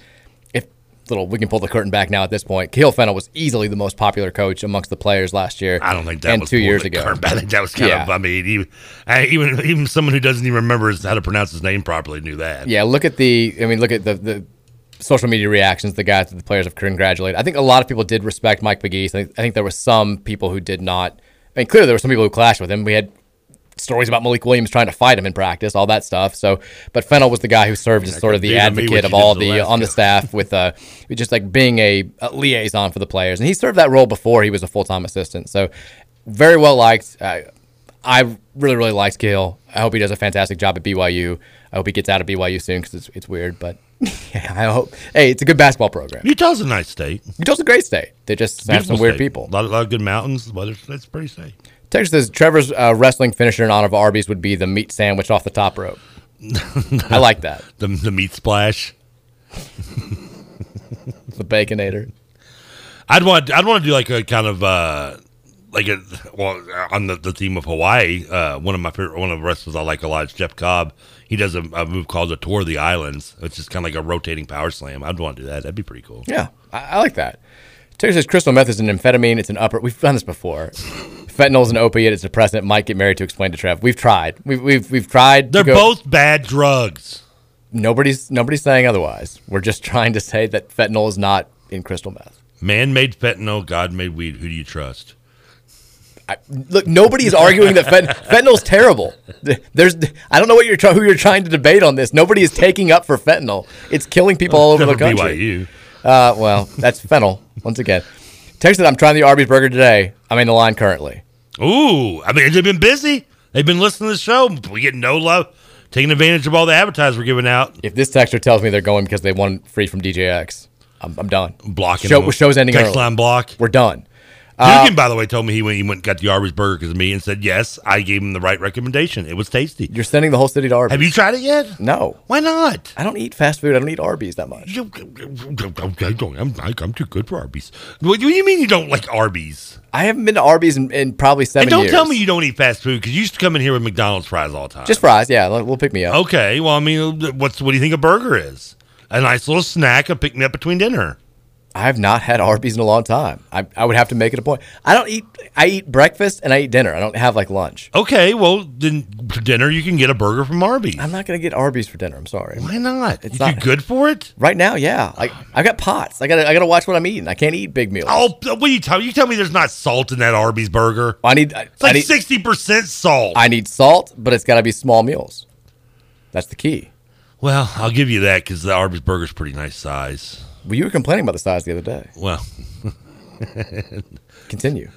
[SPEAKER 11] If little, we can pull the curtain back now. At this point, Cahill Fennel was easily the most popular coach amongst the players last year.
[SPEAKER 12] I don't think that
[SPEAKER 11] and
[SPEAKER 12] was
[SPEAKER 11] two
[SPEAKER 12] more
[SPEAKER 11] years
[SPEAKER 12] the
[SPEAKER 11] ago.
[SPEAKER 12] current- I think [laughs] that was kind
[SPEAKER 11] yeah.
[SPEAKER 12] of. I mean, even, I, even even someone who doesn't even remember his- how to pronounce his name properly knew that.
[SPEAKER 11] Yeah, look at the. I mean, look at the the social media reactions. The guys that the players have congratulated. I think a lot of people did respect Mike McGee. I think, I think there were some people who did not. I mean, clearly there were some people who clashed with him. We had stories about Malik Williams trying to fight him in practice, all that stuff. So, but Fennel was the guy who served as sort of the
[SPEAKER 12] David, me, what
[SPEAKER 11] advocate
[SPEAKER 12] you
[SPEAKER 11] of
[SPEAKER 12] did
[SPEAKER 11] all
[SPEAKER 12] to the
[SPEAKER 11] the
[SPEAKER 12] last
[SPEAKER 11] on the
[SPEAKER 12] guy.
[SPEAKER 11] staff with uh, just like being a, a liaison for the players, and he served that role before he was a full time assistant. So, very well liked. Uh, I really really liked Gill. I hope he does a fantastic job at BYU. I hope he gets out of BYU soon because it's it's weird, but [laughs] yeah, I hope. Hey, it's a good basketball program.
[SPEAKER 12] Utah's a nice state.
[SPEAKER 11] Utah's a great state. They just have some
[SPEAKER 12] Beautiful
[SPEAKER 11] weird
[SPEAKER 12] state.
[SPEAKER 11] people.
[SPEAKER 12] A lot, lot of good mountains. The weather's that's pretty safe.
[SPEAKER 11] Texas says Trevor's uh, wrestling finisher in honor of Arby's would be the meat sandwich off the top rope.
[SPEAKER 12] [laughs]
[SPEAKER 11] I like that.
[SPEAKER 12] The the meat splash.
[SPEAKER 11] The baconator.
[SPEAKER 12] I'd want I'd want to do like a kind of uh like a well on the, the theme of Hawaii. Uh, one of my favorite one of the wrestlers I like a lot is Jeff Cobb. He does a, a move called the Tour of the Islands, which is kind of like a rotating power slam. I'd want to do that. That'd be pretty cool.
[SPEAKER 11] Yeah, I, I like that. Texas says crystal meth is an amphetamine. It's an upper. We've done this before. Fentanyl is an opiate. It's a depressant. Might get married to explain to Trev. We've tried. We've we've, we've tried.
[SPEAKER 12] They're both bad drugs.
[SPEAKER 11] Nobody's nobody's saying otherwise. We're just trying to say that fentanyl is not in crystal meth.
[SPEAKER 12] Man made fentanyl, God made weed. Who do you trust?
[SPEAKER 11] I, look, nobody is arguing that fent- [laughs] fentanyl's terrible. There's, I don't know what you're try- who you're trying to debate on this. Nobody is taking up for fentanyl. It's killing people all over the
[SPEAKER 12] Except for
[SPEAKER 11] country.
[SPEAKER 12] BYU.
[SPEAKER 11] Uh, well, that's fennel once again. Texted, I'm trying the Arby's burger today. I'm in the line currently.
[SPEAKER 12] Ooh, I mean they've been busy. They've been listening to the show. We get no love, taking advantage of all the advertisers we're giving out.
[SPEAKER 11] If this texter tells me they're going because they won free from DJX, I'm, I'm done.
[SPEAKER 12] Blocking
[SPEAKER 11] Show,
[SPEAKER 12] them.
[SPEAKER 11] show's ending
[SPEAKER 12] Text
[SPEAKER 11] early.
[SPEAKER 12] line block.
[SPEAKER 11] We're done.
[SPEAKER 12] Dugan, by the way, told me he went, he went and got the Arby's burger because of me and said, yes, I gave him the right recommendation. It was tasty.
[SPEAKER 11] You're sending the whole city to Arby's.
[SPEAKER 12] Have you tried it yet?
[SPEAKER 11] No.
[SPEAKER 12] Why not?
[SPEAKER 11] I don't eat fast food. I don't eat Arby's that much.
[SPEAKER 12] You- I'm, I'm, I'm too good for Arby's. What do you mean you don't like Arby's?
[SPEAKER 11] I haven't been to Arby's in, in probably seven
[SPEAKER 12] And don't
[SPEAKER 11] years.
[SPEAKER 12] tell me you don't eat fast food because you used to come in here with McDonald's fries all the time.
[SPEAKER 11] Just fries. Yeah, we'll pick me up.
[SPEAKER 12] Okay, well, I mean, what's what do you think a burger is? A nice little snack, a pick me up between dinner.
[SPEAKER 11] I have not had Arby's in a long time. I, I would have to make it a point. I don't eat. I eat breakfast and I eat dinner. I don't have like lunch.
[SPEAKER 12] Okay, well, then for dinner you can get a burger from Arby's.
[SPEAKER 11] I'm not gonna get Arby's for dinner. I'm sorry.
[SPEAKER 12] Why not?
[SPEAKER 11] It's
[SPEAKER 12] you
[SPEAKER 11] not-
[SPEAKER 12] good for it?
[SPEAKER 11] Right now, yeah. Like I got pots. I gotta I gotta watch what I'm eating. I can't eat big meals.
[SPEAKER 12] Oh, what you tell you tell me there's not salt in that Arby's burger?
[SPEAKER 11] I need. I,
[SPEAKER 12] It's like
[SPEAKER 11] I need,
[SPEAKER 12] sixty percent salt.
[SPEAKER 11] I need salt, but it's gotta be small meals. That's the key.
[SPEAKER 12] well, I'll give you that because the Arby's burger's pretty nice size.
[SPEAKER 11] Well, you were complaining about the size the other day.
[SPEAKER 12] Well,
[SPEAKER 11] Continue.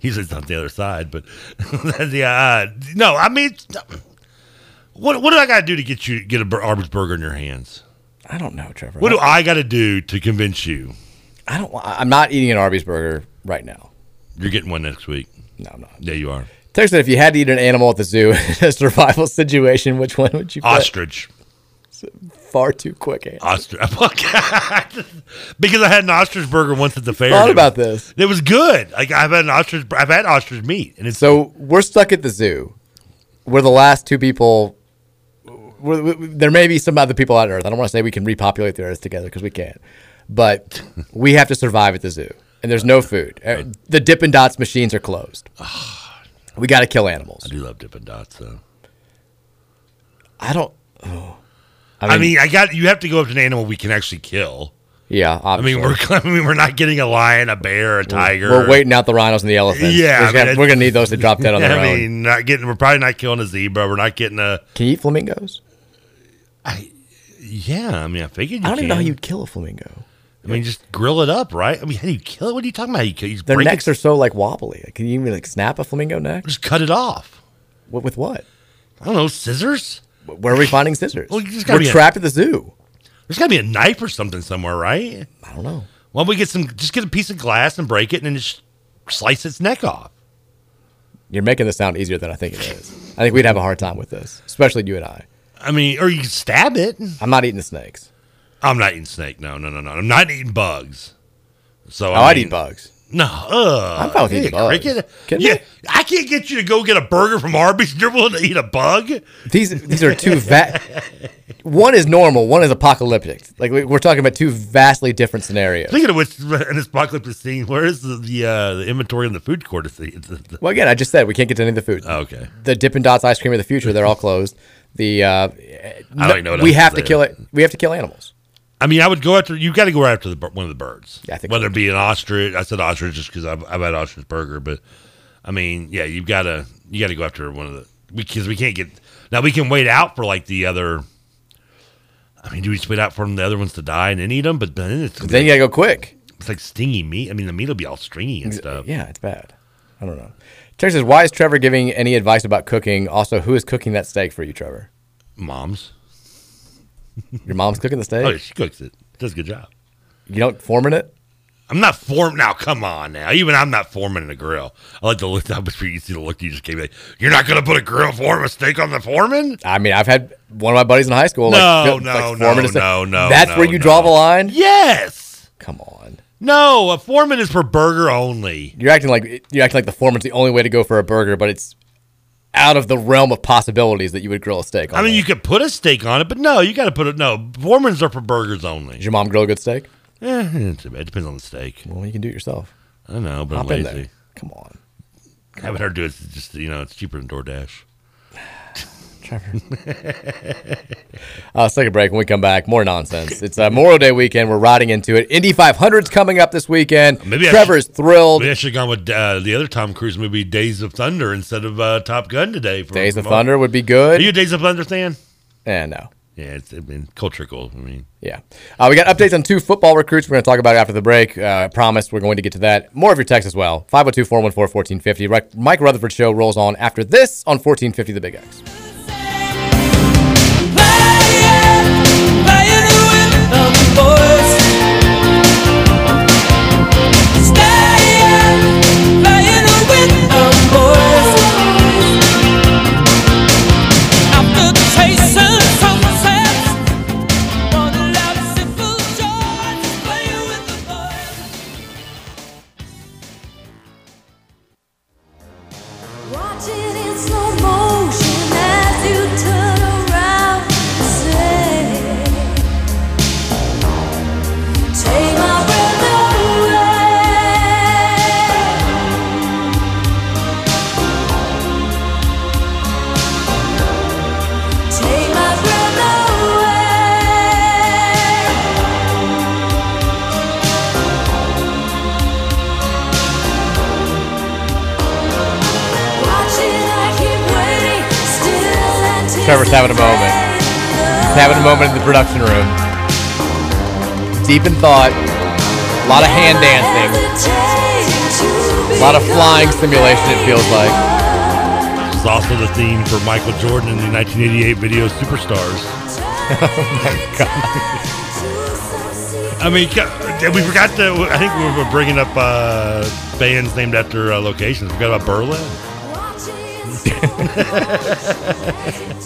[SPEAKER 12] usually it's on the other side, but [laughs] yeah, uh, no. I mean, it's- what what do I got to do to get you get a bur- Arby's burger in your hands?
[SPEAKER 11] I don't know, Trevor.
[SPEAKER 12] What do I got to do to convince you?
[SPEAKER 11] I don't. wa- I'm not eating an Arby's burger right now.
[SPEAKER 12] You're getting one next week.
[SPEAKER 11] No, I'm not.
[SPEAKER 12] Yeah, you are.
[SPEAKER 11] Text said if you had to eat an animal at the zoo [laughs] in a survival situation, which one would you? pick?
[SPEAKER 12] Ostrich.
[SPEAKER 11] Far too quick. Answer.
[SPEAKER 12] Ostrich. [laughs] Oh, because I had an ostrich burger once at the fair.
[SPEAKER 11] Thought about this.
[SPEAKER 12] It was good. Like I've had an ostrich. I've had ostrich meat, and it's [laughs]
[SPEAKER 11] So we're stuck at the zoo. We're the last two people. We're, we, we- there may be some other people on Earth. I don't want to say we can repopulate the Earth together because we can't,
[SPEAKER 12] [laughs]
[SPEAKER 11] but we have to survive at the zoo, and there's no food. Uh, The Dippin' Dots machines are closed. We got to kill animals.
[SPEAKER 12] Ah. I do love Dippin' Dots though.
[SPEAKER 11] I don't. Oh. I
[SPEAKER 12] I mean, I got you have to go up to an animal we can actually kill.
[SPEAKER 11] yeah.
[SPEAKER 12] I mean,
[SPEAKER 11] Obviously.
[SPEAKER 12] we're [laughs] I mean, we're not getting a lion, a bear, a tiger.
[SPEAKER 11] We're waiting out the rhinos and the elephants. we're,
[SPEAKER 12] Yeah, I
[SPEAKER 11] just gonna,
[SPEAKER 12] mean,
[SPEAKER 11] we're gonna need those to drop
[SPEAKER 12] [laughs]
[SPEAKER 11] dead on their
[SPEAKER 12] I
[SPEAKER 11] own.
[SPEAKER 12] mean, not getting. We're probably not killing a zebra. We're not getting a.
[SPEAKER 11] Can you eat flamingos?
[SPEAKER 12] Yeah, I mean, I figured. You
[SPEAKER 11] I don't even know how
[SPEAKER 12] can.
[SPEAKER 11] you'd kill a flamingo.
[SPEAKER 12] I mean, just grill it up, right? I mean, how do you kill it? What are you talking about? How You, kill- you just
[SPEAKER 11] Their
[SPEAKER 12] break
[SPEAKER 11] necks are so like wobbly. Like, Can you even like snap a flamingo neck?
[SPEAKER 12] it, just cut it off.
[SPEAKER 11] What with what?
[SPEAKER 12] I don't know, scissors.
[SPEAKER 11] Where are we finding scissors?
[SPEAKER 12] Well, you just gotta
[SPEAKER 11] We're
[SPEAKER 12] be a-
[SPEAKER 11] trapped at the zoo.
[SPEAKER 12] There's got to be a knife or something somewhere, right?
[SPEAKER 11] I don't know.
[SPEAKER 12] Why don't we get some? Just get a piece of glass and break it, and then just slice its neck off.
[SPEAKER 11] You're making this sound easier than I think it is. I think we'd have a hard time with this, especially you and I.
[SPEAKER 12] I mean, or you can stab it.
[SPEAKER 11] I'm not eating the snakes.
[SPEAKER 12] I'm not eating snake. No, no, no, no. I'm not eating bugs. So
[SPEAKER 11] Oh, I'd eat bugs.
[SPEAKER 12] No, ugh.
[SPEAKER 11] I'm fine with eating
[SPEAKER 12] Yeah,
[SPEAKER 11] bugs.
[SPEAKER 12] Cricket. yeah, I can't get you to go get a burger from Arby's. [laughs] You're willing to eat a bug?
[SPEAKER 11] These these are two va- One is normal. One is apocalyptic. Like we- we're talking about two vastly different scenarios.
[SPEAKER 12] Speaking of which, [laughs] in this apocalyptic scene, where is the the, uh, the inventory in the food court? Is the, the- oh,
[SPEAKER 11] Well, again, I just said we can't get to any of the food.
[SPEAKER 12] Okay.
[SPEAKER 11] The Dippin' Dots ice cream of the future. They're all closed. The uh,
[SPEAKER 12] I don't even know what
[SPEAKER 11] we
[SPEAKER 12] else to
[SPEAKER 11] have to
[SPEAKER 12] say.
[SPEAKER 11] kill it. We have to kill animals.
[SPEAKER 12] I mean, I would go after. You got to go after the bir- one of the birds.
[SPEAKER 11] Yeah, I think
[SPEAKER 12] whether it be an ostrich. I said ostrich just because I've, I've had ostrich burger, but I mean, yeah, you've got to you got to go after one of the because we can't get now. We can wait out for like the other. I mean, do we just wait out for 'em, the other ones to die and then eat them? But then it's
[SPEAKER 11] Then you gotta go quick.
[SPEAKER 12] It's like stingy meat. I mean, the meat will be all stringy and
[SPEAKER 11] Ex-
[SPEAKER 12] stuff.
[SPEAKER 11] Yeah, it's bad. I don't know. Terry says, "Why is Trevor giving any advice about cooking? Also, who is cooking that steak for you, Trevor?
[SPEAKER 12] Mom's.
[SPEAKER 11] Your mom's cooking the steak.
[SPEAKER 12] Oh, yeah, she cooks it. Does a good job.
[SPEAKER 11] You don't forming it.
[SPEAKER 12] I'm not forming now. Come on now. Even I'm not forming a grill. I like to look. I was you see the look you just gave me. Like, You're not going to put a grill form a steak on the foreman.
[SPEAKER 11] I mean, I've had one of my buddies in high school.
[SPEAKER 12] No,
[SPEAKER 11] like, go-
[SPEAKER 12] no,
[SPEAKER 11] like,
[SPEAKER 12] no,
[SPEAKER 11] foreman to say-
[SPEAKER 12] no, no,
[SPEAKER 11] That's
[SPEAKER 12] no,
[SPEAKER 11] where you
[SPEAKER 12] no.
[SPEAKER 11] draw the line.
[SPEAKER 12] Yes.
[SPEAKER 11] Come on.
[SPEAKER 12] No, a foreman is for burger only.
[SPEAKER 11] You're acting like you're acting like the foreman's the only way to go for a burger, but it's out of the realm of possibilities that you would grill a steak. On
[SPEAKER 12] I mean, you could put a steak on it, but no, you got to put it. No, foremans are for burgers only.
[SPEAKER 11] Did your mom grill a good steak?
[SPEAKER 12] Eh, it's- it depends on the steak.
[SPEAKER 11] Well, you can do it yourself.
[SPEAKER 12] I know, but
[SPEAKER 11] Hop
[SPEAKER 12] I'm
[SPEAKER 11] in
[SPEAKER 12] lazy.
[SPEAKER 11] there. Come on,
[SPEAKER 12] Having her do it, just you know, it's cheaper than DoorDash.
[SPEAKER 11] [laughs] Trevor. Uh, let's take a break. When we come back, more nonsense. It's uh, Memorial Day weekend. We're riding into it. Indy 500's coming up this weekend.
[SPEAKER 12] Maybe I
[SPEAKER 11] Trevor's
[SPEAKER 12] should-
[SPEAKER 11] thrilled.
[SPEAKER 12] Maybe I should have gone with uh, the other Tom Cruise movie, Days of Thunder, instead of uh, Top Gun today. For
[SPEAKER 11] Days of
[SPEAKER 12] for-
[SPEAKER 11] Thunder would be
[SPEAKER 12] Are
[SPEAKER 11] good.
[SPEAKER 12] you a Days of Thunder fan?
[SPEAKER 11] Yeah, no.
[SPEAKER 12] Yeah, it's I mean, culture cool. I mean,
[SPEAKER 11] Yeah. Uh, we got updates on two football recruits. We're going to talk about it after the break. Uh, I promise we're going to get to that. More of your text as well. 502 414 1450. Mike Rutherford Show rolls on after this on 1450 The Big X.
[SPEAKER 14] Take my
[SPEAKER 11] Trevor's having a moment. He's having a moment in the production room. Deep in thought. A lot of hand dancing. A lot of flying simulation, it feels like.
[SPEAKER 12] this is also the theme for Michael Jordan in the 1988 video Superstars.
[SPEAKER 11] [laughs] oh my God.
[SPEAKER 12] I mean, ca- we forgot to. I think we were bringing up uh, bands named after uh, locations. We forgot about Berlin.
[SPEAKER 11] By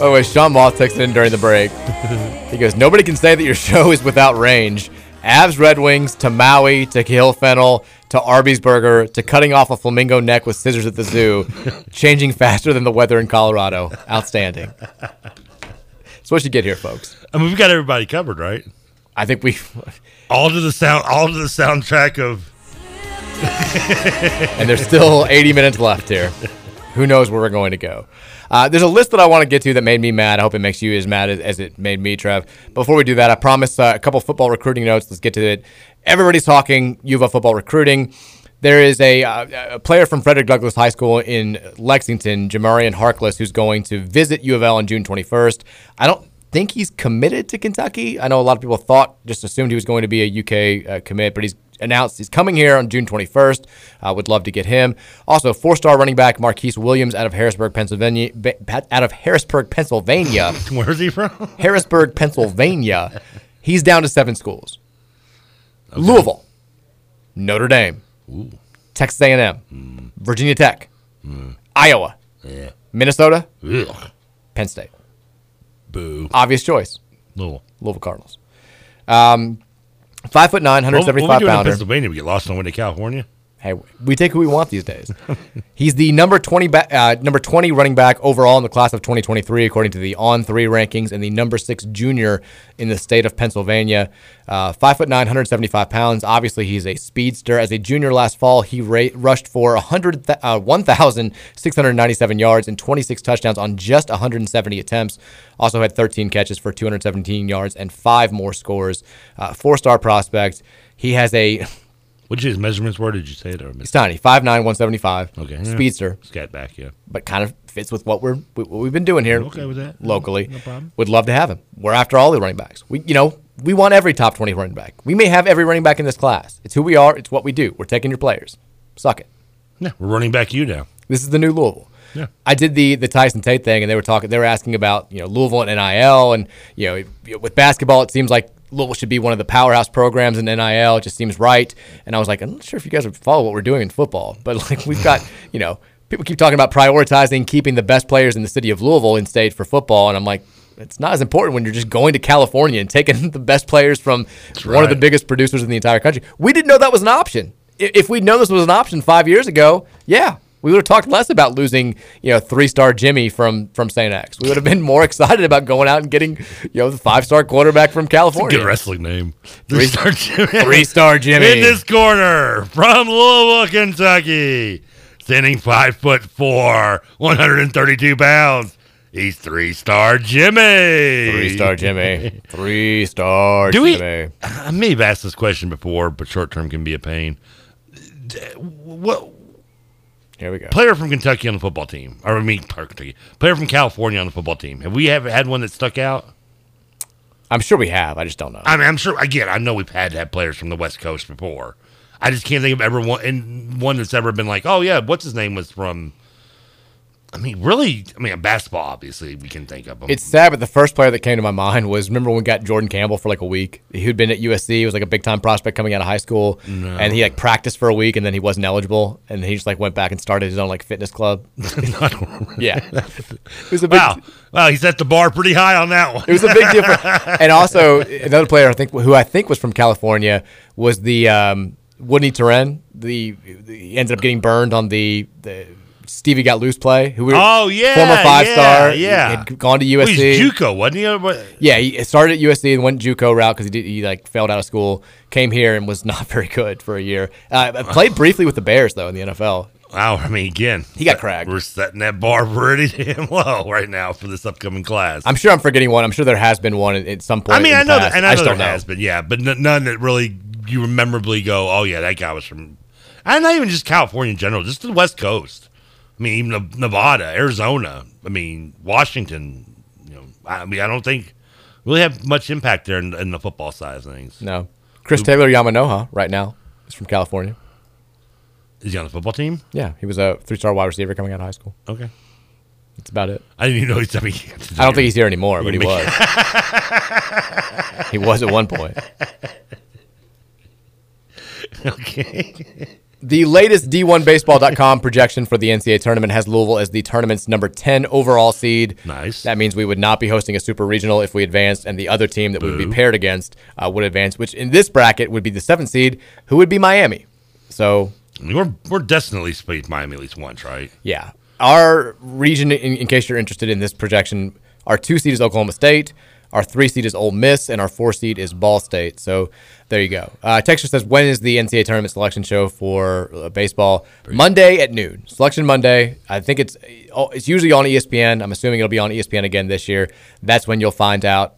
[SPEAKER 11] the way, Sean Moss texted in during the break. He goes, Nobody can say that your show is without range. Avs Red Wings to Maui to Hill Fennel to Arby's Burger to cutting off a flamingo neck with scissors at the zoo, changing faster than the weather in Colorado. Outstanding. That's what you get here, folks.
[SPEAKER 12] I mean, we got everybody covered, right?
[SPEAKER 11] I think we.
[SPEAKER 12] All to the sound. All to the soundtrack of. [laughs]
[SPEAKER 11] and there's still 80 minutes left here. Who knows where we're going to go? Uh, there's a list that I want to get to that made me mad. I hope it makes you as mad as, as it made me, Trev. Before we do that, I promise uh, a couple football recruiting notes. Let's get to it. Everybody's talking U of L football recruiting. There is a, uh, a player from Frederick Douglass High School in Lexington, Jamarian Harkless, who's going to visit U of L on June 21st. I don't think he's committed to Kentucky. I know a lot of people thought, just assumed he was going to be a UK uh, commit, but he's announced he's coming here on June 21st. Uh, would love to get him. Also, four-star running back Marquise Williams out of Harrisburg, Pennsylvania. Ba- Pat- out of Harrisburg, Pennsylvania.
[SPEAKER 12] Where's he from?
[SPEAKER 11] Harrisburg, Pennsylvania. He's down to seven schools: Louisville, Notre Dame, Texas A&M, Virginia Tech, Iowa,
[SPEAKER 12] Yeah.
[SPEAKER 11] Minnesota,
[SPEAKER 12] Ugh.
[SPEAKER 11] Penn State.
[SPEAKER 12] Boo.
[SPEAKER 11] Obvious choice.
[SPEAKER 12] Louisville.
[SPEAKER 11] Louisville Cardinals. Um, five foot nine, 175
[SPEAKER 12] what, what we doing in
[SPEAKER 11] pounder.
[SPEAKER 12] Pennsylvania, we get lost on the way to California.
[SPEAKER 11] Hey, we take who we want these days. He's the number twenty ba- uh, number twenty running back overall in the class of 2023, according to the On Three rankings, and the number six junior in the state of Pennsylvania. Uh, five foot nine, 175 pounds. Obviously, he's a speedster. As a junior last fall, he ra- rushed for 100 th- uh, 1,697 yards and 26 touchdowns on just 170 attempts. Also had 13 catches for 217 yards and five more scores. Uh, Four star prospect. He has a
[SPEAKER 12] What did his measurements were? Did you say it? Or
[SPEAKER 11] He's tiny, 5'9", 175.
[SPEAKER 12] Okay, yeah.
[SPEAKER 11] Speedster.
[SPEAKER 12] Scat back, yeah.
[SPEAKER 11] But kind of fits with what we're what we've been doing here.
[SPEAKER 12] I'm okay with that.
[SPEAKER 11] Locally,
[SPEAKER 12] No problem.
[SPEAKER 11] Would love to have him. We're after all the running backs. We, you know, we want every top twenty running back. We may have every running back in this class. It's who we are. It's what we do. We're taking your players. Suck it.
[SPEAKER 12] Yeah, we're running back you now.
[SPEAKER 11] This is the new Louisville.
[SPEAKER 12] Yeah.
[SPEAKER 11] I did the the Tyson Tate thing, and they were talking. They were asking about you know Louisville and NIL, and you know if- with basketball, it seems like Louisville should be one of the powerhouse programs in NIL. It just seems right. And I was like, I'm not sure if you guys would follow what we're doing in football, [laughs] but like we've got you know people keep talking about prioritizing keeping the best players in the city of Louisville in state for football, and I'm like. It's not as important when you're just going to California and taking [laughs] the best players from one of the
[SPEAKER 12] right.
[SPEAKER 11] biggest producers in the entire country. We didn't know that was an option. I- If we'd known this was an option five years ago, yeah, we would have talked less about losing, you know, three-star Jimmy from from St. X. We would have been [laughs] more excited about going out and getting, you know, the five-star quarterback from California.
[SPEAKER 12] Good wrestling name.
[SPEAKER 11] Three-
[SPEAKER 12] Three-star Jimmy.
[SPEAKER 11] Three-star Jimmy.
[SPEAKER 12] In this corner from Louisville, Kentucky, standing five foot four, 132 pounds. He's three-star Jimmy.
[SPEAKER 11] Three-star
[SPEAKER 12] [laughs]
[SPEAKER 11] Jimmy. Three-star
[SPEAKER 12] Do we?
[SPEAKER 11] Jimmy.
[SPEAKER 12] I may have asked this question before, but short-term can be a pain. D- What
[SPEAKER 11] Here we go.
[SPEAKER 12] player from Kentucky on the football team, or I mean, player, Kentucky, player from California on the football team. Have we have had one that stuck out?
[SPEAKER 11] I'm sure we have. I just don't know.
[SPEAKER 12] I mean, I'm sure. Again, I know we've had to have players from the West Coast before. I just can't think of ever one and one that's ever been like, oh yeah, what's his name was from. I mean, really, I mean, basketball. Obviously, we can think of him. [laughs]
[SPEAKER 11] It's sad, but the first player that came to my mind was remember when we got Jordan Campbell for like a week. He'd been at USC. He was like a big time prospect coming out of high school,
[SPEAKER 12] No.
[SPEAKER 11] and he like practiced for a week, and then he wasn't eligible, and he just like went back and started his own like fitness club.
[SPEAKER 12] [laughs]
[SPEAKER 11] yeah, it was a big,
[SPEAKER 12] wow, wow, he set the bar pretty high on that one.
[SPEAKER 11] [laughs] it was a big
[SPEAKER 12] [laughs]
[SPEAKER 11] difference. And also another player I think who I think was from California was the um, Woodney Terren. The, the he ended up getting burned on the. the Stevie got loose play. Who we were,
[SPEAKER 12] Oh yeah,
[SPEAKER 11] former five star.
[SPEAKER 12] Yeah, yeah.
[SPEAKER 11] had gone to USC.
[SPEAKER 12] Well, he's JUCO, wasn't he? Or what-
[SPEAKER 11] Yeah, he started at USC and went JUCO route because he did, he like failed out of school, came here and was [laughs] not very good for a year. Uh, played briefly with the Bears though in the NFL.
[SPEAKER 12] Wow, I mean, again,
[SPEAKER 11] He got cracked.
[SPEAKER 12] We're setting that bar pretty [laughs] damn low right now for this upcoming class.
[SPEAKER 11] I'm sure I'm forgetting one. I'm sure there has been one at, at some point.
[SPEAKER 12] I mean,
[SPEAKER 11] in
[SPEAKER 12] I
[SPEAKER 11] the
[SPEAKER 12] know
[SPEAKER 11] past.
[SPEAKER 12] that, and I,
[SPEAKER 11] just
[SPEAKER 12] know
[SPEAKER 11] don't
[SPEAKER 12] there
[SPEAKER 11] know.
[SPEAKER 12] has been, yeah, but n- none that really you memorably go, oh yeah, that guy was from, and not even just California in general, just the West Coast. I mean, even Ne- Nevada, Arizona. I mean, Washington. You know, I mean, I don't think really have much impact there in, in the football side of things.
[SPEAKER 11] No, Chris Taylor Yamanoha right now is from California.
[SPEAKER 12] Is he on the football team?
[SPEAKER 11] Yeah, he was a three-star wide receiver coming out of high school.
[SPEAKER 12] Okay,
[SPEAKER 11] That's about it.
[SPEAKER 12] I didn't even know he's. I mean,
[SPEAKER 11] I don't think he's here anymore, but he
[SPEAKER 12] Make- [laughs]
[SPEAKER 11] was. he was at one point.
[SPEAKER 12] [laughs] okay.
[SPEAKER 11] The latest D1Baseball.com projection for the NCAA tournament has Louisville as the tournament's number 10 overall seed.
[SPEAKER 12] Nice.
[SPEAKER 11] That means we would not be hosting a super regional if we advanced, and the other team that we would be
[SPEAKER 12] Boo.
[SPEAKER 11] paired against uh, would advance, which in this bracket would be the seventh seed, who would be Miami. So,
[SPEAKER 12] We're we're definitely played Miami at least once, right?
[SPEAKER 11] yeah. Our region, in, in case you're interested in this projection, our two seed is Oklahoma State. Our three seed is Ole Miss, and our four seed is Ball State. So there you go. Uh, Texture says, when is the NCAA tournament selection show for uh, baseball? Monday at noon. Selection Monday. I think it's oh, it's usually on ESPN. I'm assuming it'll be on E ESPN again this year. That's when you'll find out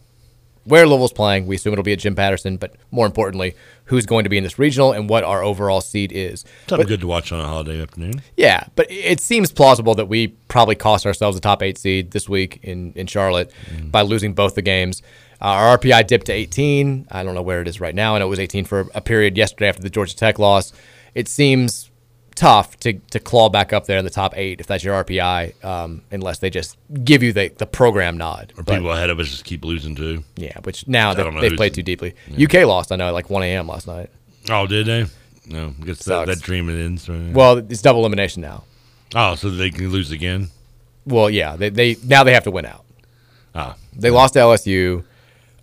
[SPEAKER 11] where Louisville's playing. We assume it'll be at Jim Patterson, but more importantly, who's going to be in this regional and what our overall seed is.
[SPEAKER 12] Something good to watch on a holiday afternoon.
[SPEAKER 11] Yeah, but it seems plausible that we probably cost ourselves a top eight seed this week in, in Charlotte
[SPEAKER 12] Mm-hmm.
[SPEAKER 11] by losing both the games. Uh, our RPI dipped to 18. I don't know where it is right now. I know it was 18 for a period yesterday after the Georgia Tech loss. It seems tough to, to claw back up there in the top eight if that's your RPI, um, unless they just give you the, the program nod.
[SPEAKER 12] Or
[SPEAKER 11] But-
[SPEAKER 12] people ahead of us just keep losing too.
[SPEAKER 11] yeah, which now
[SPEAKER 12] I
[SPEAKER 11] they,
[SPEAKER 12] don't know
[SPEAKER 11] they've
[SPEAKER 12] who's-
[SPEAKER 11] played too deeply.
[SPEAKER 12] Yeah.
[SPEAKER 11] UK lost, I know, at like 1 a.m. last night.
[SPEAKER 12] Oh, did they? No, I guess that,
[SPEAKER 11] Sucks.
[SPEAKER 12] that dream it ends. Right?
[SPEAKER 11] Well, it's double elimination now.
[SPEAKER 12] oh, so they can lose again.
[SPEAKER 11] Well, yeah, they, they now they have to win out.
[SPEAKER 12] Ah,
[SPEAKER 11] They lost to LSU.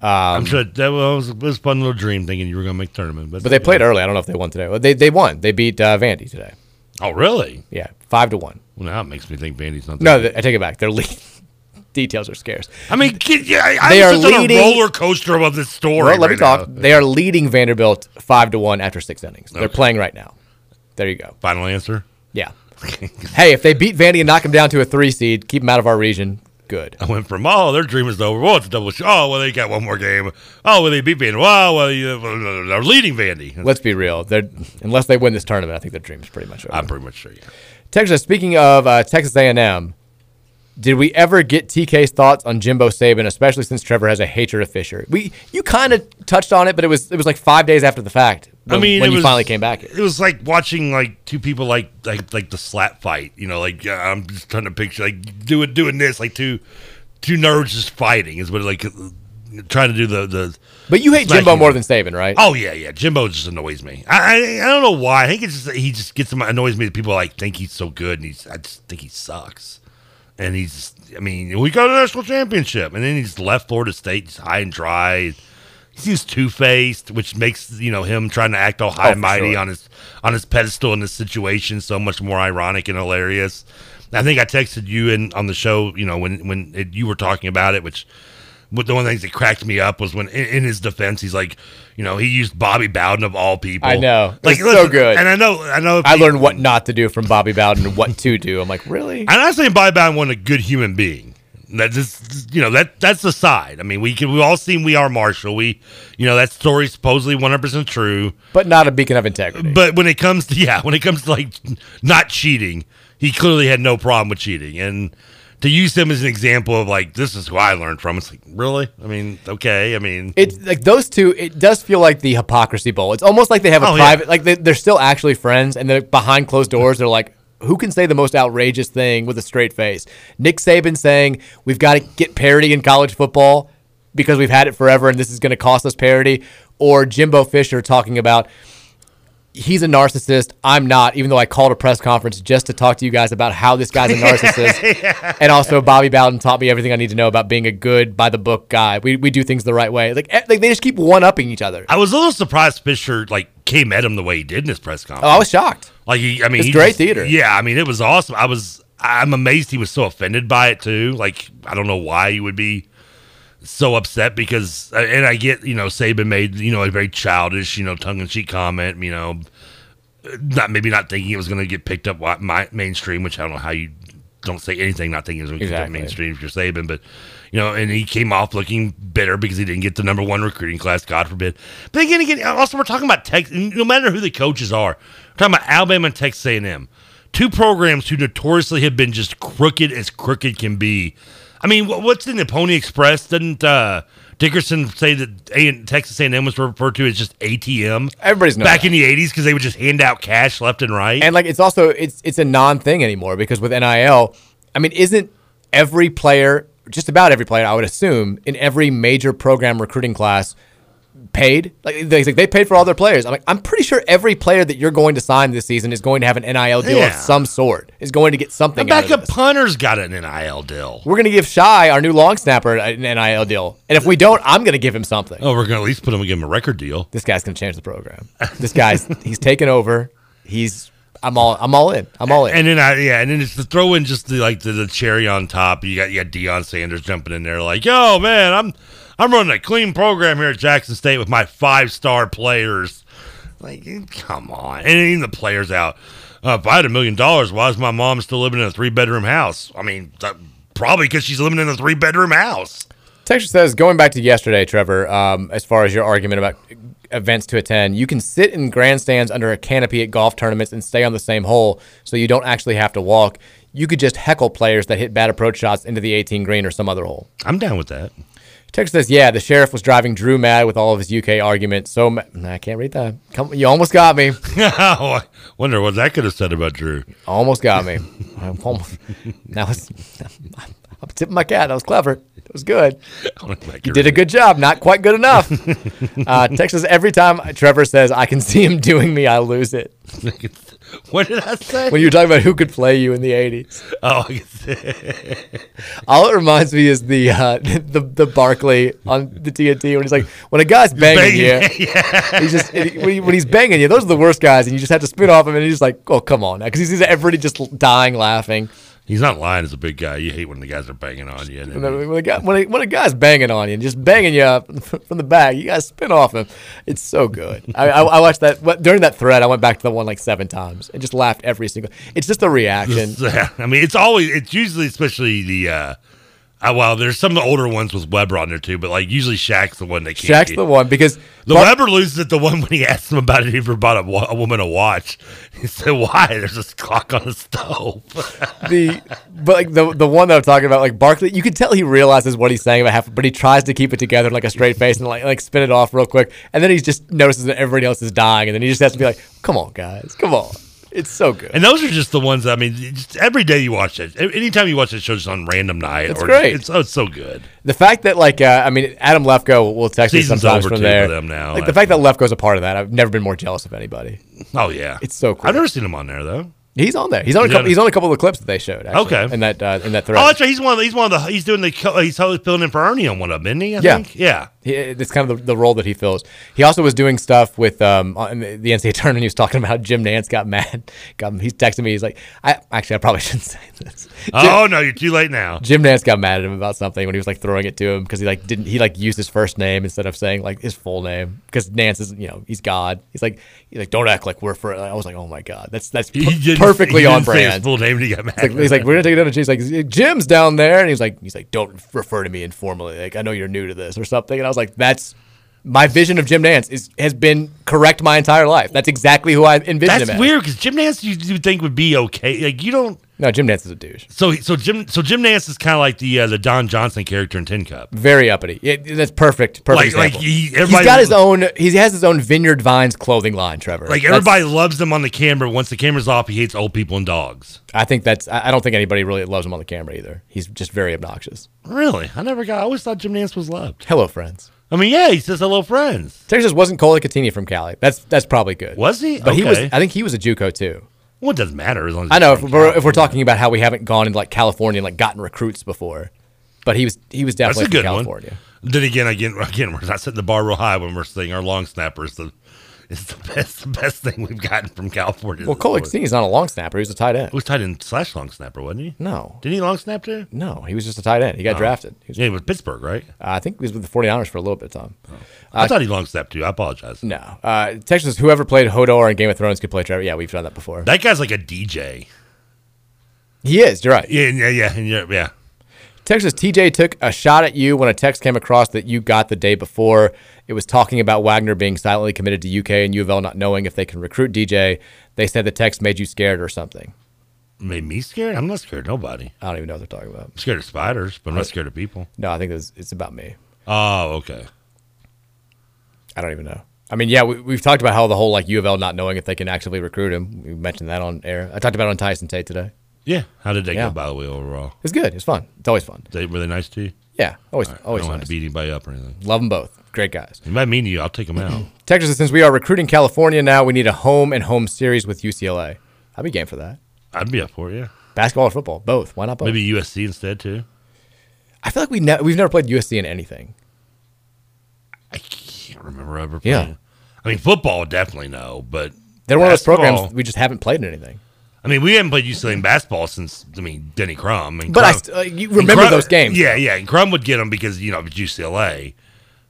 [SPEAKER 12] I'm sure that was, it was a fun little dream thinking you were going to make tournament, but,
[SPEAKER 11] But they played early. I don't know if they won today. Well, They they won. They beat uh, Vandy today.
[SPEAKER 12] Oh, really?
[SPEAKER 11] Yeah, five to one.
[SPEAKER 12] Well, now it makes me think Vandy's not.
[SPEAKER 11] No, th- I take it back. Their lead [laughs] details are scarce.
[SPEAKER 12] I mean, kid, yeah, I,
[SPEAKER 11] They
[SPEAKER 12] I'm
[SPEAKER 11] are
[SPEAKER 12] just
[SPEAKER 11] leading-
[SPEAKER 12] on a roller coaster of this story.
[SPEAKER 11] Well, let me
[SPEAKER 12] right
[SPEAKER 11] talk.
[SPEAKER 12] now.
[SPEAKER 11] They are leading Vanderbilt five to one after six innings. They're
[SPEAKER 12] Okay.
[SPEAKER 11] playing right now. There you go.
[SPEAKER 12] Final answer.
[SPEAKER 11] Yeah. [laughs] hey, if they beat Vandy and knock them down to a three seed, keep them out of our region. Good.
[SPEAKER 12] I went from oh, their dream is over. Well, it's a double. Sh- oh, well, they got one more game. Oh, well, they beat Vandy. Wow, well, you, they're leading Vandy.
[SPEAKER 11] Let's be real. They're unless they win this tournament, I think their dream's pretty much over.
[SPEAKER 12] I'm pretty much sure. Yeah.
[SPEAKER 11] Texas. Speaking of uh, Texas A&M, did we ever get TK's thoughts on Jimbo Saban, especially since Trevor has a hatred of Fisher? We you kind of touched on it, but it was it was like five days after the fact. When,
[SPEAKER 12] I mean,
[SPEAKER 11] when
[SPEAKER 12] it
[SPEAKER 11] you
[SPEAKER 12] was-
[SPEAKER 11] finally came back,
[SPEAKER 12] it was like watching like two people like like like the slap fight. You know, like yeah, I'm just trying to picture like doing doing this like two two nerds just fighting is what like trying to do the the.
[SPEAKER 11] But you hate
[SPEAKER 12] smacking.
[SPEAKER 11] Jimbo more than Saban, right?
[SPEAKER 12] Oh yeah, yeah. Jimbo just annoys me. I, I I don't know why. I think it's just that he just gets annoys me. that People like think he's so good, and he's I just think he sucks. And he's I mean we got a national championship, and then he's left Florida State just high and dry. He seems two faced, which makes you know him trying to act all high
[SPEAKER 11] Oh,
[SPEAKER 12] and
[SPEAKER 11] for
[SPEAKER 12] mighty
[SPEAKER 11] sure.
[SPEAKER 12] on his on his pedestal in this situation so much more ironic and hilarious. I think I texted you in on the show, you know, when when it, you were talking about it, which what the one thing that cracked me up was when in, in his defense he's like, you know, he used Bobby Bowden of all people.
[SPEAKER 11] I know.
[SPEAKER 12] like
[SPEAKER 11] Like so
[SPEAKER 12] listen,
[SPEAKER 11] good.
[SPEAKER 12] And I know, I know.
[SPEAKER 11] I learned what not to do from Bobby Bowden and what to do. I'm like, really?
[SPEAKER 12] And I think Bobby Bowden wasn't a good human being. That just you know that that's the side. I mean, we can we all seen we are Marshall. We you know that story's supposedly one hundred percent true.
[SPEAKER 11] But not a beacon of integrity.
[SPEAKER 12] But when it comes to [laughs] yeah, when it comes to like not cheating, he clearly had no problem with cheating. And to use him as an example of like this is who I learned from. It's like really. I mean, okay. I mean,
[SPEAKER 11] It's like those two. It does feel like the hypocrisy bowl. It's almost like they have a
[SPEAKER 12] Oh, yeah.
[SPEAKER 11] private, like they, they're still actually friends, and they're behind closed doors. They're like, who can say the most outrageous thing with a straight face? Nick Saban saying we've got to get parity in college football because we've had it forever, and this is going to cost us parity, or Jimbo Fisher talking about he's a narcissist. I'm not, even though I called a press conference just to talk to you guys about how this guy's a narcissist. And also, Bobby Bowden taught me everything I need to know about being a good, by the book guy. We, we do things the right way. Like, eh, like they just keep one upping each other.
[SPEAKER 12] I was a little surprised Fisher like came at him the way he did in his press conference.
[SPEAKER 11] Oh, I was shocked.
[SPEAKER 12] Like he, I mean,
[SPEAKER 11] It's
[SPEAKER 12] he
[SPEAKER 11] great
[SPEAKER 12] just-
[SPEAKER 11] theater.
[SPEAKER 12] Yeah, I mean, it was awesome. I was, I'm amazed he was so offended by it too. Like I don't know why you would be so upset because, and I get you know Saban made you know a very childish you know tongue in cheek comment you know not maybe not thinking it was going to get picked up wi- my, mainstream, which I don't know how you don't say anything not thinking it was going to get picked up
[SPEAKER 11] Exactly.
[SPEAKER 12] mainstream if you're Saban, but you know, and he came off looking bitter because he didn't get the number one recruiting class, God forbid. But again, again, also we're talking about Texas. No matter who the coaches are, we're talking about Alabama and Texas A&M, two programs who notoriously have been just crooked as crooked can be. I mean, wh- what's in the Pony Express? Didn't uh, Dickerson say that A- Texas A&M was referred to as just ATM?
[SPEAKER 11] Everybody's known
[SPEAKER 12] back
[SPEAKER 11] that.
[SPEAKER 12] in the '80s because they would just hand out cash left and right.
[SPEAKER 11] And like, it's also it's it's a non thing anymore because with NIL, I mean, isn't every player, just about every player, I would assume, in every major program recruiting class paid? Like they, like, they paid for all their players. I'm like, I'm pretty sure every player that you're going to sign this season is going to have an NIL deal of
[SPEAKER 12] Yeah.
[SPEAKER 11] some sort. Is going to get
[SPEAKER 12] The
[SPEAKER 11] something. out of
[SPEAKER 12] backup
[SPEAKER 11] this.
[SPEAKER 12] punter's got an NIL deal.
[SPEAKER 11] We're gonna give Shy our new long snapper an NIL deal, and if we don't, I'm gonna give him something.
[SPEAKER 12] Oh, we're gonna at least put him give him a record deal.
[SPEAKER 11] This guy's gonna change the program. This guy's he's taken over. He's I'm all I'm all in. I'm all in.
[SPEAKER 12] And then I yeah, and then it's to throw in just the like the, the cherry on top. You got you got Deion Sanders jumping in there like, yo man, I'm I'm running a clean program here at Jackson State with my five star players. Like, come on, and even the players out. Uh, if I had a million dollars, why is my mom still living in a three bedroom house? I mean, that, probably because she's living in a three bedroom house.
[SPEAKER 11] Texture says, going back to yesterday, Trevor, um, as far as your argument about events to attend, you can sit in grandstands under a canopy at golf tournaments and stay on the same hole so you don't actually have to walk. You could just heckle players that hit bad approach shots into the 18 green or some other hole.
[SPEAKER 12] I'm down with that.
[SPEAKER 11] Texture says, yeah, the sheriff was driving Drew mad with all of his UK arguments. So ma- Nah, I can't read that. Come, you almost got me.
[SPEAKER 12] [laughs] Oh, I
[SPEAKER 11] [laughs]
[SPEAKER 12] wonder what that could have said about Drew.
[SPEAKER 11] Almost got me. I almost, now it's, [laughs] I'm tipping my cat. That was clever. That was good.
[SPEAKER 12] Oh,
[SPEAKER 11] You did a good job. Not quite good enough. uh, Texas, every time Trevor says, I can see him doing me, I lose it.
[SPEAKER 12] [laughs] what did I say?
[SPEAKER 11] When you were talking about who could play you in the 80s.
[SPEAKER 12] [laughs] Oh, I guess.
[SPEAKER 11] All it reminds me is the uh, [laughs] the the Barkley on the TNT when he's like when a guy's [laughs] banging,
[SPEAKER 12] [laughs] Banging,
[SPEAKER 11] you, he's just when, he- when he's banging you, those are the worst guys, and you just have to spit off him, and he's just like, oh come on, because he sees everybody just dying laughing.
[SPEAKER 12] He's not lying as a big guy. You hate when the guys are banging on you.
[SPEAKER 11] When, the, when, a guy, when, a, when a guy's banging on you and just banging you up [laughs] from the back, you guys spin off him. It's so good. I, I, I watched that what- during that thread. I went back to the one like seven times and just laughed every single. It's just a
[SPEAKER 12] [laughs]
[SPEAKER 11] reaction.
[SPEAKER 12] I mean, it's always, it's usually, especially the, uh, uh, well, there's some of the older ones with Weber on there too, but like usually Shaq's the one that can't.
[SPEAKER 11] Shaq's
[SPEAKER 12] get-
[SPEAKER 11] the one because
[SPEAKER 12] The
[SPEAKER 11] Bar-
[SPEAKER 12] Weber loses at the one when he asked him about it. He ever bought a, wa- a woman a watch. [laughs] He said, "Why? There's this clock on the stove." [laughs]
[SPEAKER 11] the but like the the one that I'm talking about, like Barkley, you can tell he realizes what he's saying about half, but he tries to keep it together in like a straight face and like like spin it off real quick, and then he just notices that everybody else is dying, and then he just has to be like, "Come on, guys, come on." It's so good.
[SPEAKER 12] And those are just the ones. I mean, just every day you watch it. A- Anytime you watch that show, just on random night.
[SPEAKER 11] It's great.
[SPEAKER 12] It's, oh, it's so good.
[SPEAKER 11] The fact that like uh, I mean Adam Lefko will- will text
[SPEAKER 12] Season's
[SPEAKER 11] me sometimes
[SPEAKER 12] over
[SPEAKER 11] from
[SPEAKER 12] too
[SPEAKER 11] there.
[SPEAKER 12] for them now,
[SPEAKER 11] like the fact that Lefko's a part of that, I've never been more jealous of anybody.
[SPEAKER 12] Oh yeah,
[SPEAKER 11] it's so cool.
[SPEAKER 12] I've never seen him on there though.
[SPEAKER 11] He's on there. He's on a
[SPEAKER 12] Is he
[SPEAKER 11] couple,
[SPEAKER 12] on-
[SPEAKER 11] he's on a couple of the clips that they showed. Actually,
[SPEAKER 12] Okay.
[SPEAKER 11] in that uh, in that
[SPEAKER 12] Oh,
[SPEAKER 11] thread.
[SPEAKER 12] that's right. He's one. Of the, he's one of the. He's doing the. co- He's always filling in for Ernie on one of them, isn't he? I
[SPEAKER 11] yeah,
[SPEAKER 12] Think? Yeah.
[SPEAKER 11] He, it's kind of the, the role that he fills. He also was doing stuff with um on the the NCAA tournament. He was talking about how Jim Nance got mad. [laughs] Got him- he's texting me. He's like, I actually I probably [laughs] shouldn't say this.
[SPEAKER 12] Oh no, you're too late now.
[SPEAKER 11] Jim Nance got mad at him about something when he was like throwing it to him because he like didn't he like used his first name instead of saying like his full name because Nance is you know he's God. He's like he's like don't act like we're for. I was like oh my god that's that's per-
[SPEAKER 12] didn't-
[SPEAKER 11] perfectly
[SPEAKER 12] he
[SPEAKER 11] on
[SPEAKER 12] didn't say his
[SPEAKER 11] brand.
[SPEAKER 12] full name and he got
[SPEAKER 11] He's
[SPEAKER 12] mad.
[SPEAKER 11] like, he's like, we're gonna take it down. And she's like Jim's down there and he's like he's like don't refer to me informally. Like I know you're new to this or something. And I was like that's. My vision of Jim Nance is, has been correct my entire life. That's exactly who I envisioned him
[SPEAKER 12] That's
[SPEAKER 11] as.
[SPEAKER 12] weird because Jim Nance you, you think would be okay. Like you don't.
[SPEAKER 11] No, Jim Nance is a douche.
[SPEAKER 12] So he- so Jim so Jim Nance is kind of like the uh, the Don Johnson character in Tin Cup.
[SPEAKER 11] Very uppity. Yeah, that's perfect. Perfect.
[SPEAKER 12] Like- like
[SPEAKER 11] example.
[SPEAKER 12] he-
[SPEAKER 11] has
[SPEAKER 12] everybody-
[SPEAKER 11] got his own. He has his own Vineyard Vines clothing line. Trevor.
[SPEAKER 12] Like
[SPEAKER 11] That's-
[SPEAKER 12] everybody loves him on the camera. Once the camera's off, he hates old people and dogs.
[SPEAKER 11] I think that's. I I don't think anybody really loves him on the camera either. He's just very obnoxious.
[SPEAKER 12] Really, I never got. I always thought Jim Nance was loved.
[SPEAKER 11] Hello, friends.
[SPEAKER 12] I mean, yeah, he says hello, friends.
[SPEAKER 11] Texas wasn't Cole Catini from Cali. That's that's probably good.
[SPEAKER 12] Was he?
[SPEAKER 11] But he was.
[SPEAKER 12] Okay.
[SPEAKER 11] I think he was a JUCO too.
[SPEAKER 12] Well, it doesn't matter as long as
[SPEAKER 11] I
[SPEAKER 12] he's
[SPEAKER 11] know. If
[SPEAKER 12] from
[SPEAKER 11] we're,
[SPEAKER 12] Cali.
[SPEAKER 11] if we're talking about how we haven't gone into like California and like gotten recruits before, but he was he was
[SPEAKER 12] That's
[SPEAKER 11] definitely
[SPEAKER 12] a
[SPEAKER 11] from
[SPEAKER 12] good
[SPEAKER 11] California.
[SPEAKER 12] one. Then again, again, again, we're not setting the bar real high when we're saying our long snapper is the is the best [laughs] the best thing we've gotten from California.
[SPEAKER 11] Well, Cole Catini's not a long snapper. He was a tight end.
[SPEAKER 12] He was tight end slash long snapper, wasn't he?
[SPEAKER 11] No,
[SPEAKER 12] Didn't he long snap too?
[SPEAKER 11] no, he was just a tight end. He got
[SPEAKER 12] Oh.
[SPEAKER 11] drafted. He was,
[SPEAKER 12] Yeah, he was Pittsburgh, right?
[SPEAKER 11] I think he was with the 49ers for a little bit of time.
[SPEAKER 12] I
[SPEAKER 11] Uh,
[SPEAKER 12] thought he long snapped too. I apologize.
[SPEAKER 11] No. Uh, Texas, whoever played Hodor in Game of Thrones could play Trevor. Yeah, we've done that before.
[SPEAKER 12] That guy's like a DJ.
[SPEAKER 11] he is. You're right.
[SPEAKER 12] Yeah, yeah, yeah, and yeah, yeah.
[SPEAKER 11] Texas, TJ took a shot at you when a text came across that you got the day before. It was talking about Wagner being silently committed to UK and U of L not knowing if they can recruit DJ. They said the text made you scared or something.
[SPEAKER 12] Made me scared. I'm not scared of nobody.
[SPEAKER 11] I don't even know what they're talking about.
[SPEAKER 12] I'm scared of spiders, but I'm not scared of people.
[SPEAKER 11] No, I think it was, it's about me.
[SPEAKER 12] Oh, okay.
[SPEAKER 11] I don't even know. I mean, yeah, we, we've talked about how the whole like U of L not knowing if they can actively recruit him. We mentioned that on air. I talked about it on Tyson Tate today.
[SPEAKER 12] Yeah. How did they
[SPEAKER 11] Yeah.
[SPEAKER 12] go by the way overall?
[SPEAKER 11] It's good. It's fun. It's always fun.
[SPEAKER 12] They were they nice to you?
[SPEAKER 11] Yeah, always,
[SPEAKER 12] All right,
[SPEAKER 11] always
[SPEAKER 12] I don't
[SPEAKER 11] fun.
[SPEAKER 12] have to beat anybody up or anything.
[SPEAKER 11] Love them both. Great guys.
[SPEAKER 12] If I mean to you, I'll take them out.
[SPEAKER 11] [clears throat] Texas, since we are recruiting California now, we need a home and home series with UCLA. I'd be game for that.
[SPEAKER 12] I'd be up for it. Yeah.
[SPEAKER 11] Basketball or football, both. Why not both?
[SPEAKER 12] Maybe USC instead too.
[SPEAKER 11] I feel like we ne- we've never played USC in anything.
[SPEAKER 12] Can't remember ever.
[SPEAKER 11] Yeah.
[SPEAKER 12] Playing. I mean, football definitely no, but
[SPEAKER 11] They're one of those programs
[SPEAKER 12] basketball-
[SPEAKER 11] we just haven't played in anything.
[SPEAKER 12] I mean, we haven't played UCLA in basketball since I mean Denny Crum. And
[SPEAKER 11] But I
[SPEAKER 12] Crum-
[SPEAKER 11] st- uh, you
[SPEAKER 12] and
[SPEAKER 11] remember
[SPEAKER 12] Crum-
[SPEAKER 11] those games,
[SPEAKER 12] Yeah, yeah. And Crum would get them because you know it was UCLA.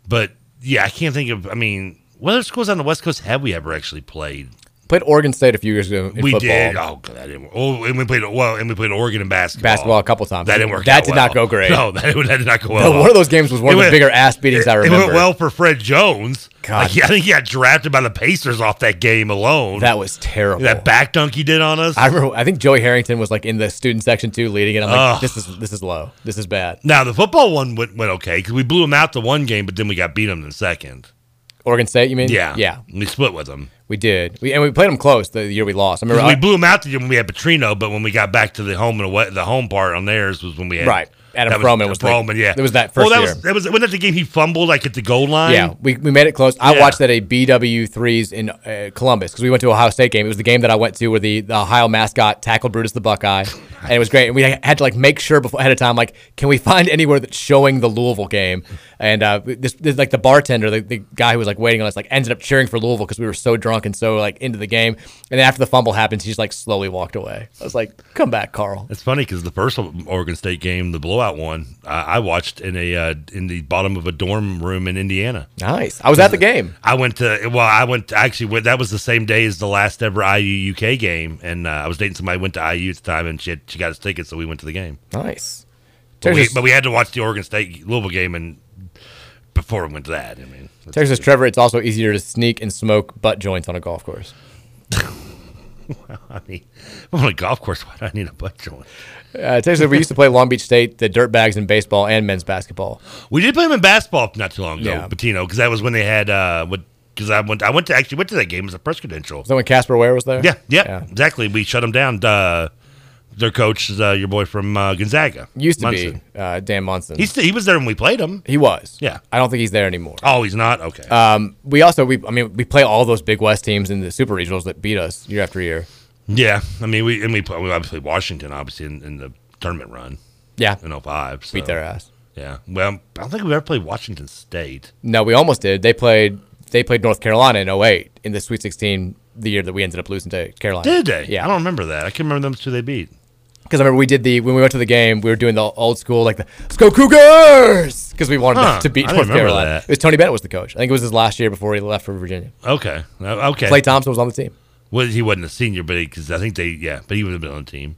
[SPEAKER 12] But yeah, I can't think of. I mean, what other schools on the West Coast have we ever actually played?
[SPEAKER 11] Played Oregon State a few years ago in
[SPEAKER 12] we
[SPEAKER 11] football.
[SPEAKER 12] did. Oh, God, that didn't work. Oh, and we played. Well, and we played Oregon in basketball.
[SPEAKER 11] Basketball a couple times.
[SPEAKER 12] That didn't work.
[SPEAKER 11] That
[SPEAKER 12] out
[SPEAKER 11] did not
[SPEAKER 12] well.
[SPEAKER 11] go great. [laughs]
[SPEAKER 12] No, [laughs] that, that did not go
[SPEAKER 11] No,
[SPEAKER 12] well.
[SPEAKER 11] one of those games was one
[SPEAKER 12] It
[SPEAKER 11] of the
[SPEAKER 12] went-
[SPEAKER 11] bigger ass beatings
[SPEAKER 12] it,
[SPEAKER 11] I
[SPEAKER 12] It
[SPEAKER 11] remember.
[SPEAKER 12] went well for Fred Jones.
[SPEAKER 11] God.
[SPEAKER 12] Like, [laughs] I think he got drafted by the Pacers off that game alone.
[SPEAKER 11] That was terrible.
[SPEAKER 12] that back dunk he did on us.
[SPEAKER 11] I remember. I think Joey Harrington was like in the student section too, leading it. I'm like,
[SPEAKER 12] Ugh.
[SPEAKER 11] this is this is low. This is bad.
[SPEAKER 12] Now the football one went, went okay because we blew them out the one game, but then we got beat them in the second.
[SPEAKER 11] Oregon State, you mean?
[SPEAKER 12] Yeah,
[SPEAKER 11] yeah.
[SPEAKER 12] We split with them.
[SPEAKER 11] We did. We and we played them close the year we lost. I
[SPEAKER 12] 'Cause
[SPEAKER 11] remember. I-
[SPEAKER 12] we blew them out the year when we had Petrino, but when we got back to the home and away, the home part on theirs was when we had
[SPEAKER 11] Right. Adam
[SPEAKER 12] That was-
[SPEAKER 11] Froman was,
[SPEAKER 12] Bowman,
[SPEAKER 11] the,
[SPEAKER 12] yeah.
[SPEAKER 11] It was that first
[SPEAKER 12] well, that
[SPEAKER 11] year.
[SPEAKER 12] was that was wasn't that the game he fumbled like at the goal line?
[SPEAKER 11] Yeah, we, we made it close. I
[SPEAKER 12] Yeah.
[SPEAKER 11] watched that at BW threes in uh, Columbus because we went to Ohio State game. It was the game that I went to where the, the Ohio mascot tackled Brutus the
[SPEAKER 12] [laughs]
[SPEAKER 11] Buckeye, and it was great. And we had to like make sure before ahead of time, like, can we find [laughs] anywhere that's showing the Louisville game? And uh, this, this like the bartender, the, the guy who was like waiting on us, like ended up cheering for Louisville because we were so drunk and so like into the game. And then after the fumble happens, he just like slowly walked away. I was like, come back, Carl.
[SPEAKER 12] It's funny because the first Oregon State game, the blowout one, I, I watched in a uh, in the bottom of a dorm room in Indiana.
[SPEAKER 11] Nice. I was at the game.
[SPEAKER 12] I went to well, I went to, actually went, that was the same day as the last ever IU UK game, and uh, I was dating somebody who went to IU at the time, and she had, she got us tickets, so we went to the game.
[SPEAKER 11] Nice.
[SPEAKER 12] But we,
[SPEAKER 11] Texas-
[SPEAKER 12] but we had to watch the Oregon State Louisville game, and before we went to that, I mean,
[SPEAKER 11] Texas Trevor, it's also easier to sneak and smoke butt joints on a golf course.
[SPEAKER 12] [laughs] I mean, I'm on a golf course. [laughs] Why do I need a butt joint?
[SPEAKER 11] Uh, Texas, we used to play Long Beach State, the Dirtbags in baseball and men's basketball.
[SPEAKER 12] We did play them in basketball not too long ago,
[SPEAKER 11] Yeah.
[SPEAKER 12] Patino, because that was when they had uh, what. Because I went, I went to actually went to that game as a press credential.
[SPEAKER 11] Was that when Casper Ware was there?
[SPEAKER 12] Yeah, yeah, exactly. We shut them down. Uh, their coach is uh, your boy from uh, Gonzaga.
[SPEAKER 11] Used to
[SPEAKER 12] Munson.
[SPEAKER 11] be uh, Dan Munson.
[SPEAKER 12] He's he was there when we played him.
[SPEAKER 11] He was.
[SPEAKER 12] Yeah.
[SPEAKER 11] I don't think he's there anymore.
[SPEAKER 12] Oh, he's not. Okay.
[SPEAKER 11] Um, we also we I mean we play all those Big West teams in the Super Regionals that beat us year after year.
[SPEAKER 12] Yeah, I mean we and we, play, we obviously Washington obviously in, in the tournament run.
[SPEAKER 11] Yeah.
[SPEAKER 12] in 05. So.
[SPEAKER 11] Beat their ass.
[SPEAKER 12] Yeah. Well, I don't think we ever played Washington State.
[SPEAKER 11] No, we almost did. They played they played North Carolina in 08 in the Sweet 16 the year that we ended up losing to Carolina.
[SPEAKER 12] Did they?
[SPEAKER 11] Yeah.
[SPEAKER 12] I don't remember that. I can't remember them two they beat.
[SPEAKER 11] Because I remember we did the when we went to the game, we were doing the old school like the "Let's go Cougars" because we wanted
[SPEAKER 12] Huh,
[SPEAKER 11] to beat
[SPEAKER 12] I didn't
[SPEAKER 11] North
[SPEAKER 12] remember
[SPEAKER 11] Carolina.
[SPEAKER 12] that.
[SPEAKER 11] It was Tony Bennett was the coach. I think it was his last year before he left for Virginia.
[SPEAKER 12] Okay. Uh, okay.
[SPEAKER 11] Clay Thompson was on the team.
[SPEAKER 12] Well, he wasn't a senior, but because I think they yeah, but he would have been on the team.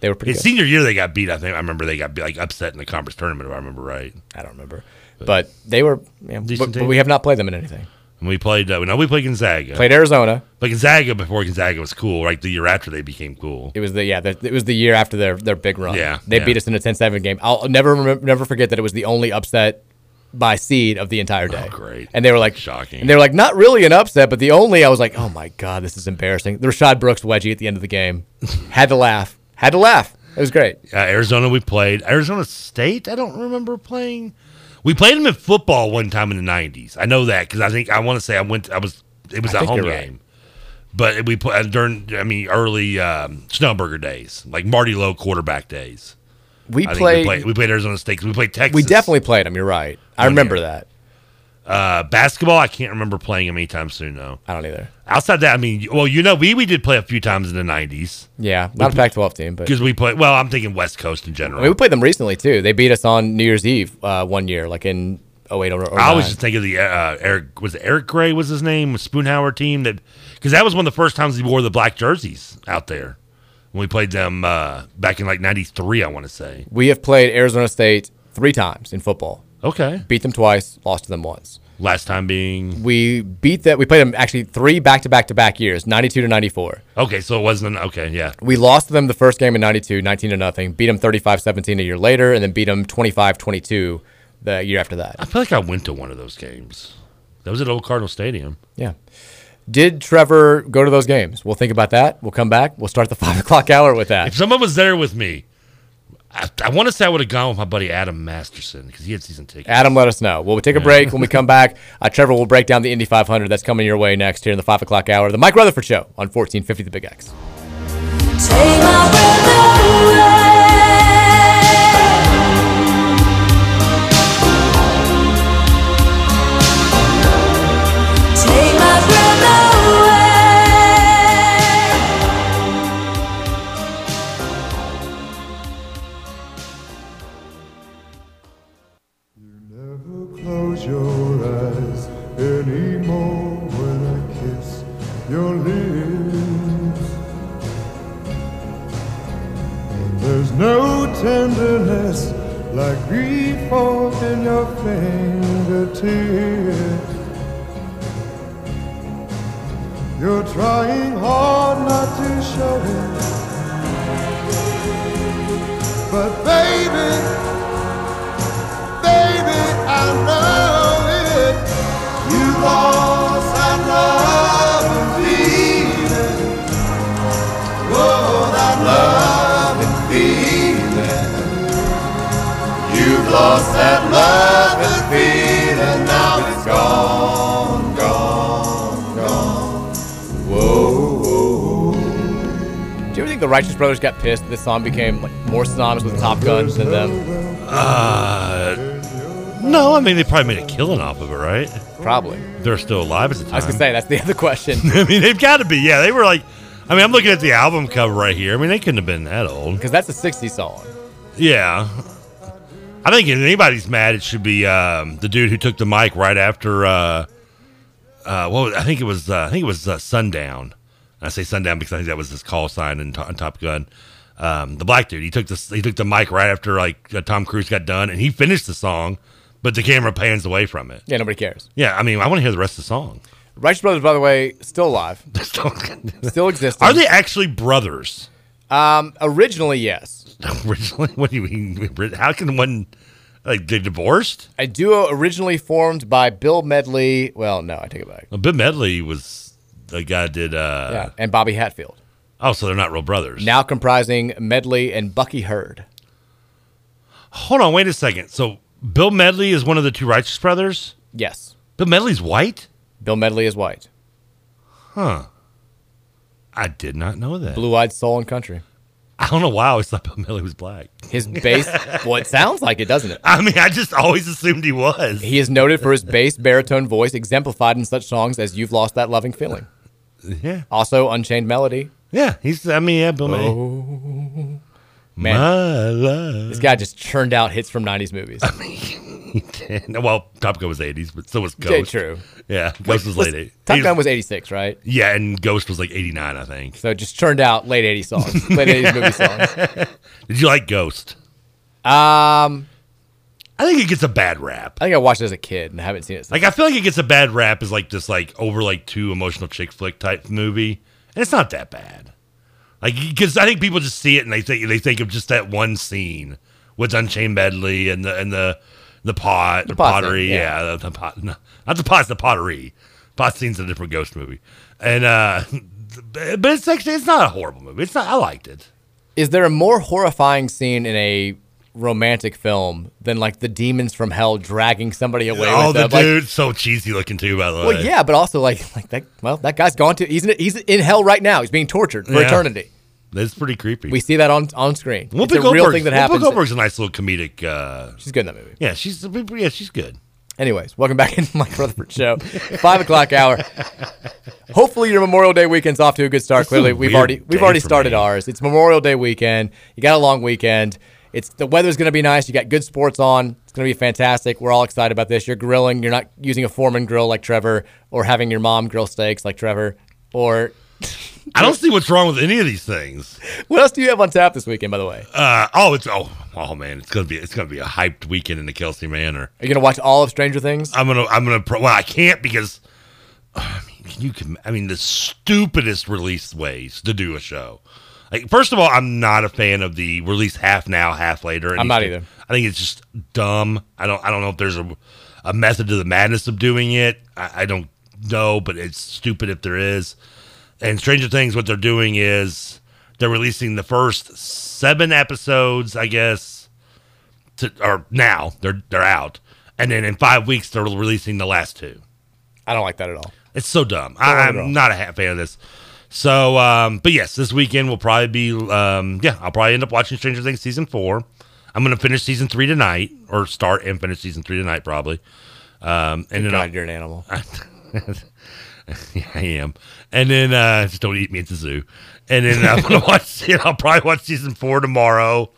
[SPEAKER 11] They were pretty
[SPEAKER 12] His
[SPEAKER 11] good.
[SPEAKER 12] senior year they got beat. I think I remember they got beat, like upset in the conference tournament. If I remember right.
[SPEAKER 11] I don't remember, but they were. Yeah, but,
[SPEAKER 12] Decent
[SPEAKER 11] but
[SPEAKER 12] team.
[SPEAKER 11] we have not played them in anything.
[SPEAKER 12] And we played. Uh, no, we played Gonzaga.
[SPEAKER 11] Played Arizona.
[SPEAKER 12] But Gonzaga before Gonzaga was cool, right? The year after they became cool.
[SPEAKER 11] It was the yeah. The, it was the year after their their big run.
[SPEAKER 12] Yeah,
[SPEAKER 11] they
[SPEAKER 12] yeah.
[SPEAKER 11] beat us in a 10-7 game. I'll never remember, never forget that it was the only upset by seed of the entire day.
[SPEAKER 12] Oh, great.
[SPEAKER 11] And they were like
[SPEAKER 12] Shocking.
[SPEAKER 11] And they were like not really an upset, but the only I was like, oh my god, this is embarrassing. The Rashad Brooks wedgie at the end of the
[SPEAKER 12] [laughs]
[SPEAKER 11] game had to laugh. Had to laugh. It was great.
[SPEAKER 12] Uh, Arizona, we played Arizona State. I don't remember playing. We played them in football one time in the nineties. I know that because I think I want to say I went. I was. It was
[SPEAKER 11] I
[SPEAKER 12] a
[SPEAKER 11] think
[SPEAKER 12] home
[SPEAKER 11] you're right.
[SPEAKER 12] game, but we played during. I mean, early um, Snowburger days, like Marty Lowe quarterback days.
[SPEAKER 11] We
[SPEAKER 12] I think
[SPEAKER 11] played-
[SPEAKER 12] We played, we played Arizona State. 'cause we played Texas.
[SPEAKER 11] We definitely played them. You're right. I
[SPEAKER 12] One
[SPEAKER 11] remember
[SPEAKER 12] year.
[SPEAKER 11] that.
[SPEAKER 12] Uh, basketball, I can't remember playing them anytime soon though.
[SPEAKER 11] I don't either.
[SPEAKER 12] Outside that, I mean, well, you know, we we did play a few times in the nineties
[SPEAKER 11] Yeah, not a Pac-12 team, but
[SPEAKER 12] because we played. Well, I'm thinking West Coast in general.
[SPEAKER 11] I mean, we played them recently too. They beat us on New Year's Eve uh, one year, like in 08 or, or
[SPEAKER 12] I always
[SPEAKER 11] 09.
[SPEAKER 12] just think of the uh, Eric was it Eric Gray was his name was Spoonhauer team that because that was one of the first times he wore the black jerseys out there when we played them uh, back in like '93 I want to say
[SPEAKER 11] We have played Arizona State three times in football.
[SPEAKER 12] Okay.
[SPEAKER 11] Beat them twice, lost to them once.
[SPEAKER 12] last time being
[SPEAKER 11] We beat that. We played them actually three back to back to back years, 92 to 94.
[SPEAKER 12] okay so it wasn't okay yeah
[SPEAKER 11] We lost to them the first game in 92, 19 to nothing, beat them 35 17 a year later, and then beat them 25 22 the year after that.
[SPEAKER 12] I feel like I went to one of those games that was at Old Cardinal Stadium
[SPEAKER 11] Yeah. Did Trevor go to those games? We'll think about that. We'll come back. We'll start the [laughs] five o'clock hour with that.
[SPEAKER 12] if someone was there with me I, I want to say I would have gone with my buddy Adam Masterson because he had season tickets
[SPEAKER 11] Adam, let us know. Well, we'll take a break. When we come back, uh, Trevor will break down the Indy 500. That's coming your way next here in the 5 o'clock hour. The Mike Rutherford Show on 1450 The Big X.
[SPEAKER 14] Close your eyes anymore when I kiss your lips. And there's no tenderness like grief forth in your fingertips. You're trying hard not to show it. But baby, baby, I know it. You lost that love and feeling. Oh, that love and feeling.
[SPEAKER 15] lost that love and feeling, now it's gone, gone, gone. Whoa.
[SPEAKER 11] Do you ever think the Righteous Brothers got pissed that this song became like more synonymous with Top Gun than them?
[SPEAKER 12] Uh, no, I mean they probably made a killing off of it, right?
[SPEAKER 11] Probably.
[SPEAKER 12] They're still alive at the time.
[SPEAKER 11] I was gonna say that's the [laughs] other question.
[SPEAKER 12] [laughs] I mean, they've got to be. Yeah, they were like. I mean, I'm looking at the album cover right here. I mean, they couldn't have been that old.
[SPEAKER 11] Because that's a '60s song.
[SPEAKER 12] Yeah. I think if anybody's mad, it should be um, the dude who took the mic right after. Uh, uh, what was, I think it was. Uh, I think it was uh, Sundown. And I say Sundown because I think that was his call sign in, to- in Top Gun. Um, the black dude. He took this. He took the mic right after like uh, Tom Cruise got done, and he finished the song, but the camera pans away from it.
[SPEAKER 11] Yeah, nobody cares.
[SPEAKER 12] Yeah, I mean, I want to hear the rest of the song. [laughs]
[SPEAKER 11] Righteous Brothers, by the way, still alive,
[SPEAKER 12] still,
[SPEAKER 11] still existing.
[SPEAKER 12] Are they actually brothers?
[SPEAKER 11] Um, originally, yes.
[SPEAKER 12] [laughs] Originally, what do you mean? How can one like they divorced?
[SPEAKER 11] A duo originally formed by Bill Medley. Well, no, I take it back.
[SPEAKER 12] Well, Bill Medley was the guy did. Uh,
[SPEAKER 11] yeah, and Bobby Hatfield.
[SPEAKER 12] Oh, so they're not real brothers.
[SPEAKER 11] Now comprising Medley and Bucky Hurd.
[SPEAKER 12] Hold on, wait a second. So Bill Medley is one of the two Righteous Brothers.
[SPEAKER 11] Yes.
[SPEAKER 12] Bill Medley's white.
[SPEAKER 11] Bill Medley is white.
[SPEAKER 12] Huh. I did not know that.
[SPEAKER 11] Blue eyed soul and country.
[SPEAKER 12] I don't know why I always thought Bill Medley was black.
[SPEAKER 11] His
[SPEAKER 12] [laughs]
[SPEAKER 11] bass, well, it sounds like it, doesn't it?
[SPEAKER 12] I mean, I just always assumed he was.
[SPEAKER 11] He is noted for his bass baritone voice, exemplified in such songs as "You've Lost That Loving Feeling."
[SPEAKER 12] Yeah.
[SPEAKER 11] Also, "Unchained Melody."
[SPEAKER 12] Yeah, he's. I mean, yeah, Bill Medley.
[SPEAKER 11] Oh,
[SPEAKER 12] My love. [laughs]
[SPEAKER 11] This guy just churned out hits from '90s movies.
[SPEAKER 12] I mean, he did. Well, Top Gun was '80s, but so was Ghost.
[SPEAKER 11] Yeah, true.
[SPEAKER 12] Yeah, Ghost was
[SPEAKER 11] Let's-
[SPEAKER 12] late '80s.
[SPEAKER 11] Top Gun was '86, right?
[SPEAKER 12] Yeah, and Ghost was like '89, I think.
[SPEAKER 11] So it just churned out late '80s
[SPEAKER 12] [laughs]
[SPEAKER 11] songs, late '80s movie songs.
[SPEAKER 12] Did you like Ghost?
[SPEAKER 11] Um,
[SPEAKER 12] I think it gets a bad rap.
[SPEAKER 11] I think I watched it as a kid and haven't seen it. Since.
[SPEAKER 12] Like I feel like it gets a bad rap as like this like over like two emotional chick flick type movie, and it's not that bad. Like because I think people just see it and they think they think of just that one scene with Unchained Medley and the and the the pot the,
[SPEAKER 11] pot
[SPEAKER 12] pottery
[SPEAKER 11] thing,
[SPEAKER 12] yeah,
[SPEAKER 11] yeah.
[SPEAKER 12] the, the pot no, not the pot the pottery pot scene's a different ghost movie and uh [laughs] but it's actually it's not a horrible movie it's not I liked it
[SPEAKER 11] Is there a more horrifying scene in a romantic film than like the demons from hell dragging somebody away?
[SPEAKER 12] oh
[SPEAKER 11] with
[SPEAKER 12] the
[SPEAKER 11] them? Like,
[SPEAKER 12] dude's so cheesy looking too by the way
[SPEAKER 11] well, yeah, but also like, like that. Well, that guy's gone to. He's in, he's in hell right now. He's being tortured for
[SPEAKER 12] Yeah.
[SPEAKER 11] eternity.
[SPEAKER 12] that's pretty creepy
[SPEAKER 11] We see that on on screen.
[SPEAKER 12] Whoopi
[SPEAKER 11] it's a real
[SPEAKER 12] Goldberg's-
[SPEAKER 11] thing that
[SPEAKER 12] Whoopi
[SPEAKER 11] happens.
[SPEAKER 12] Goldberg's a nice little comedic. Uh,
[SPEAKER 11] She's good in that movie.
[SPEAKER 12] yeah, she's yeah, she's good.
[SPEAKER 11] Anyways, welcome back [laughs] into Mike Rutherford Show, five o'clock hour. Hopefully, your Memorial Day weekend's off to a good start.
[SPEAKER 12] This is a
[SPEAKER 11] Clearly, we've
[SPEAKER 12] weird
[SPEAKER 11] already we've
[SPEAKER 12] day
[SPEAKER 11] already
[SPEAKER 12] for
[SPEAKER 11] started
[SPEAKER 12] me.
[SPEAKER 11] ours. It's Memorial Day weekend. You got a long weekend. It's the weather's going to be nice. You got good sports on. It's going to be fantastic. We're all excited about this. You're grilling. You're not using a Foreman grill like Trevor, or having your mom grill steaks like Trevor, or
[SPEAKER 12] I don't see what's wrong with any of these things.
[SPEAKER 11] what else do you have on tap this weekend? By the way,
[SPEAKER 12] Uh, oh, it's oh oh man, it's gonna be it's gonna be a hyped weekend in the Kelsey Manor.
[SPEAKER 11] are you going to watch all of Stranger Things?
[SPEAKER 12] I'm gonna I'm gonna pro- well I can't because I mean, can you can I mean the stupidest release ways to do a show. Like first of all, I'm not a fan of the release half now, half later. and
[SPEAKER 11] I'm not
[SPEAKER 12] these-
[SPEAKER 11] either.
[SPEAKER 12] I think it's just dumb. I don't I don't know if there's a a method to the madness of doing it. I, I don't know, but it's stupid if there is. And Stranger Things, what they're doing is they're releasing the first seven episodes, I guess to or now they're they're out, and then in five weeks they're releasing the last two.
[SPEAKER 11] I don't like that at all.
[SPEAKER 12] It's so dumb.
[SPEAKER 11] Don't
[SPEAKER 12] I,
[SPEAKER 11] like it at all.
[SPEAKER 12] I'm not a ha- fan of this. So, um, but yes, this weekend will probably be. Um, yeah, I'll probably end up watching Stranger Things season four. I'm gonna finish season three tonight, or start and finish season three tonight probably. Um, and then
[SPEAKER 11] God,
[SPEAKER 12] I'll-
[SPEAKER 11] you're an animal.
[SPEAKER 12] [laughs] yeah, I am. And then uh, just don't eat me at the zoo. And then uh, [laughs] I'm gonna watch. You know, I'll probably watch season four tomorrow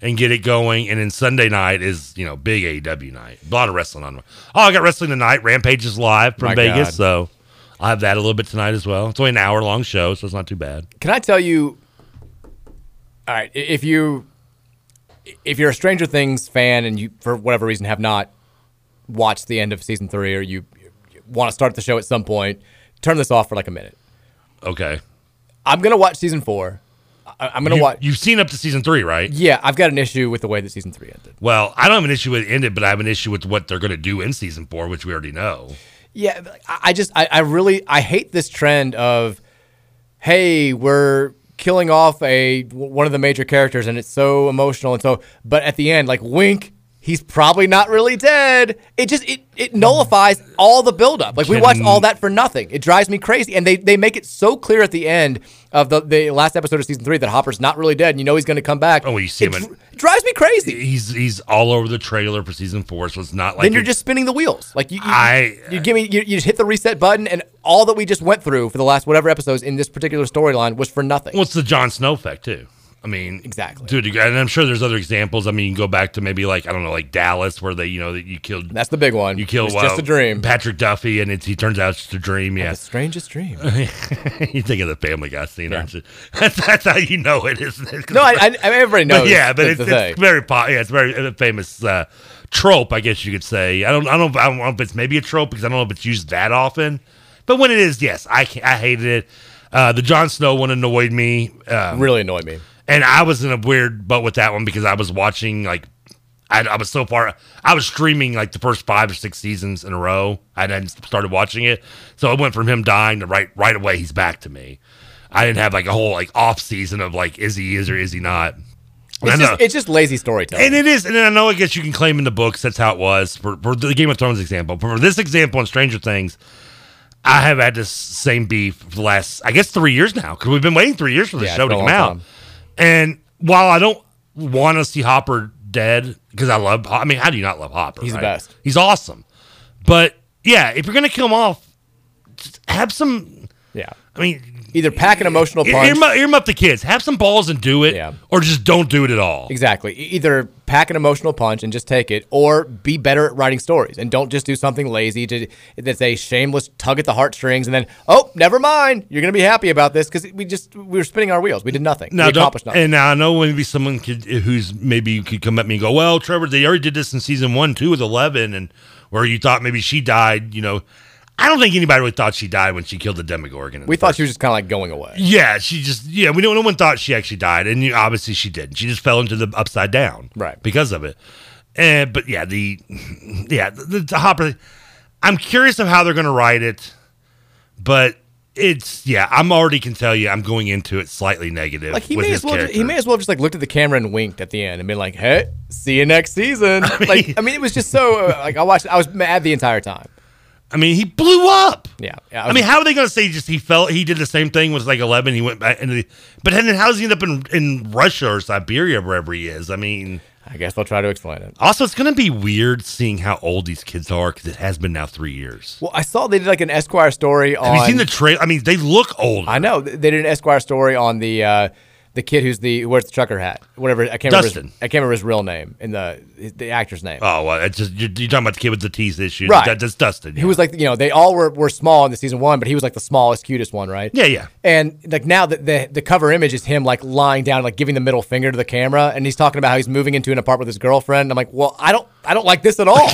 [SPEAKER 12] and get it going. And then Sunday night is you know big AEW night. A lot of wrestling on. Oh, I got wrestling tonight. Rampage is live from
[SPEAKER 11] My
[SPEAKER 12] Vegas,
[SPEAKER 11] God.
[SPEAKER 12] so I'll have that a little bit tonight as well. It's only an hour long show, so it's not too bad.
[SPEAKER 11] Can I tell you? All right, i- if you if you're a Stranger Things fan and you for whatever reason have not watched the end of season three, or you, you want to start the show at some point, turn this off for like a minute.
[SPEAKER 12] Okay,
[SPEAKER 11] I'm gonna watch season four. I, I'm gonna
[SPEAKER 12] You-
[SPEAKER 11] watch.
[SPEAKER 12] You've seen up to season three, right?
[SPEAKER 11] Yeah, I've got an issue with the way that season three ended.
[SPEAKER 12] Well, I don't have an issue with it ended, but I have an issue with what they're going to do in season four, which we already know.
[SPEAKER 11] Yeah, but I I just I, I really I hate this trend of hey, we're killing off a w- one of the major characters and it's so emotional and so but at the end like wink, he's probably not really dead. It just it, it nullifies all the buildup. Like we watched all that for nothing. It drives me crazy. And they they make it so clear at the end of the, the last episode of season three that Hopper's not really dead, and you know he's going to come back.
[SPEAKER 12] Oh, you see
[SPEAKER 11] it
[SPEAKER 12] him
[SPEAKER 11] dr- drives me crazy.
[SPEAKER 12] He's he's all over the trailer for season four, so it's not like
[SPEAKER 11] then you're
[SPEAKER 12] it-
[SPEAKER 11] just spinning the wheels. Like you, you,
[SPEAKER 12] I-
[SPEAKER 11] you give me, you, you just hit the reset button, and all that we just went through for the last whatever episodes in this particular storyline was for nothing.
[SPEAKER 12] What's the Jon Snow effect too? I mean,
[SPEAKER 11] exactly,
[SPEAKER 12] dude. And I'm sure there's other examples. I mean, you can go back to maybe like I don't know, like Dallas, where they you know that you killed.
[SPEAKER 11] That's the big one.
[SPEAKER 12] You killed
[SPEAKER 11] It's just a
[SPEAKER 12] dream. Patrick Duffy, and it's, he turns out it's just a dream. Yeah,
[SPEAKER 11] strangest
[SPEAKER 12] [laughs]
[SPEAKER 11] dream.
[SPEAKER 12] you think of the Family Guy scene, aren't you? [laughs] That's, that's how you know it, isn't it?
[SPEAKER 11] No, I- I- I- everybody
[SPEAKER 12] But
[SPEAKER 11] knows
[SPEAKER 12] yeah, but
[SPEAKER 11] the-
[SPEAKER 12] it's,
[SPEAKER 11] the
[SPEAKER 12] it's very po- yeah, it's very uh, famous uh, trope, I guess you could say. I don't, I don't, I don't know if it's maybe a trope because I don't know if it's used that often. But when it is, yes, I can, I hated it. Uh, the Jon Snow one annoyed me. Um,
[SPEAKER 11] really annoyed me.
[SPEAKER 12] And I was in a weird butt with that one because I was watching like I, I was so far I was streaming like the first five or six seasons in a row. I hadn't started watching it, so it went from him dying to right right away he's back to me. I didn't have like a whole like off season of like is he is or is he not. And I
[SPEAKER 11] It's
[SPEAKER 12] know-
[SPEAKER 11] just, it's just lazy storytelling.
[SPEAKER 12] and it is, and I know. I guess you can claim in the books that's how it was for, for the Game of Thrones example. For this example in Stranger Things, I have had this same beef for the last, I guess, three years now because we've been waiting three years for the
[SPEAKER 11] Yeah, it's
[SPEAKER 12] show to
[SPEAKER 11] been a
[SPEAKER 12] come
[SPEAKER 11] long
[SPEAKER 12] out.
[SPEAKER 11] time.
[SPEAKER 12] And while I don't want to see Hopper dead because I love, Ho- I mean, how do you not love Hopper?
[SPEAKER 11] He's the
[SPEAKER 12] right?
[SPEAKER 11] best.
[SPEAKER 12] He's awesome. But yeah, if you're gonna kill him off, just have some.
[SPEAKER 11] Yeah,
[SPEAKER 12] I mean,
[SPEAKER 11] either pack an emotional
[SPEAKER 12] ear-
[SPEAKER 11] punch.
[SPEAKER 12] earmuff, earmuff the kids, have some balls and do it, or just don't do it at all.
[SPEAKER 11] Exactly. E- Either pack an emotional punch and just take it, or be better at writing stories and don't just do something lazy to, that's a shameless tug at the heartstrings and then, oh, never mind. You're going to be happy about this because we just, we were spinning our wheels. We did nothing.
[SPEAKER 12] Now,
[SPEAKER 11] we
[SPEAKER 12] don't-
[SPEAKER 11] accomplished nothing.
[SPEAKER 12] And now I know maybe someone could, who's maybe could come at me and go, "Well, Trevor, they already did this in season one, two with Eleven, and where you thought maybe she died." You know, I don't think anybody really thought she died when she killed the Demogorgon.
[SPEAKER 11] we thought she was just kind of like going away.
[SPEAKER 12] Yeah, she just yeah. We don't. No one thought she actually died, and you, obviously she didn't. She just fell into the upside down, right? Because of it. And but yeah, the [laughs] yeah the, the Hopper. I'm curious of how they're going to write it, but it's yeah. I'm already can tell you I'm going into it slightly negative.
[SPEAKER 11] Like he
[SPEAKER 12] with
[SPEAKER 11] may
[SPEAKER 12] his
[SPEAKER 11] as well, ju-
[SPEAKER 12] character.
[SPEAKER 11] he may as well have just like looked at the camera and winked at the end and been like, "Hey, see you next
[SPEAKER 12] [laughs]
[SPEAKER 11] season." like, I mean, it was just so uh, like I watched, I was mad the entire time.
[SPEAKER 12] I mean, he blew up.
[SPEAKER 11] Yeah,
[SPEAKER 12] I mean, how are they going to say just he felt he did the same thing with like eleven? He went back into, the, but then how does he end up in in Russia or Siberia wherever he is? I mean,
[SPEAKER 11] I guess I'll try to explain it.
[SPEAKER 12] Also, it's going to be weird seeing how old these kids are because it has been now three years.
[SPEAKER 11] Well, I saw they did like an Esquire story on.
[SPEAKER 12] Have you seen the trailer? I mean, they look old.
[SPEAKER 11] I know th- they did an Esquire story on the uh, the kid who's the who wears the trucker hat, whatever. I can't
[SPEAKER 12] Dustin.
[SPEAKER 11] remember. His, I can't remember his real name and the his- the actor's name.
[SPEAKER 12] Oh, well, it's just you're, you're talking about the kid with the teeth issue.
[SPEAKER 11] Right.
[SPEAKER 12] That, that's Dustin.
[SPEAKER 11] He was like, you know, they all were, were small in the season one, but he was like the smallest, cutest one, right?
[SPEAKER 12] Yeah, yeah.
[SPEAKER 11] And like now the, the the cover image is him like lying down, like giving the middle finger to the camera, and he's talking about how he's moving into an apartment with his girlfriend. And I'm like, well, I don't I don't like this at
[SPEAKER 12] [laughs]
[SPEAKER 11] all.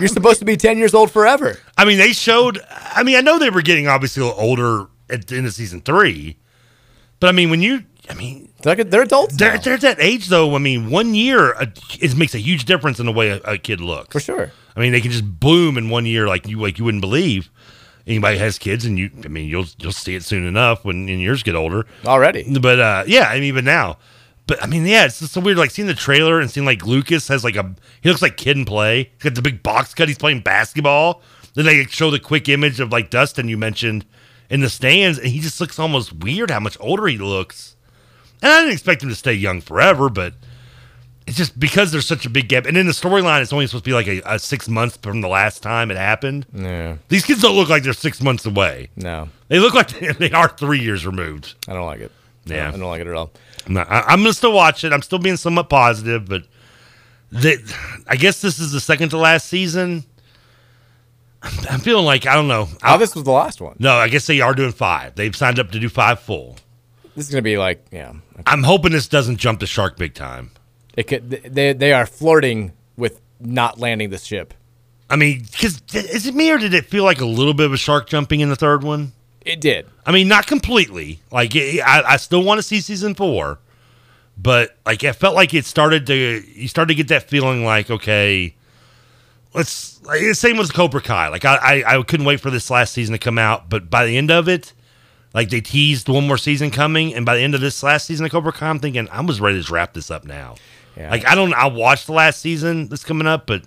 [SPEAKER 11] You're supposed to be ten years old forever.
[SPEAKER 12] I mean, they showed. I mean, I know they were getting obviously a little older at the end of season three, but I mean, when you, I mean,
[SPEAKER 11] they're, they're adults.
[SPEAKER 12] They're, at that age, though. I mean, one year a, it makes a huge difference in the way a, a kid looks. For
[SPEAKER 11] sure.
[SPEAKER 12] I mean, they can just bloom in one year like you like you wouldn't believe. Anybody has kids, and you, I mean, you'll you'll see it soon enough when and yours get older
[SPEAKER 11] already.
[SPEAKER 12] But uh, yeah, I mean, even now. But I mean, yeah, it's just so weird. Like seeing the trailer and seeing like Lucas has like a he looks like kid and play. He's got the big box cut. He's playing basketball. Then they show the quick image of like Dustin you mentioned in the stands, and he just looks almost weird how much older he looks. And I didn't expect him to stay young forever, but it's just because there's such a big gap. And in the storyline, it's only supposed to be like a, a six months from the last time it happened.
[SPEAKER 11] Yeah.
[SPEAKER 12] These kids don't look like they're six months away.
[SPEAKER 11] No.
[SPEAKER 12] They look like [laughs] they, they are three years removed.
[SPEAKER 11] I don't like it.
[SPEAKER 12] Yeah.
[SPEAKER 11] I don't like it at all.
[SPEAKER 12] No, I, I'm going to still watch it. I'm still being somewhat positive, but the, I guess this is the second to last season. I'm feeling like, I don't know.
[SPEAKER 11] Oh, this was the last one.
[SPEAKER 12] No, I guess they are doing five. They've signed up to do five full.
[SPEAKER 11] This is gonna be like, yeah.
[SPEAKER 12] I'm hoping this doesn't jump the shark big time.
[SPEAKER 11] It could, th- they they are flirting with not landing the ship.
[SPEAKER 12] I mean, because is it me or did it feel like a little bit of a shark jumping in the third one?
[SPEAKER 11] It did.
[SPEAKER 12] I mean, not completely. Like, it, I, I still want to see season four, but like, I felt like it started to. You started to get that feeling like, okay, let's. Like, the same with Cobra Kai. Like, I, I I couldn't wait for this last season to come out, but by the end of it, like they teased one more season coming, and by the end of this last season of Cobra Kai, I'm thinking I was ready to just wrap this up now. Yeah. Like I don't. I watched the last season that's coming up, but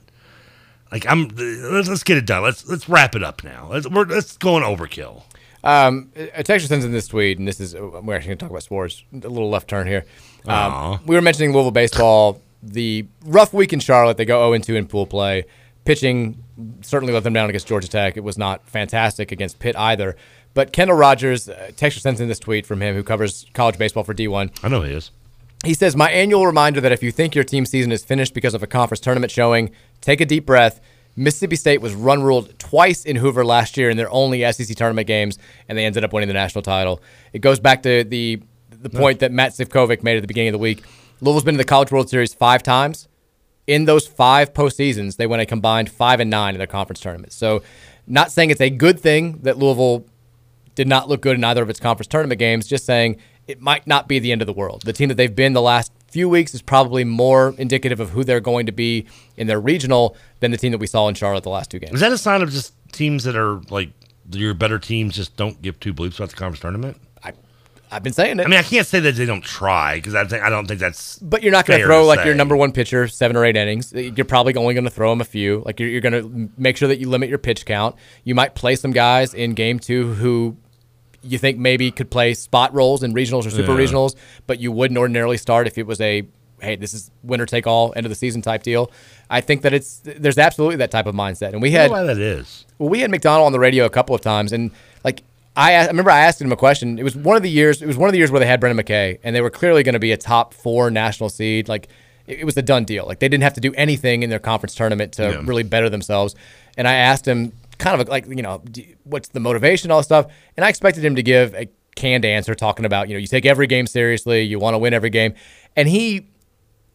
[SPEAKER 12] like I'm. Let's, let's get it done. Let's let's wrap it up now. Let's we're let's go on overkill.
[SPEAKER 11] Um, a texture sends in this tweet, and this is uh, we're actually going to talk about sports. A little left turn here. Um, we were mentioning Louisville baseball. the rough week in Charlotte, they go 0 2 in pool play. Pitching certainly let them down against Georgia Tech. It was not fantastic against Pitt either. But Kendall Rogers, uh, texture sends in this tweet from him, who covers college baseball for D1.
[SPEAKER 12] I know he is.
[SPEAKER 11] He says, My annual reminder that if you think your team season is finished because of a conference tournament showing, take a deep breath. Mississippi State was run ruled twice in Hoover last year in their only SEC tournament games, and they ended up winning the national title. It goes back to the the point that Matt Sivkovic made at the beginning of the week. Louisville's been in the College World Series five times. In those five postseasons, they went a combined five and nine in their conference tournament. So, not saying it's a good thing that Louisville did not look good in either of its conference tournament games. Just saying it might not be the end of the world. The team that they've been the last few weeks is probably more indicative of who they're going to be in their regional than the team that we saw in Charlotte the last two games.
[SPEAKER 12] Is that a sign of just teams that are like your better teams just don't give two bleeps about the conference tournament?
[SPEAKER 11] I, I've been saying it.
[SPEAKER 12] I mean, I can't say that they don't try because I think I don't think that's.
[SPEAKER 11] But you're not going to throw like your number one pitcher seven or eight innings. You're probably only going to throw him a few. Like you're, you're going to make sure that you limit your pitch count. You might play some guys in game two who you think maybe could play spot roles in regionals or super
[SPEAKER 12] Yeah.
[SPEAKER 11] regionals, but you wouldn't ordinarily start if it was a hey, this is winner take all, end of the season type deal. I think that it's there's absolutely that type of mindset, and we
[SPEAKER 12] I
[SPEAKER 11] had
[SPEAKER 12] don't know why that is.
[SPEAKER 11] well, we had McDonald on the radio a couple of times, and like I, asked, I remember I asked him a question. It was one of the years. It was one of the years where they had Brendan McKay, and they were clearly going to be a top four national seed. Like it, it was a done deal. Like they didn't have to do anything in their conference tournament to
[SPEAKER 12] Yeah.
[SPEAKER 11] really better themselves. And I asked him kind of like you know d- what's the motivation, all this stuff, and I expected him to give a canned answer talking about you know you take every game seriously, you want to win every game, and he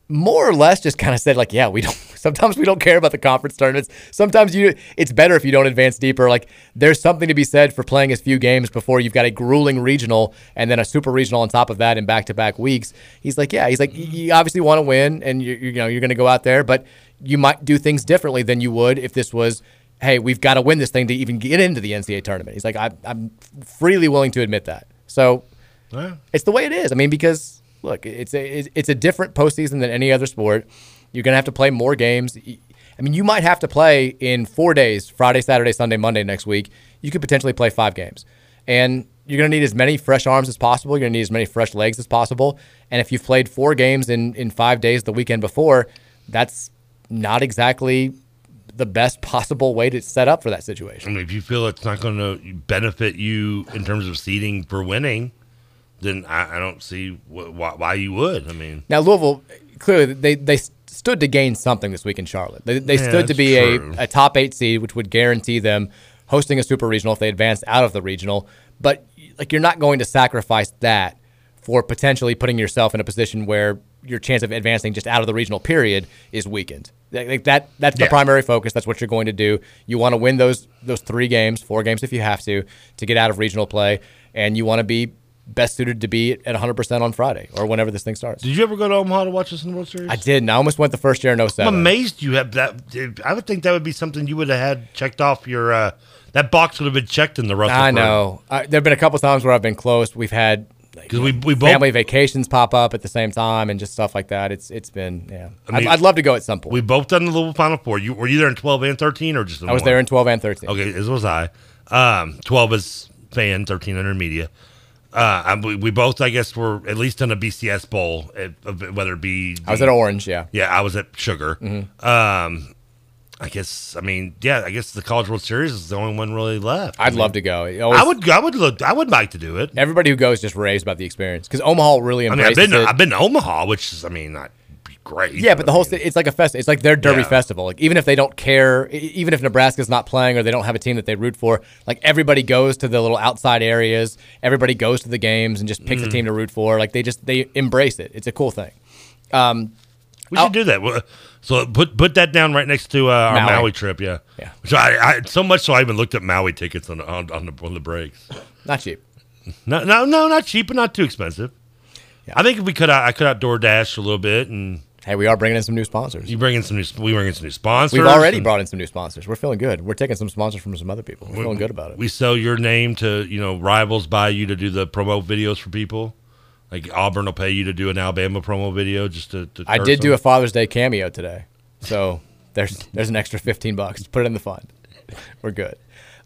[SPEAKER 11] more or less just kind of said like yeah we don't [laughs] sometimes we don't care about the conference tournaments sometimes you it's better if you don't advance deeper like there's something to be said for playing as few games before you've got a grueling regional and then a super regional on top of that in back-to-back weeks he's like yeah he's like y- you obviously want to win and you, you know you're going to go out there but you might do things differently than you would if this was hey we've got to win this thing to even get into the ncaa tournament he's like I, i'm freely willing to admit that so
[SPEAKER 12] Yeah.
[SPEAKER 11] it's the way it is. I mean, because look, it's a it's a different postseason than any other sport. You're gonna have to play more games. I mean, you might have to play in four days: Friday, Saturday, Sunday, Monday next week. You could potentially play five games, and you're gonna need as many fresh arms as possible. You're gonna need as many fresh legs as possible. And if you've played four games in in five days the weekend before, that's not exactly the best [laughs] possible way to set up for that situation.
[SPEAKER 12] I mean, if you feel it's not going to benefit you in terms of seeding for winning, then I, I don't see wh- why, why you would. I mean,
[SPEAKER 11] Now Louisville clearly they they stood to gain something this week in Charlotte. They, they
[SPEAKER 12] Yeah,
[SPEAKER 11] stood to
[SPEAKER 12] that's
[SPEAKER 11] be
[SPEAKER 12] true.
[SPEAKER 11] a, a top eight seed, which would guarantee them hosting a super regional if they advanced out of the regional. But like you're not going to sacrifice that for potentially putting yourself in a position where your chance of advancing just out of the regional period is weakened. Like like that that's the
[SPEAKER 12] Yeah.
[SPEAKER 11] primary focus. That's what you're going to do. You want to win those those three games, four games if you have to, to get out of regional play, and you want to be best suited to be at 100% on Friday or whenever this thing starts.
[SPEAKER 12] did you ever go to Omaha to watch us in the World Series?
[SPEAKER 11] I did, uh, and I almost went the first year in
[SPEAKER 12] I'm
[SPEAKER 11] 07.
[SPEAKER 12] amazed you have that. I would think that would be something you would have had checked off your. Uh, that box would have been checked in the Russell.
[SPEAKER 11] I know. I, there have been a couple times where I've been close. We've had like,
[SPEAKER 12] because we we both
[SPEAKER 11] family vacations pop up at the same time and just stuff like that. It's It's been, yeah. I
[SPEAKER 12] I mean-
[SPEAKER 11] would I'd love to go at some point.
[SPEAKER 12] we both done the Louisville Final Four. You were you there in twelve and thirteen, or just in
[SPEAKER 11] I was
[SPEAKER 12] one?
[SPEAKER 11] there in 12 and 13.
[SPEAKER 12] Okay, as was I. Um, twelve is fan, thirteen under media. Uh, I, we, we both, I guess, were at least in a BCS bowl, at, of- whether it be.
[SPEAKER 11] I was at Mm-hmm. Orange, yeah.
[SPEAKER 12] Yeah, I was at Sugar. Um, I guess. I mean, yeah, I guess the College World Series is the only one really left.
[SPEAKER 11] I'd
[SPEAKER 12] I mean,
[SPEAKER 11] love to go. It always-
[SPEAKER 12] I would. I would look. I would like to do it.
[SPEAKER 11] Everybody who goes just raves about the experience because Omaha really
[SPEAKER 12] I mean, I've
[SPEAKER 11] embraces
[SPEAKER 12] been. To,
[SPEAKER 11] it.
[SPEAKER 12] I've been to Omaha, which is, I mean, not great.
[SPEAKER 11] Yeah, but the whole city, it's like a festival. It's like their Derby
[SPEAKER 12] Yeah.
[SPEAKER 11] festival. Like even if they don't care, e- even if Nebraska's not playing or they don't have a team that they root for, like everybody goes to the little outside areas. Everybody goes to the games and just picks a
[SPEAKER 12] Mhm.
[SPEAKER 11] team to root for. Like they just they embrace it. It's a cool thing. Um,
[SPEAKER 12] We should do that. Well, So put put that down right next to uh, our
[SPEAKER 11] Maui.
[SPEAKER 12] Maui. trip. Yeah,
[SPEAKER 11] Yeah.
[SPEAKER 12] So I, I so much so I even looked up Maui tickets on on, on the on the breaks.
[SPEAKER 11] not cheap.
[SPEAKER 12] No, no, no, not cheap, but not too expensive. I think if we could, I could out DoorDash a little bit, and
[SPEAKER 11] hey, we are bringing in some new sponsors.
[SPEAKER 12] You bring in some new, sp- we bring in some new sponsors.
[SPEAKER 11] We've already
[SPEAKER 12] and
[SPEAKER 11] brought in some new sponsors. We're feeling good. We're taking some sponsors from some other people. We're
[SPEAKER 12] we-
[SPEAKER 11] feeling good about it.
[SPEAKER 12] We sell your name to you know rivals buy you to do the promo videos for people. Like Auburn will pay you to do an Alabama promo video just to. to
[SPEAKER 11] I
[SPEAKER 12] curse
[SPEAKER 11] did do
[SPEAKER 12] them?
[SPEAKER 11] a Father's Day cameo today, so there's there's an extra fifteen bucks. Put it in the fund. [laughs] We're good.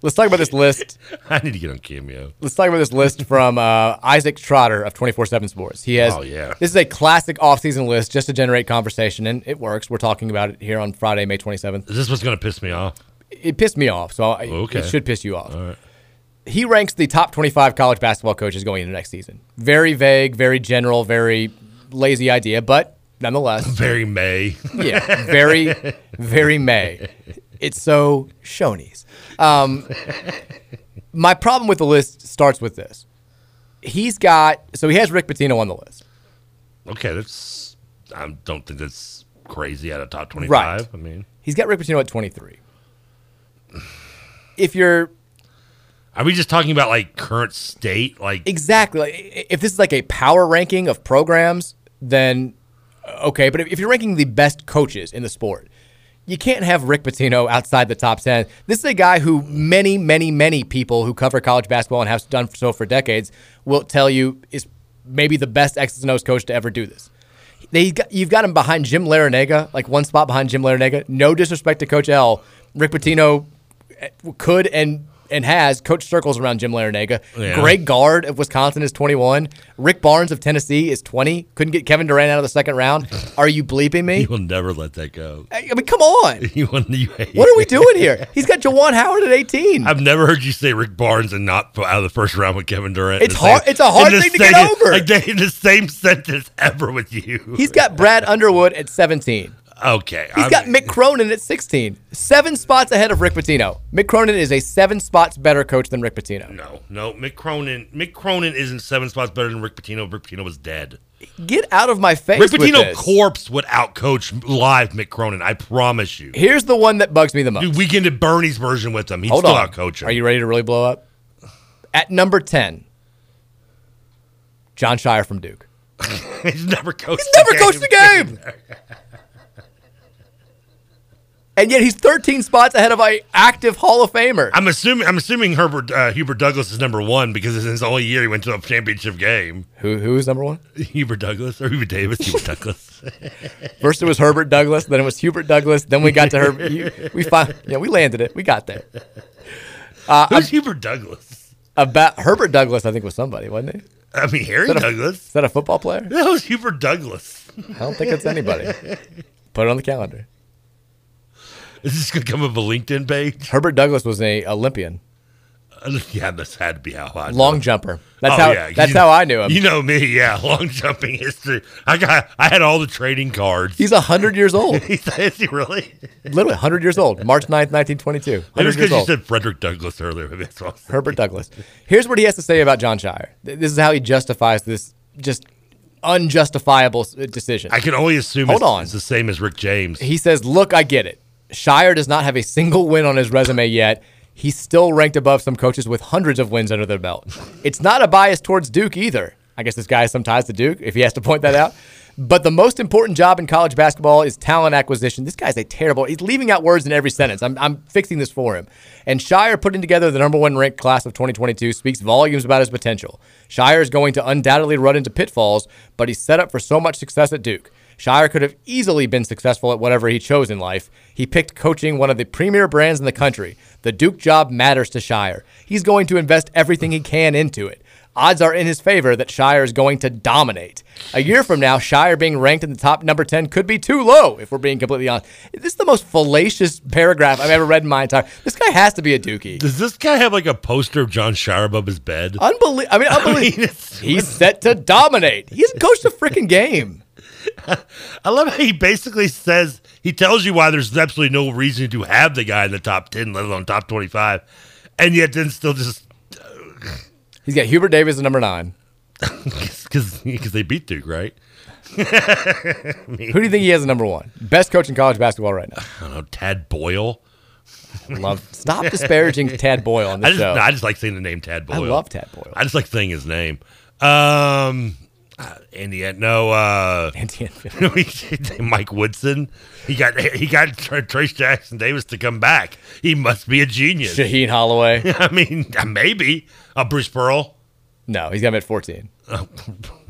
[SPEAKER 11] Let's talk about this list.
[SPEAKER 12] [laughs] I need to get on Cameo.
[SPEAKER 11] Let's talk about this list from uh, Isaac Trotter of 24/7 Sports. He has
[SPEAKER 12] Oh, yeah.
[SPEAKER 11] this is a classic off-season list just to generate conversation and it works. We're talking about it here on Friday, May 27th.
[SPEAKER 12] Is this what's going to piss me off?
[SPEAKER 11] It pissed me off, so I,
[SPEAKER 12] Okay.
[SPEAKER 11] it should piss you off.
[SPEAKER 12] All right.
[SPEAKER 11] He ranks the top 25 college basketball coaches going into next season. Very vague, very general, very lazy idea, but nonetheless
[SPEAKER 12] Very May. [laughs]
[SPEAKER 11] yeah, very, very May. It's so Shoney's. Um, my problem with the list starts with this. He's got so he has Rick Pitino on the list.
[SPEAKER 12] Okay, that's. I don't think that's crazy out of top twenty-five.
[SPEAKER 11] Right.
[SPEAKER 12] I mean,
[SPEAKER 11] He's got Rick Pitino at twenty three. If you're
[SPEAKER 12] are we just talking about like current state? Like
[SPEAKER 11] exactly like, i- if this is like a power ranking of programs, then uh, okay. But if- if you're ranking the best coaches in the sport, you can't have Rick Pitino outside the top 10. This is a guy who many, many, many people who cover college basketball and have done so for decades will tell you is maybe the best X's and O's coach to ever do this. They, you've got him behind Jim Larinaga, like one spot behind Jim Larinaga. No disrespect to Coach L. Rick Pitino eh, could and and has coached circles around Jim Larinaga.
[SPEAKER 12] Yeah.
[SPEAKER 11] Greg Guard of Wisconsin is 21. Rick Barnes of Tennessee is 20. Couldn't get Kevin Durant out of the second round. Are you bleeping me?
[SPEAKER 12] [laughs] [laughs] you will never let that go.
[SPEAKER 11] I I mean, come on.
[SPEAKER 12] You want [laughs] you hate
[SPEAKER 11] What are we doing here? He's got Jawan Howard at 18.
[SPEAKER 12] I've never heard you say Rick Barnes and not put out of the first round with Kevin Durant. in
[SPEAKER 11] It's
[SPEAKER 12] the
[SPEAKER 11] hard-
[SPEAKER 12] same-
[SPEAKER 11] it's a hard
[SPEAKER 12] in the
[SPEAKER 11] thing to get
[SPEAKER 12] same-
[SPEAKER 11] over.
[SPEAKER 12] [laughs] Like they- in the same sentence ever with you.
[SPEAKER 11] He's got Brad Underwood at 17.
[SPEAKER 12] okay.
[SPEAKER 11] He's
[SPEAKER 12] I'm-
[SPEAKER 11] got Mick Cronin at 16. Seven spots ahead of Rick Pitino. Mick Cronin is a seven spots better coach than Rick Pitino.
[SPEAKER 12] no, no. Mick Cronin. Mick Cronin isn't seven spots better than Rick Pitino. Rick Pitino was dead.
[SPEAKER 11] Get out of my face.
[SPEAKER 12] Rick
[SPEAKER 11] with
[SPEAKER 12] Pitino
[SPEAKER 11] this.
[SPEAKER 12] corpse would outcoach live Mick Cronin. I promise you.
[SPEAKER 11] Here's the one that bugs me the most.
[SPEAKER 12] Dude, weekend at Bernie's version with him. He'd
[SPEAKER 11] Hold
[SPEAKER 12] still
[SPEAKER 11] on.
[SPEAKER 12] outcoach him.
[SPEAKER 11] Are you ready to really blow up? At number 10, John Shire from Duke.
[SPEAKER 12] [laughs] He's never coached.
[SPEAKER 11] He's never coached the game. [laughs] And yet he's 13 spots ahead of an active Hall of Famer.
[SPEAKER 12] I'm assuming. I'm assuming Herbert uh, Hubert Douglas is number one because it's his only year he went to a championship game. [laughs]
[SPEAKER 11] Who, who is number one?
[SPEAKER 12] Hubert Douglas or Hubert Davis?
[SPEAKER 11] [laughs]
[SPEAKER 12] Hubert Douglas.
[SPEAKER 11] First it was Herbert Douglas, then it was Hubert Douglas, then we got to Herbert. We found, yeah, we landed it. We got there. Uh,
[SPEAKER 12] Who's Hubert Douglas?
[SPEAKER 11] about Herbert Douglas, I think was somebody, wasn't he?
[SPEAKER 12] I mean Harry
[SPEAKER 11] Is that a-
[SPEAKER 12] Douglas.
[SPEAKER 11] Is that a football player?
[SPEAKER 12] That was Hubert Douglas. [laughs]
[SPEAKER 11] I don't think it's anybody. Put it on the calendar.
[SPEAKER 12] Is this gonna come up a LinkedIn page? [laughs]
[SPEAKER 11] Herbert Douglas was an Olympian,
[SPEAKER 12] Uh, Yeah, this had to be how I know.
[SPEAKER 11] long jumper. That's
[SPEAKER 12] Oh,
[SPEAKER 11] how.
[SPEAKER 12] yeah,
[SPEAKER 11] That's
[SPEAKER 12] you-
[SPEAKER 11] how I knew him.
[SPEAKER 12] You know me, yeah. [laughs] Long jumping history. I got. I had all the trading cards. [laughs]
[SPEAKER 11] He's hundred years old.
[SPEAKER 12] Is he really?
[SPEAKER 11] Literally hundred years old. March 9th, nineteen twenty-two.
[SPEAKER 12] Maybe
[SPEAKER 11] Hundred years
[SPEAKER 12] it's because you
[SPEAKER 11] old.
[SPEAKER 12] said Frederick Douglass earlier. [laughs] Maybe that's what
[SPEAKER 11] [laughs] Herbert Douglas. Here's what he has to say about John Shire. Th- This is how he justifies this just unjustifiable s- decision.
[SPEAKER 12] I can only assume
[SPEAKER 11] Hold
[SPEAKER 12] it's,
[SPEAKER 11] on.
[SPEAKER 12] it's the same as Rick James.
[SPEAKER 11] He says, "Look, I get it. Shire does not have a single win on his resume yet. He's still ranked above some coaches with hundreds of wins under their belt. It's not a bias towards Duke either. I guess this guy has some ties to Duke, if he has to point that out. But the most important job in college basketball is talent acquisition. This guy's a terrible. He's leaving out words in every sentence. I'm, I'm fixing this for him. And Shire putting together the number one ranked class of 2022 speaks volumes about his potential. Shire is going to undoubtedly run into pitfalls, but he's set up for so much success at Duke. Shire could have easily been successful at whatever he chose in life. He picked coaching one of the premier brands in the country. The Duke job matters to Shire. He's going to invest everything he can into it. Odds are in his favor that Shire is going to dominate. A year from now, Shire being ranked in the top number 10 could be too low, if we're being completely honest. This is the most fallacious paragraph I've ever read in my entire This guy has to be a Dookie.
[SPEAKER 12] Does this guy have like a poster of John Shire above his
[SPEAKER 11] Uh,
[SPEAKER 12] [laughs] bed?
[SPEAKER 11] Unbelievable. [laughs] I mean, unbelievable. He's set to dominate. He hasn't coached a freaking game.
[SPEAKER 12] I love how he basically says he tells you why there's absolutely no reason to have the guy in the top ten, let alone top twenty-five, and yet then still just [laughs]
[SPEAKER 11] He's got Hubert Davis at number nine.
[SPEAKER 12] because they beat Duke, right?
[SPEAKER 11] Who do you think he has at number one? Best coach in college basketball right now.
[SPEAKER 12] [laughs] I don't know Tad Boyle.
[SPEAKER 11] Love. Stop disparaging Tad Boyle on
[SPEAKER 12] I
[SPEAKER 11] this
[SPEAKER 12] just
[SPEAKER 11] show.
[SPEAKER 12] I just like saying the name Tad
[SPEAKER 11] I
[SPEAKER 12] Boyle.
[SPEAKER 11] love Tad Boyle. [laughs]
[SPEAKER 12] I just like saying his name. Um, uh, Indiana, no, uh,
[SPEAKER 11] Indiana.
[SPEAKER 12] [laughs] Mike Woodson. He got he got Tr- Trace Jackson Davis to come back. He must be a genius. [laughs]
[SPEAKER 11] Shaheen Holloway.
[SPEAKER 12] I mean, maybe a Bruce Pearl. [laughs]
[SPEAKER 11] No, he's got him at fourteen.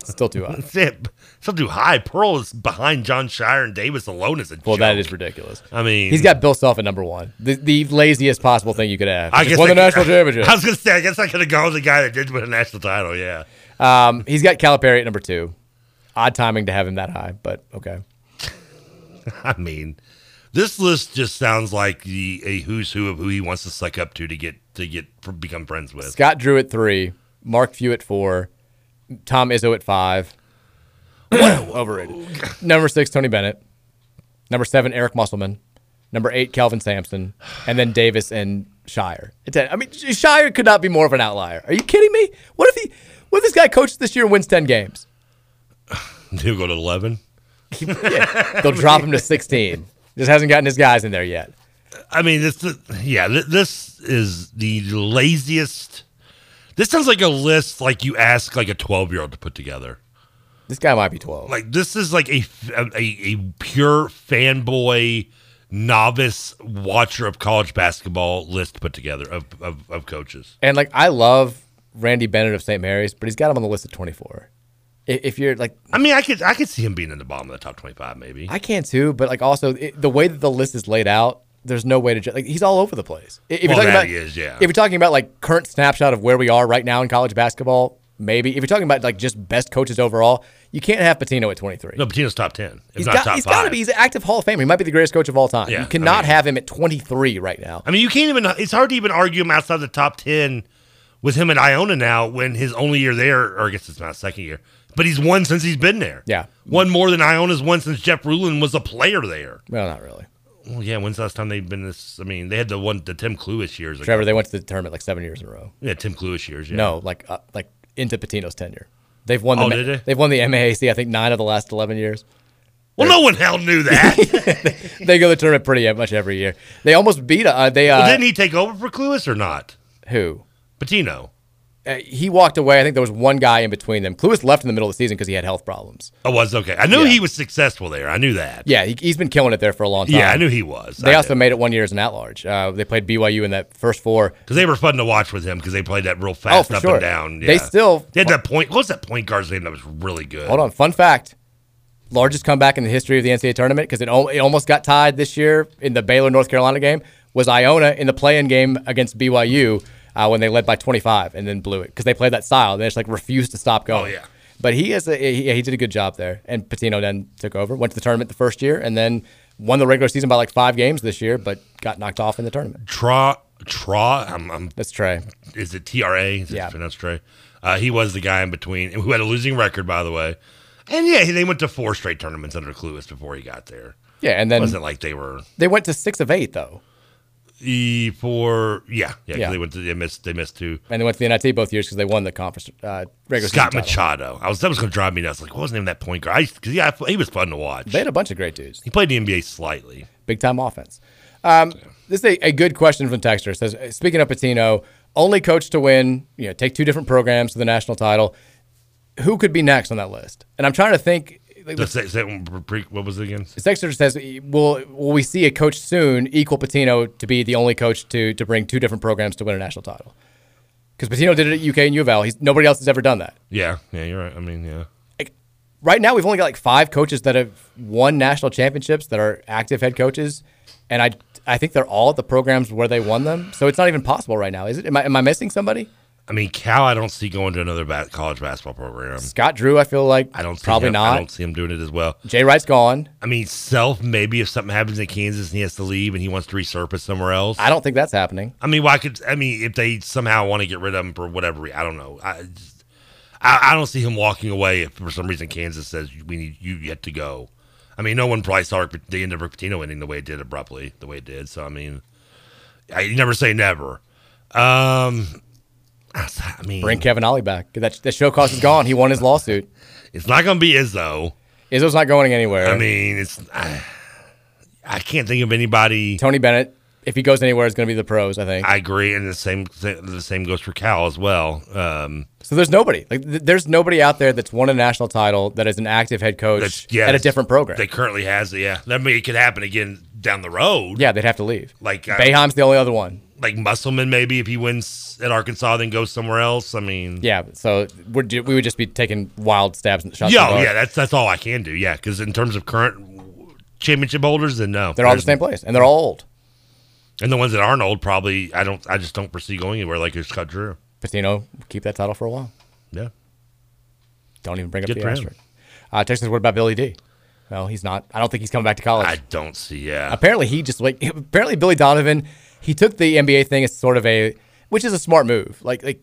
[SPEAKER 11] Still too high.
[SPEAKER 12] Zip. Still too high. Pearl is behind John Shire and Davis alone is a
[SPEAKER 11] Well,
[SPEAKER 12] joke.
[SPEAKER 11] that is ridiculous.
[SPEAKER 12] I mean,
[SPEAKER 11] He's got Bill Self at number one. The, the laziest possible thing you could have.
[SPEAKER 12] I
[SPEAKER 11] Just
[SPEAKER 12] guess
[SPEAKER 11] won the
[SPEAKER 12] I-
[SPEAKER 11] national championship.
[SPEAKER 12] [laughs] I was gonna say, I guess I could have gone with the guy that did win a national title. Yeah,
[SPEAKER 11] Um, he's got Calipari at number two. Odd timing to have him that high, but okay.
[SPEAKER 12] I mean, this list just sounds like the a who's who of who he wants to suck up to to get to get become friends with.
[SPEAKER 11] Scott Drew at three, Mark Few at four, Tom Izzo at five. Overrated. Number six, Tony Bennett. Number seven, Eric Musselman. Number eight, Calvin Sampson, and then Davis and Shire. At ten. I mean, Shire could not be more of an outlier. Are you kidding me? What if he? What if this guy coaches this year and wins ten games?
[SPEAKER 12] He'll go to eleven.
[SPEAKER 11] Yeah, they'll drop him to sixteen. Just hasn't gotten his guys in there yet.
[SPEAKER 12] I mean, this, yeah, th- this is the laziest. This sounds like a list like you ask like a twelve year old to put together.
[SPEAKER 11] This guy might be twelve.
[SPEAKER 12] Like this is like a a, a pure fanboy novice watcher of college basketball list put together of of, of coaches.
[SPEAKER 11] And like, I love Randy Bennett of St. Mary's, but he's got him on the list at twenty four. If you're like,
[SPEAKER 12] I mean, I could I could see him being in the bottom of the top twenty five, maybe.
[SPEAKER 11] I can too, but like also it, the way that the list is laid out, there's no way to ju- like he's all over the place. I-
[SPEAKER 12] Well, that
[SPEAKER 11] about
[SPEAKER 12] he is, yeah.
[SPEAKER 11] if you're talking about like current snapshot of where we are right now in college basketball, maybe if you're talking about like just best coaches overall, you can't have Patino at 23.
[SPEAKER 12] No, Patino's top ten. If
[SPEAKER 11] He's
[SPEAKER 12] not
[SPEAKER 11] got,
[SPEAKER 12] top
[SPEAKER 11] he's
[SPEAKER 12] five.
[SPEAKER 11] got to be. He's an active Hall of Famer. He might be the greatest coach of all time.
[SPEAKER 12] Yeah,
[SPEAKER 11] you
[SPEAKER 12] I
[SPEAKER 11] cannot
[SPEAKER 12] mean-
[SPEAKER 11] have him at 23 right now.
[SPEAKER 12] I mean, you can't even. It's hard to even argue him outside the top ten with him at Iona now, when his only year there, or I guess it's not his second year, but he's won since he's been there.
[SPEAKER 11] Yeah.
[SPEAKER 12] one more than Iona's won since Jeff Rulin was a player there.
[SPEAKER 11] Well, not really.
[SPEAKER 12] Well, yeah. When's the last time they've been this? I mean, they had the one, the Tim Cluis years.
[SPEAKER 11] Trevor,
[SPEAKER 12] ago.
[SPEAKER 11] they went to the tournament like seven years in a row.
[SPEAKER 12] yeah, Tim Cluis years. Yeah.
[SPEAKER 11] No, like uh, like into Patino's tenure. They've won the
[SPEAKER 12] Oh,
[SPEAKER 11] ma-
[SPEAKER 12] did they?
[SPEAKER 11] have won the MAAC I think 9 of the last 11 years.
[SPEAKER 12] Well, no one hell
[SPEAKER 11] [laughs]
[SPEAKER 12] knew that.
[SPEAKER 11] They go to the tournament pretty much every year. They almost beat uh they uh
[SPEAKER 12] well, didn't he take over for Cluis or not?
[SPEAKER 11] who?
[SPEAKER 12] Patino.
[SPEAKER 11] Uh, he walked away. I think there was one guy in between them. Cluis left in the middle of the season because he had health problems.
[SPEAKER 12] I Oh, was okay. I knew he was successful there. I knew that.
[SPEAKER 11] Yeah, he, he's been killing it there for a long time.
[SPEAKER 12] Yeah, I knew he was.
[SPEAKER 11] They
[SPEAKER 12] I
[SPEAKER 11] also made it one year as an at large. Uh, they played BYU in that first four.
[SPEAKER 12] Because they were fun to watch with him because they played that real fast
[SPEAKER 11] Oh, for
[SPEAKER 12] up
[SPEAKER 11] sure.
[SPEAKER 12] and down.
[SPEAKER 11] They
[SPEAKER 12] yeah.
[SPEAKER 11] still-
[SPEAKER 12] they had that point. What was that point guard's name that was really good?
[SPEAKER 11] Hold on, fun fact: largest comeback in the history of the NCAA tournament because it, al- it almost got tied this year in the Baylor North Carolina game. Was Iona in the play-in game against BYU uh, when they led by 25 and then blew it because they played that style. They just like refused to stop going.
[SPEAKER 12] Oh, yeah.
[SPEAKER 11] But he is a, he, he did a good job there, and Patino then took over, went to the tournament the first year, and then won the regular season by like five games this year, but got knocked off in the tournament.
[SPEAKER 12] Tra Tra. I'm, I'm,
[SPEAKER 11] That's Trey.
[SPEAKER 12] is it T R A? Is
[SPEAKER 11] Yeah.
[SPEAKER 12] it pronounced Trey? Uh, he was the guy in between who had a losing record, by the way. And yeah, they went to four straight tournaments under Clueless before he got there.
[SPEAKER 11] Yeah, and then-
[SPEAKER 12] it wasn't like they were
[SPEAKER 11] They went to six of eight though,
[SPEAKER 12] e for yeah yeah, 'cause
[SPEAKER 11] Yeah.
[SPEAKER 12] they went to they missed they missed two.
[SPEAKER 11] and they went to the NIT both years because they won the conference uh, regular
[SPEAKER 12] Scott
[SPEAKER 11] season. title.
[SPEAKER 12] Machado. I was that was gonna drive me nuts. Like what was the name of that point guard? I because yeah, I- he was fun to watch.
[SPEAKER 11] They had a bunch of great dudes.
[SPEAKER 12] He played in the NBA slightly.
[SPEAKER 11] big time offense. Um, this is a, a good question from Texter. It says, speaking of Patino, only coach to win, you know, take two different programs to the national title. Who could be next on that list? And I'm trying to think. Like,
[SPEAKER 12] The, se- se- pre- what was it again?
[SPEAKER 11] Texter says, will will we see a coach soon equal Patino to be the only coach to to bring two different programs to win a national title? Because Patino did it at UK and U of L. He's nobody else has ever done that.
[SPEAKER 12] Yeah, yeah, you're right. I mean, yeah.
[SPEAKER 11] Right now, we've only got like five coaches that have won national championships that are active head coaches, and I I think they're all at the programs where they won them. So it's not even possible right now, is it? Am I am I missing somebody?
[SPEAKER 12] I mean, Cal, I don't see going to another ba- college basketball program.
[SPEAKER 11] Scott Drew, I feel like
[SPEAKER 12] I don't see
[SPEAKER 11] probably
[SPEAKER 12] him-
[SPEAKER 11] not.
[SPEAKER 12] I don't see him doing it as well.
[SPEAKER 11] Jay Wright's gone.
[SPEAKER 12] I mean, self maybe if something happens in Kansas and he has to leave and he wants to resurface somewhere else.
[SPEAKER 11] I don't think that's happening.
[SPEAKER 12] I mean, why could I mean if they somehow want to get rid of him for whatever? re- I don't know. I just, I, I don't see him walking away if for some reason Kansas says we need you yet to go. I mean, no one probably saw Rick- the end of Patino ending the way it did abruptly, the way it did. So I mean, I you never say never. Um, I mean,
[SPEAKER 11] Bring Kevin Ollie back. That that show cost is gone. He won his lawsuit.
[SPEAKER 12] it's not going to be Izzo.
[SPEAKER 11] Izzo's not going anywhere.
[SPEAKER 12] I mean, it's I, I can't think of anybody.
[SPEAKER 11] Tony Bennett, if he goes anywhere, it's going to be the pros. I think.
[SPEAKER 12] I agree, and the same the same goes for Cal as well. Um,
[SPEAKER 11] so there's nobody. Like th- there's nobody out there that's won a national title that is an active head coach
[SPEAKER 12] That's- yeah,
[SPEAKER 11] at a
[SPEAKER 12] that's-
[SPEAKER 11] different program.
[SPEAKER 12] that currently has it. Yeah, I mean, it could happen again down the road.
[SPEAKER 11] yeah, they'd have to leave.
[SPEAKER 12] Like, I-
[SPEAKER 11] Bayheim's the only other one.
[SPEAKER 12] like Musselman maybe if he wins at Arkansas, then goes somewhere else. I mean,
[SPEAKER 11] yeah. So we're, ju- we would just be taking wild stabs and shots. in the
[SPEAKER 12] yo,
[SPEAKER 11] dark.
[SPEAKER 12] yeah, that's that's all I can do. Yeah, because in terms of current championship holders, then no,
[SPEAKER 11] They're all the
[SPEAKER 12] There's-
[SPEAKER 11] same place, and they're all old.
[SPEAKER 12] And the ones that aren't old, probably I don't. I just don't foresee going anywhere like it's cut Drew.
[SPEAKER 11] Patino keep that title for a while.
[SPEAKER 12] Yeah.
[SPEAKER 11] Don't even bring up
[SPEAKER 12] Good
[SPEAKER 11] the
[SPEAKER 12] for him.
[SPEAKER 11] asterisk. Uh, Texas, what about Billy D? Well, he's not. I don't think he's coming back to college. I
[SPEAKER 12] don't see. Yeah.
[SPEAKER 11] Apparently, he just like [laughs] apparently Billy Donovan. He took the NBA thing as sort of a, which is a smart move. Like like,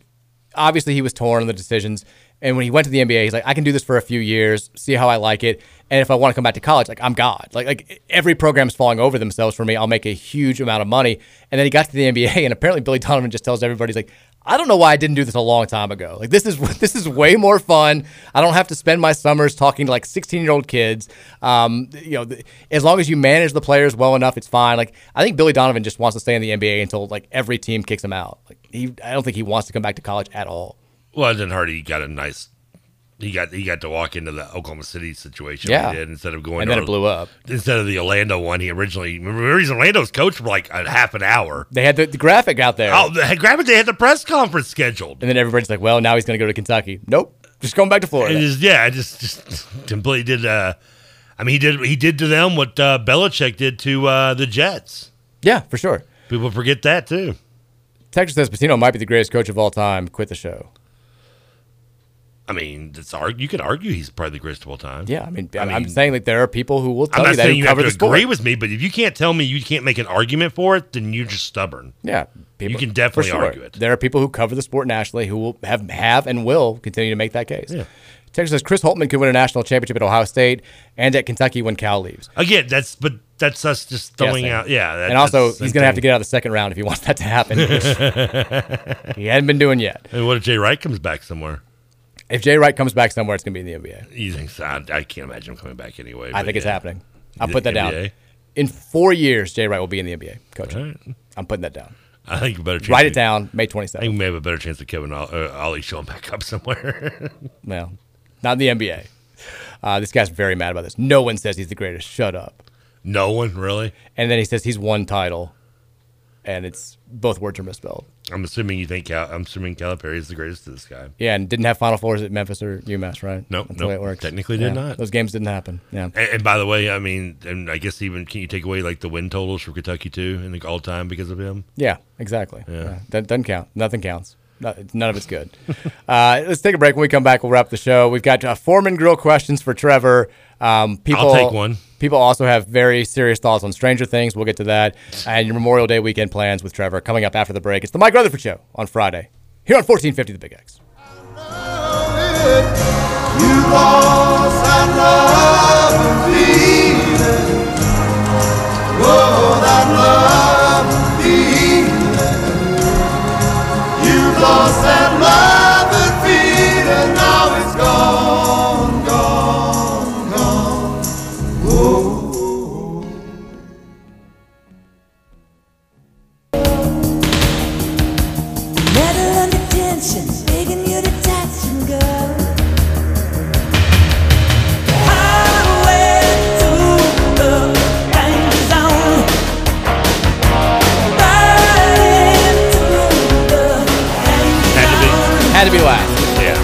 [SPEAKER 11] obviously he was torn on the decisions, and when he went to the NBA, he's like, I can do this for a few years, see how I like it, and if I want to come back to college, like I'm God. Like like every program's falling over themselves for me. I'll make a huge amount of money, and then he got to the NBA, [laughs] and apparently Billy Donovan just tells everybody he's like. I don't know why I didn't do this a long time ago. Like this is [laughs] this is way more fun. I don't have to spend my summers talking to like 16 year old kids. Um, you know, th- as long as you manage the players well enough, it's fine. Like I think Billy Donovan just wants to stay in the NBA until like every team kicks him out. Like he, I don't think he wants to come back to college at all.
[SPEAKER 12] Well, it didn't hurt. He got a nice. He got he got to walk into the Oklahoma City situation.
[SPEAKER 11] Yeah.
[SPEAKER 12] he did, instead of going.
[SPEAKER 11] And
[SPEAKER 12] to
[SPEAKER 11] then it blew up.
[SPEAKER 12] Instead of the Orlando one, he originally remember he's Orlando's coach for like a half an hour.
[SPEAKER 11] They had the, the graphic out there.
[SPEAKER 12] Oh, the graphic! They had the press conference scheduled.
[SPEAKER 11] And then everybody's like, "Well, now he's going to go to Kentucky." Nope, just going back to Florida.
[SPEAKER 12] It is, yeah, I just just [laughs] completely did. Uh, I mean, he did he did to them what uh, Belichick did to uh, the Jets.
[SPEAKER 11] Yeah, for sure.
[SPEAKER 12] People forget that too.
[SPEAKER 11] Texas says Patino might be the greatest coach of all time. Quit the show.
[SPEAKER 12] I mean, it's arg- you could argue he's probably the greatest of all time.
[SPEAKER 11] Yeah, I mean, I am saying like there are people who will tell
[SPEAKER 12] I'm not
[SPEAKER 11] you that
[SPEAKER 12] saying
[SPEAKER 11] who
[SPEAKER 12] you have
[SPEAKER 11] cover
[SPEAKER 12] to
[SPEAKER 11] the sport.
[SPEAKER 12] agree with me, but if you can't tell me you can't make an argument for it, then you're just stubborn.
[SPEAKER 11] Yeah,
[SPEAKER 12] you
[SPEAKER 11] people-
[SPEAKER 12] can
[SPEAKER 11] for
[SPEAKER 12] definitely
[SPEAKER 11] sure.
[SPEAKER 12] argue it.
[SPEAKER 11] There are people who cover the sport nationally who will have have and will continue to make that case. Texas says Chris Holtman could win a national championship at Ohio State and at Kentucky when Cal leaves.
[SPEAKER 12] Again, that's but that's us just throwing
[SPEAKER 11] Guessing.
[SPEAKER 12] out. Yeah, that-
[SPEAKER 11] and also
[SPEAKER 12] that's the
[SPEAKER 11] he's going to have to
[SPEAKER 12] thing.
[SPEAKER 11] get out of the second round if he wants that to
[SPEAKER 12] [laughs]
[SPEAKER 11] happen. [laughs] he hadn't been doing yet.
[SPEAKER 12] And what if Jay Wright comes back somewhere?
[SPEAKER 11] If Jay Wright comes back somewhere, it's going to be in the NBA.
[SPEAKER 12] You think so? I, I can't imagine him coming back anyway.
[SPEAKER 11] I
[SPEAKER 12] but
[SPEAKER 11] think it's
[SPEAKER 12] yeah.
[SPEAKER 11] happening.
[SPEAKER 12] You
[SPEAKER 11] I'll put that
[SPEAKER 12] think
[SPEAKER 11] down.
[SPEAKER 12] NBA?
[SPEAKER 11] In four years, Jay Wright will be in the NBA, coach. I'm putting that down.
[SPEAKER 12] I think you better chance
[SPEAKER 11] write it
[SPEAKER 12] to-
[SPEAKER 11] down. May
[SPEAKER 12] I
[SPEAKER 11] 27th.
[SPEAKER 12] think we may have a better chance of Kevin Ol- uh, Ollie showing back up somewhere. [laughs]
[SPEAKER 11] Well, not in the NBA. Uh, this guy's very mad about this. No one says he's the greatest. Shut up.
[SPEAKER 12] No one really.
[SPEAKER 11] And then he says he's won title, and it's both words are misspelled.
[SPEAKER 12] I'm assuming you think Cal- I'm assuming Calipari is the greatest of this guy.
[SPEAKER 11] Yeah, and didn't have Final Fours at Memphis or UMass, right?
[SPEAKER 12] Nope,
[SPEAKER 11] That's the
[SPEAKER 12] nope.
[SPEAKER 11] way it works.
[SPEAKER 12] Technically did
[SPEAKER 11] Yeah,
[SPEAKER 12] not.
[SPEAKER 11] Those games didn't happen. Yeah.
[SPEAKER 12] And, and by the way, I mean, and I guess even can you take away like the win totals for Kentucky too in the all time because of him?
[SPEAKER 11] Yeah, exactly.
[SPEAKER 12] Yeah.
[SPEAKER 11] Yeah, That doesn't count. Nothing counts. No- None of it's good. [laughs] uh, let's take a break. When we come back, we'll wrap the show. We've got uh, Foreman Grill questions for Trevor. Um, people,
[SPEAKER 12] take one.
[SPEAKER 11] People also have very serious thoughts on Stranger Things. We'll get to that. And your Memorial Day weekend plans with Trevor coming up after the break. It's the Mike Rutherford Show on Friday here on 1450 The Big X.
[SPEAKER 15] You lost that love and feeling. Whoa, that love and feeling. You lost that love and feeling. Now it's gone, gone, gone. Oh. Whoa.
[SPEAKER 16] Metal under tension, begging you to touch and go. Highway to the danger zone. Burning through the danger zone.
[SPEAKER 11] Had to be last.
[SPEAKER 12] Yeah.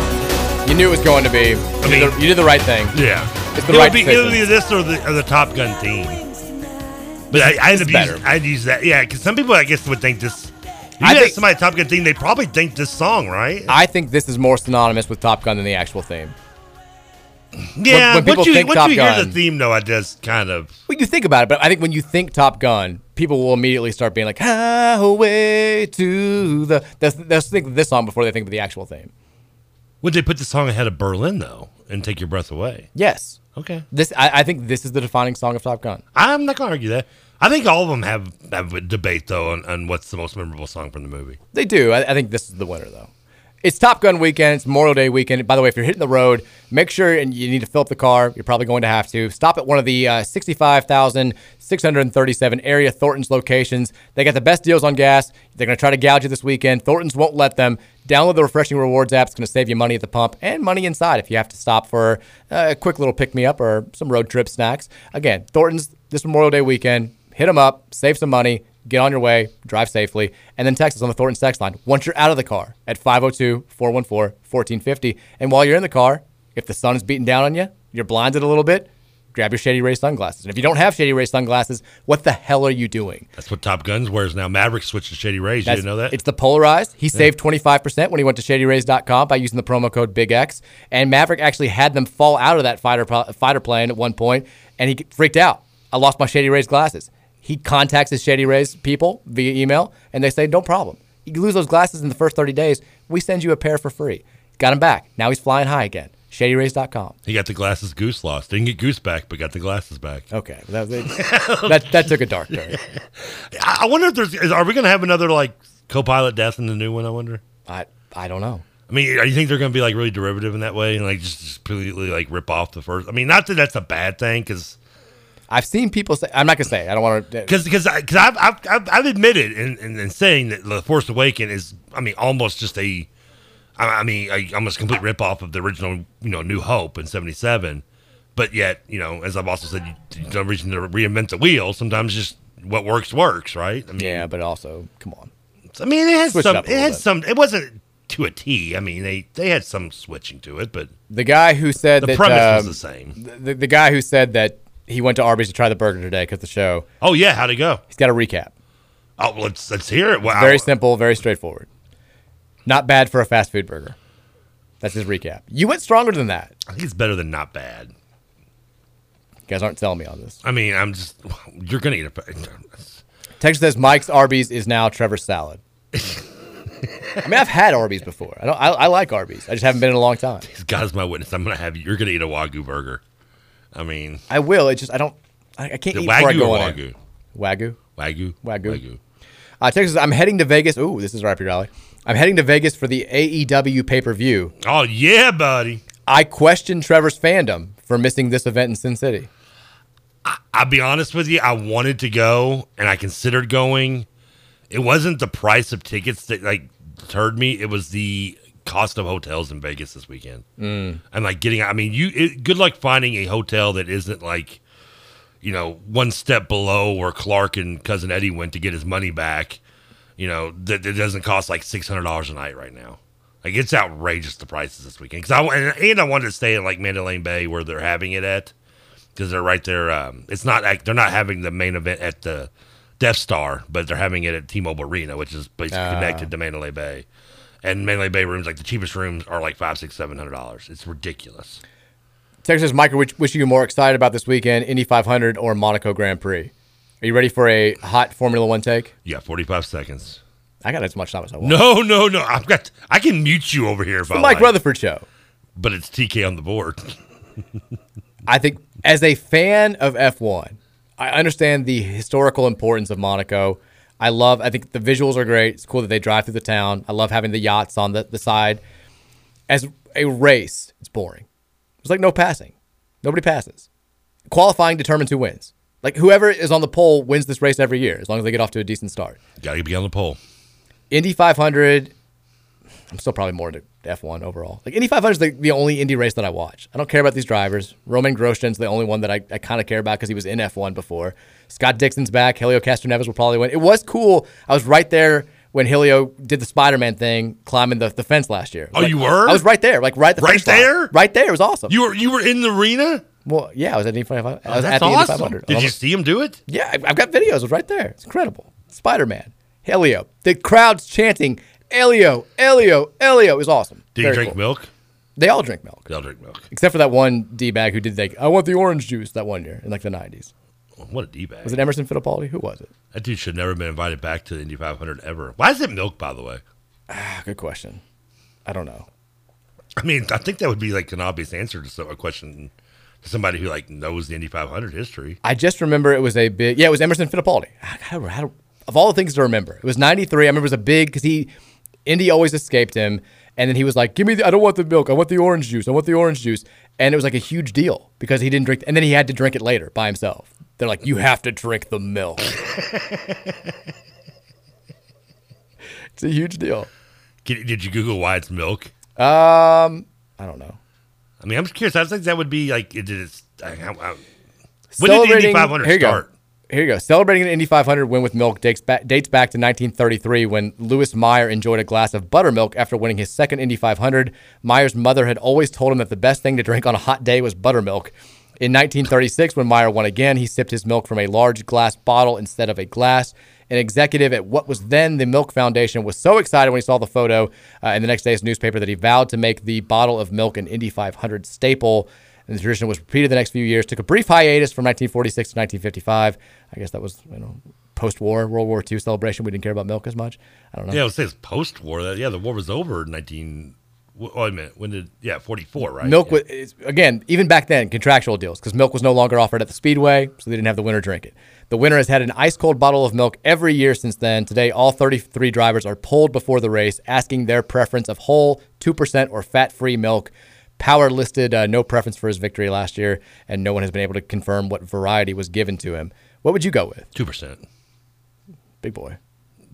[SPEAKER 11] You knew it was going to be. You, did, the, you did the right thing.
[SPEAKER 12] Yeah.
[SPEAKER 11] It's the
[SPEAKER 12] it
[SPEAKER 11] right
[SPEAKER 12] would be
[SPEAKER 11] decision.
[SPEAKER 12] either this or the, or the Top Gun theme. But I, I end up
[SPEAKER 11] It's
[SPEAKER 12] using,
[SPEAKER 11] better.
[SPEAKER 12] I'd use that. Yeah, because some people I guess would think this. If you
[SPEAKER 11] I
[SPEAKER 12] I
[SPEAKER 11] think-
[SPEAKER 12] think somebody Top Gun theme, they probably think this song, right?
[SPEAKER 11] I think this is more synonymous with Top Gun than the actual theme.
[SPEAKER 12] Yeah.
[SPEAKER 11] when people
[SPEAKER 12] once you,
[SPEAKER 11] think
[SPEAKER 12] once
[SPEAKER 11] Top
[SPEAKER 12] you hear
[SPEAKER 11] Gun-
[SPEAKER 12] the theme, though, I just kind of.
[SPEAKER 11] Well, you think about it, but I think when you think Top Gun, people will immediately start being like, "Highway to the." That's that's think of this song before they think of the actual theme.
[SPEAKER 12] Would they put the song ahead of Berlin though, and take your breath away?
[SPEAKER 11] Yes.
[SPEAKER 12] Okay.
[SPEAKER 11] This I, I think this is the defining song of Top Gun.
[SPEAKER 12] I'm not gonna argue that. I think all of them have, have a debate though on, on what's the most memorable song from the movie.
[SPEAKER 11] They do. I, I think this is the winner though. It's Top Gun weekend. It's Memorial Day weekend. By the way, if you're hitting the road, make sure and you need to fill up the car. You're probably going to have to stop at one of the uh, 65,637 area Thornton's locations. They got the best deals on gas. They're going to try to gouge you this weekend. Thornton's won't let them. Download the Refreshing Rewards app. It's going to save you money at the pump and money inside if you have to stop for uh, a quick little pick me up or some road trip snacks. Again, Thornton's this Memorial Day weekend. Hit them up, save some money, Get on your way, drive safely, and then text us on the Thornton text line once you're out of the car at 502 414 1450. And while you're in the car, if the sun is beating down on you, you're blinded a little bit, grab your Shady Ray sunglasses. And if you don't have Shady Ray sunglasses, what the hell are you doing?
[SPEAKER 12] That's what Top Guns wears now. Maverick switched to Shady Rays. You
[SPEAKER 11] That's-
[SPEAKER 12] didn't know that?
[SPEAKER 11] It's the polarized. He saved 25% when he went to shadyrays.com by using the promo code Big X. And Maverick actually had them fall out of that fighter po- fighter plane at one point, and he freaked out. I lost my Shady Rays glasses. He contacts his Shady Rays people via email, and they say, no problem. You lose those glasses in the first 30 days, we send you a pair for free. Got him back. Now he's flying high again. ShadyRays.com.
[SPEAKER 12] He got the glasses Goose lost. Didn't get Goose back, but got the glasses back.
[SPEAKER 11] Okay. That, [laughs] that, that took a dark turn.
[SPEAKER 12] I I wonder if there's. Is, are we going to have another like co-pilot death in the new one? I wonder.
[SPEAKER 11] I I don't know.
[SPEAKER 12] I mean, are you think they're going to be like really derivative in that way and like just, just completely like rip off the first? I mean, not that that's a bad thing because
[SPEAKER 11] I've seen people say. I'm not going to say. I don't want to.
[SPEAKER 12] because because because I've, I've I've I've admitted in, in, in saying that the Force Awakens is I mean almost just a I, I mean a, almost complete rip off of the original you know New Hope in '77, but yet you know as I've also said you, you don't reason to reinvent the wheel. Sometimes just what works works, right? I mean,
[SPEAKER 11] yeah, but also come on.
[SPEAKER 12] I mean it has
[SPEAKER 11] Switch it
[SPEAKER 12] some
[SPEAKER 11] up a
[SPEAKER 12] it
[SPEAKER 11] little
[SPEAKER 12] has
[SPEAKER 11] bit.
[SPEAKER 12] some it wasn't to a T. I mean they they had some switching to it, but
[SPEAKER 11] The guy who said
[SPEAKER 12] The
[SPEAKER 11] that
[SPEAKER 12] premise was
[SPEAKER 11] um,
[SPEAKER 12] the same.
[SPEAKER 11] th- The, the guy who said that he went to Arby's to try the burger today because the show.
[SPEAKER 12] Oh yeah, how'd it go?
[SPEAKER 11] He's got a recap.
[SPEAKER 12] Oh, let's let's hear it. Wow.
[SPEAKER 11] Very simple, very straightforward. Not bad for a fast food burger. That's his recap. You went stronger than that.
[SPEAKER 12] I think it's better than not bad.
[SPEAKER 11] You guys aren't selling me on this.
[SPEAKER 12] I mean, I'm just you're gonna eat a.
[SPEAKER 11] Text says Mike's Arby's is now Trevor's
[SPEAKER 12] [laughs]
[SPEAKER 11] salad. I mean, I've had Arby's before. I don't. I, I like Arby's. I just haven't been in a long time.
[SPEAKER 12] God's my witness. I'm gonna have you. You're gonna eat a wagyu burger. I mean,
[SPEAKER 11] I will. It's just I don't. I, I can't
[SPEAKER 12] The
[SPEAKER 11] eat before I
[SPEAKER 12] Wagyu
[SPEAKER 11] go
[SPEAKER 12] or
[SPEAKER 11] on air.
[SPEAKER 12] Wagyu?
[SPEAKER 11] Wagyu.
[SPEAKER 12] Wagyu.
[SPEAKER 11] Wagyu.
[SPEAKER 12] Wagyu.
[SPEAKER 11] Uh, Texas. I'm heading to Vegas. Ooh, this is right up your alley. I'm heading to Vegas for the AEW pay per view.
[SPEAKER 12] Oh yeah, buddy.
[SPEAKER 11] I question Trevor's fandom for missing this event in Sin City.
[SPEAKER 12] I'll be honest with you. I wanted to go, and I considered going. It wasn't the price of tickets that like deterred me. It was the cost of hotels in Vegas this weekend.
[SPEAKER 11] Mm.
[SPEAKER 12] And like getting. I mean, you. It, good luck finding a hotel that isn't like, you know, one step below where Clark and cousin Eddie went to get his money back. You know that that doesn't cost like six hundred dollars a night right now. Like it's outrageous the prices this weekend. Cause I wa- and, and I wanted to stay in like Mandalay Bay where they're having it at because they're right there. Um, it's not like they're not having the main event at the Death Star, but they're having it at T-Mobile Arena, which is basically
[SPEAKER 11] Ah.
[SPEAKER 12] connected to Mandalay Bay. And Mandalay Bay rooms, like the cheapest rooms, are like five, six, seven hundred dollars. It's ridiculous.
[SPEAKER 11] Texas Mike, which which are you more excited about this weekend, Indy 500 or Monaco Grand Prix? Are you ready for a hot Formula One take?
[SPEAKER 12] Yeah, forty-five seconds. [laughs]
[SPEAKER 11] I got as much time as I want.
[SPEAKER 12] No, no, no. I've got. I can mute you over here if
[SPEAKER 11] the
[SPEAKER 12] I
[SPEAKER 11] Mike
[SPEAKER 12] like.
[SPEAKER 11] Rutherford show.
[SPEAKER 12] But it's TK on the board. [laughs]
[SPEAKER 11] I think as a fan of F1, I understand the historical importance of Monaco. I love, I think the visuals are great. It's cool that they drive through the town. I love having the yachts on the, the side. As a race, it's boring. It's like no passing, nobody passes. Qualifying determines who wins. Like whoever is on the pole wins this race every year, as long as they get off to a decent start.
[SPEAKER 12] Got to be on the pole.
[SPEAKER 11] Indy 500. I'm still probably more into F1 overall. Like Indy 500 is the, the only Indy race that I watch. I don't care about these drivers. Roman Grosjean's the only one that I, I kind of care about because he was in F1 before. Scott Dixon's back. Helio Castroneves will probably win. It was cool. I was right there when Helio did the Spider-Man thing, climbing the, the fence last year.
[SPEAKER 12] Oh,
[SPEAKER 11] Like,
[SPEAKER 12] you were?
[SPEAKER 11] I was right there, like right at the
[SPEAKER 12] Right
[SPEAKER 11] finish line.
[SPEAKER 12] there?
[SPEAKER 11] right there. It was awesome.
[SPEAKER 12] You were you were in the arena.
[SPEAKER 11] well, yeah, I was at Indy 500. I was
[SPEAKER 12] that's
[SPEAKER 11] at the Indy
[SPEAKER 12] awesome.
[SPEAKER 11] 500.
[SPEAKER 12] Did you see him do it?
[SPEAKER 11] Yeah, I- I've got videos. It was right there. It's incredible. Spider Man, Helio. The crowd's chanting, Elio, Elio, Elio. It was awesome.
[SPEAKER 12] Did
[SPEAKER 11] Very
[SPEAKER 12] he drink
[SPEAKER 11] cool.
[SPEAKER 12] milk?
[SPEAKER 11] They all drink milk,
[SPEAKER 12] They all drink milk.
[SPEAKER 11] except for that one D bag who did, like, I want the orange juice that one year in like the 90s.
[SPEAKER 12] What a d bag.
[SPEAKER 11] Was it Emerson Fittipaldi? Who was it?
[SPEAKER 12] That dude should never have been invited back to the Indy 500 ever. Why is it milk, by the way?
[SPEAKER 11] Ah, Good question. I don't know.
[SPEAKER 12] I mean, I think that would be like an obvious answer to some, a question to somebody who like knows the Indy 500 history.
[SPEAKER 11] I just remember it was a big, yeah, it was Emerson Fittipaldi. Ah, God, how do- how do- of all the things to remember, it was 93. I remember it was a big, because he, Indy always escaped him. And then he was like, give me, the, I don't want the milk. I want the orange juice. I want the orange juice. And it was like a huge deal because he didn't drink, and then he had to drink it later by himself. They're like, you have to drink the milk. it's a huge deal.
[SPEAKER 12] Did, did you Google why it's milk?
[SPEAKER 11] Um, I don't know.
[SPEAKER 12] I mean, I'm just curious. I think that would be like, it did it, I, I, I- when did the
[SPEAKER 11] Celebrating-
[SPEAKER 12] Indy 500
[SPEAKER 11] here you go.
[SPEAKER 12] start?
[SPEAKER 11] Here you go. Celebrating an Indy 500 win with milk dates back, dates back to 1933 when Lewis Meyer enjoyed a glass of buttermilk after winning his second Indy 500. Meyer's mother had always told him that the best thing to drink on a hot day was buttermilk. In 1936, when Meyer won again, he sipped his milk from a large glass bottle instead of a glass. An executive at what was then the Milk Foundation was so excited when he saw the photo uh, in the next day's newspaper that he vowed to make the bottle of milk an Indy 500 staple. And the tradition was repeated the next few years. Took a brief hiatus from 1946 to 1955. I guess that was you know post-war World War II celebration. We didn't care about milk as much. I don't know.
[SPEAKER 12] Yeah, I would say it's post-war. That yeah, the war was over in 19. wh- Oh, wait a minute. When did yeah 44 right?
[SPEAKER 11] Milk
[SPEAKER 12] yeah.
[SPEAKER 11] was it's, again even back then contractual deals because milk was no longer offered at the speedway, so they didn't have the winner drink it. The winner has had an ice cold bottle of milk every year since then. Today, all 33 drivers are polled before the race, asking their preference of whole, two percent, or fat-free milk. Power listed uh, no preference for his victory last year, and no one has been able to confirm what variety was given to him. What would you go with?
[SPEAKER 12] Two percent.
[SPEAKER 11] Big boy.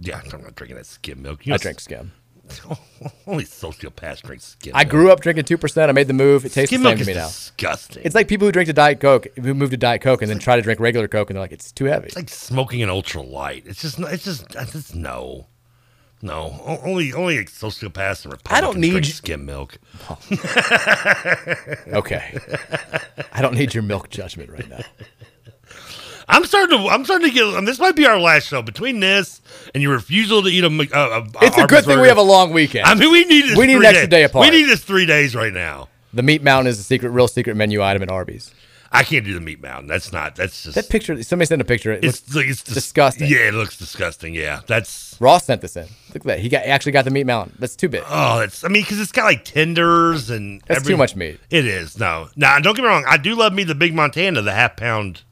[SPEAKER 12] Yeah, I'm not drinking that skim milk.
[SPEAKER 11] I drink skim.
[SPEAKER 12] [laughs] Only sociopaths drink skim.
[SPEAKER 11] I
[SPEAKER 12] milk.
[SPEAKER 11] grew up drinking two percent. I made the move. It tastes
[SPEAKER 12] Skim
[SPEAKER 11] the same
[SPEAKER 12] milk
[SPEAKER 11] to
[SPEAKER 12] is
[SPEAKER 11] me now.
[SPEAKER 12] disgusting.
[SPEAKER 11] It's like people who drink to diet coke, who move to diet coke, and then try to drink regular coke, and they're like, it's too heavy.
[SPEAKER 12] It's like smoking an ultra light. It's just it's just it's just no. No, O- only only sociopaths and Republicans
[SPEAKER 11] I don't need
[SPEAKER 12] drink
[SPEAKER 11] you-
[SPEAKER 12] skim milk.
[SPEAKER 11] okay, I don't need your milk judgment right
[SPEAKER 12] [laughs]
[SPEAKER 11] now.
[SPEAKER 12] I'm starting to. I'm starting to get. and This might be our last show. Between this and your refusal to eat a, Mc- a, a
[SPEAKER 11] It's a
[SPEAKER 12] Arby's
[SPEAKER 11] good thing we
[SPEAKER 12] burger-
[SPEAKER 11] have a long weekend.
[SPEAKER 12] I mean, we need this
[SPEAKER 11] we need an
[SPEAKER 12] three
[SPEAKER 11] extra
[SPEAKER 12] days.
[SPEAKER 11] day apart.
[SPEAKER 12] We need this three days right now.
[SPEAKER 11] the meat mountain is a secret, real secret menu item at Arby's.
[SPEAKER 12] I can't do the meat mountain. That's not. That's just.
[SPEAKER 11] That picture, somebody sent a picture. It
[SPEAKER 12] it's
[SPEAKER 11] looks
[SPEAKER 12] like it's dis-
[SPEAKER 11] disgusting.
[SPEAKER 12] Yeah, it looks disgusting. Yeah, that's.
[SPEAKER 11] Ross sent this in. Look at that. He got actually got the meat mountain. That's too big.
[SPEAKER 12] Oh, that's. I mean, because it's got like tenders and.
[SPEAKER 11] That's too much meat.
[SPEAKER 12] It is. No, now don't get me wrong. I do love me the big Montana, the half pound,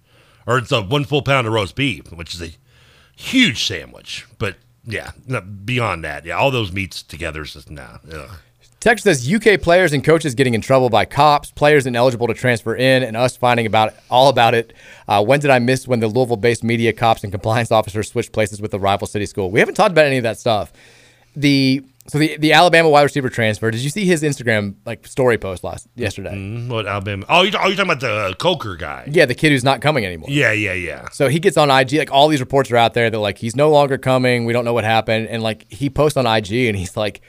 [SPEAKER 12] or it's a one full pound of roast beef, which is a huge sandwich. But yeah, no, beyond that, yeah, all those meats together is just nah. Ugh.
[SPEAKER 11] Text says UK players and coaches getting in trouble by cops, players ineligible to transfer in, and us finding about all about it. Uh, when did I miss when the Louisville-based media cops and compliance officers switched places with the rival city school? We haven't talked about any of that stuff. The so the the Alabama wide receiver transfer. Did you see his Instagram like story post last yesterday?
[SPEAKER 12] Mm, What Alabama? Oh, you oh, you're talking about the uh, Coker guy?
[SPEAKER 11] Yeah, the kid who's not coming anymore.
[SPEAKER 12] Yeah, yeah, yeah.
[SPEAKER 11] So he gets on IG, like all these reports are out there that like he's no longer coming. We don't know what happened, and like he posts on IG and he's like,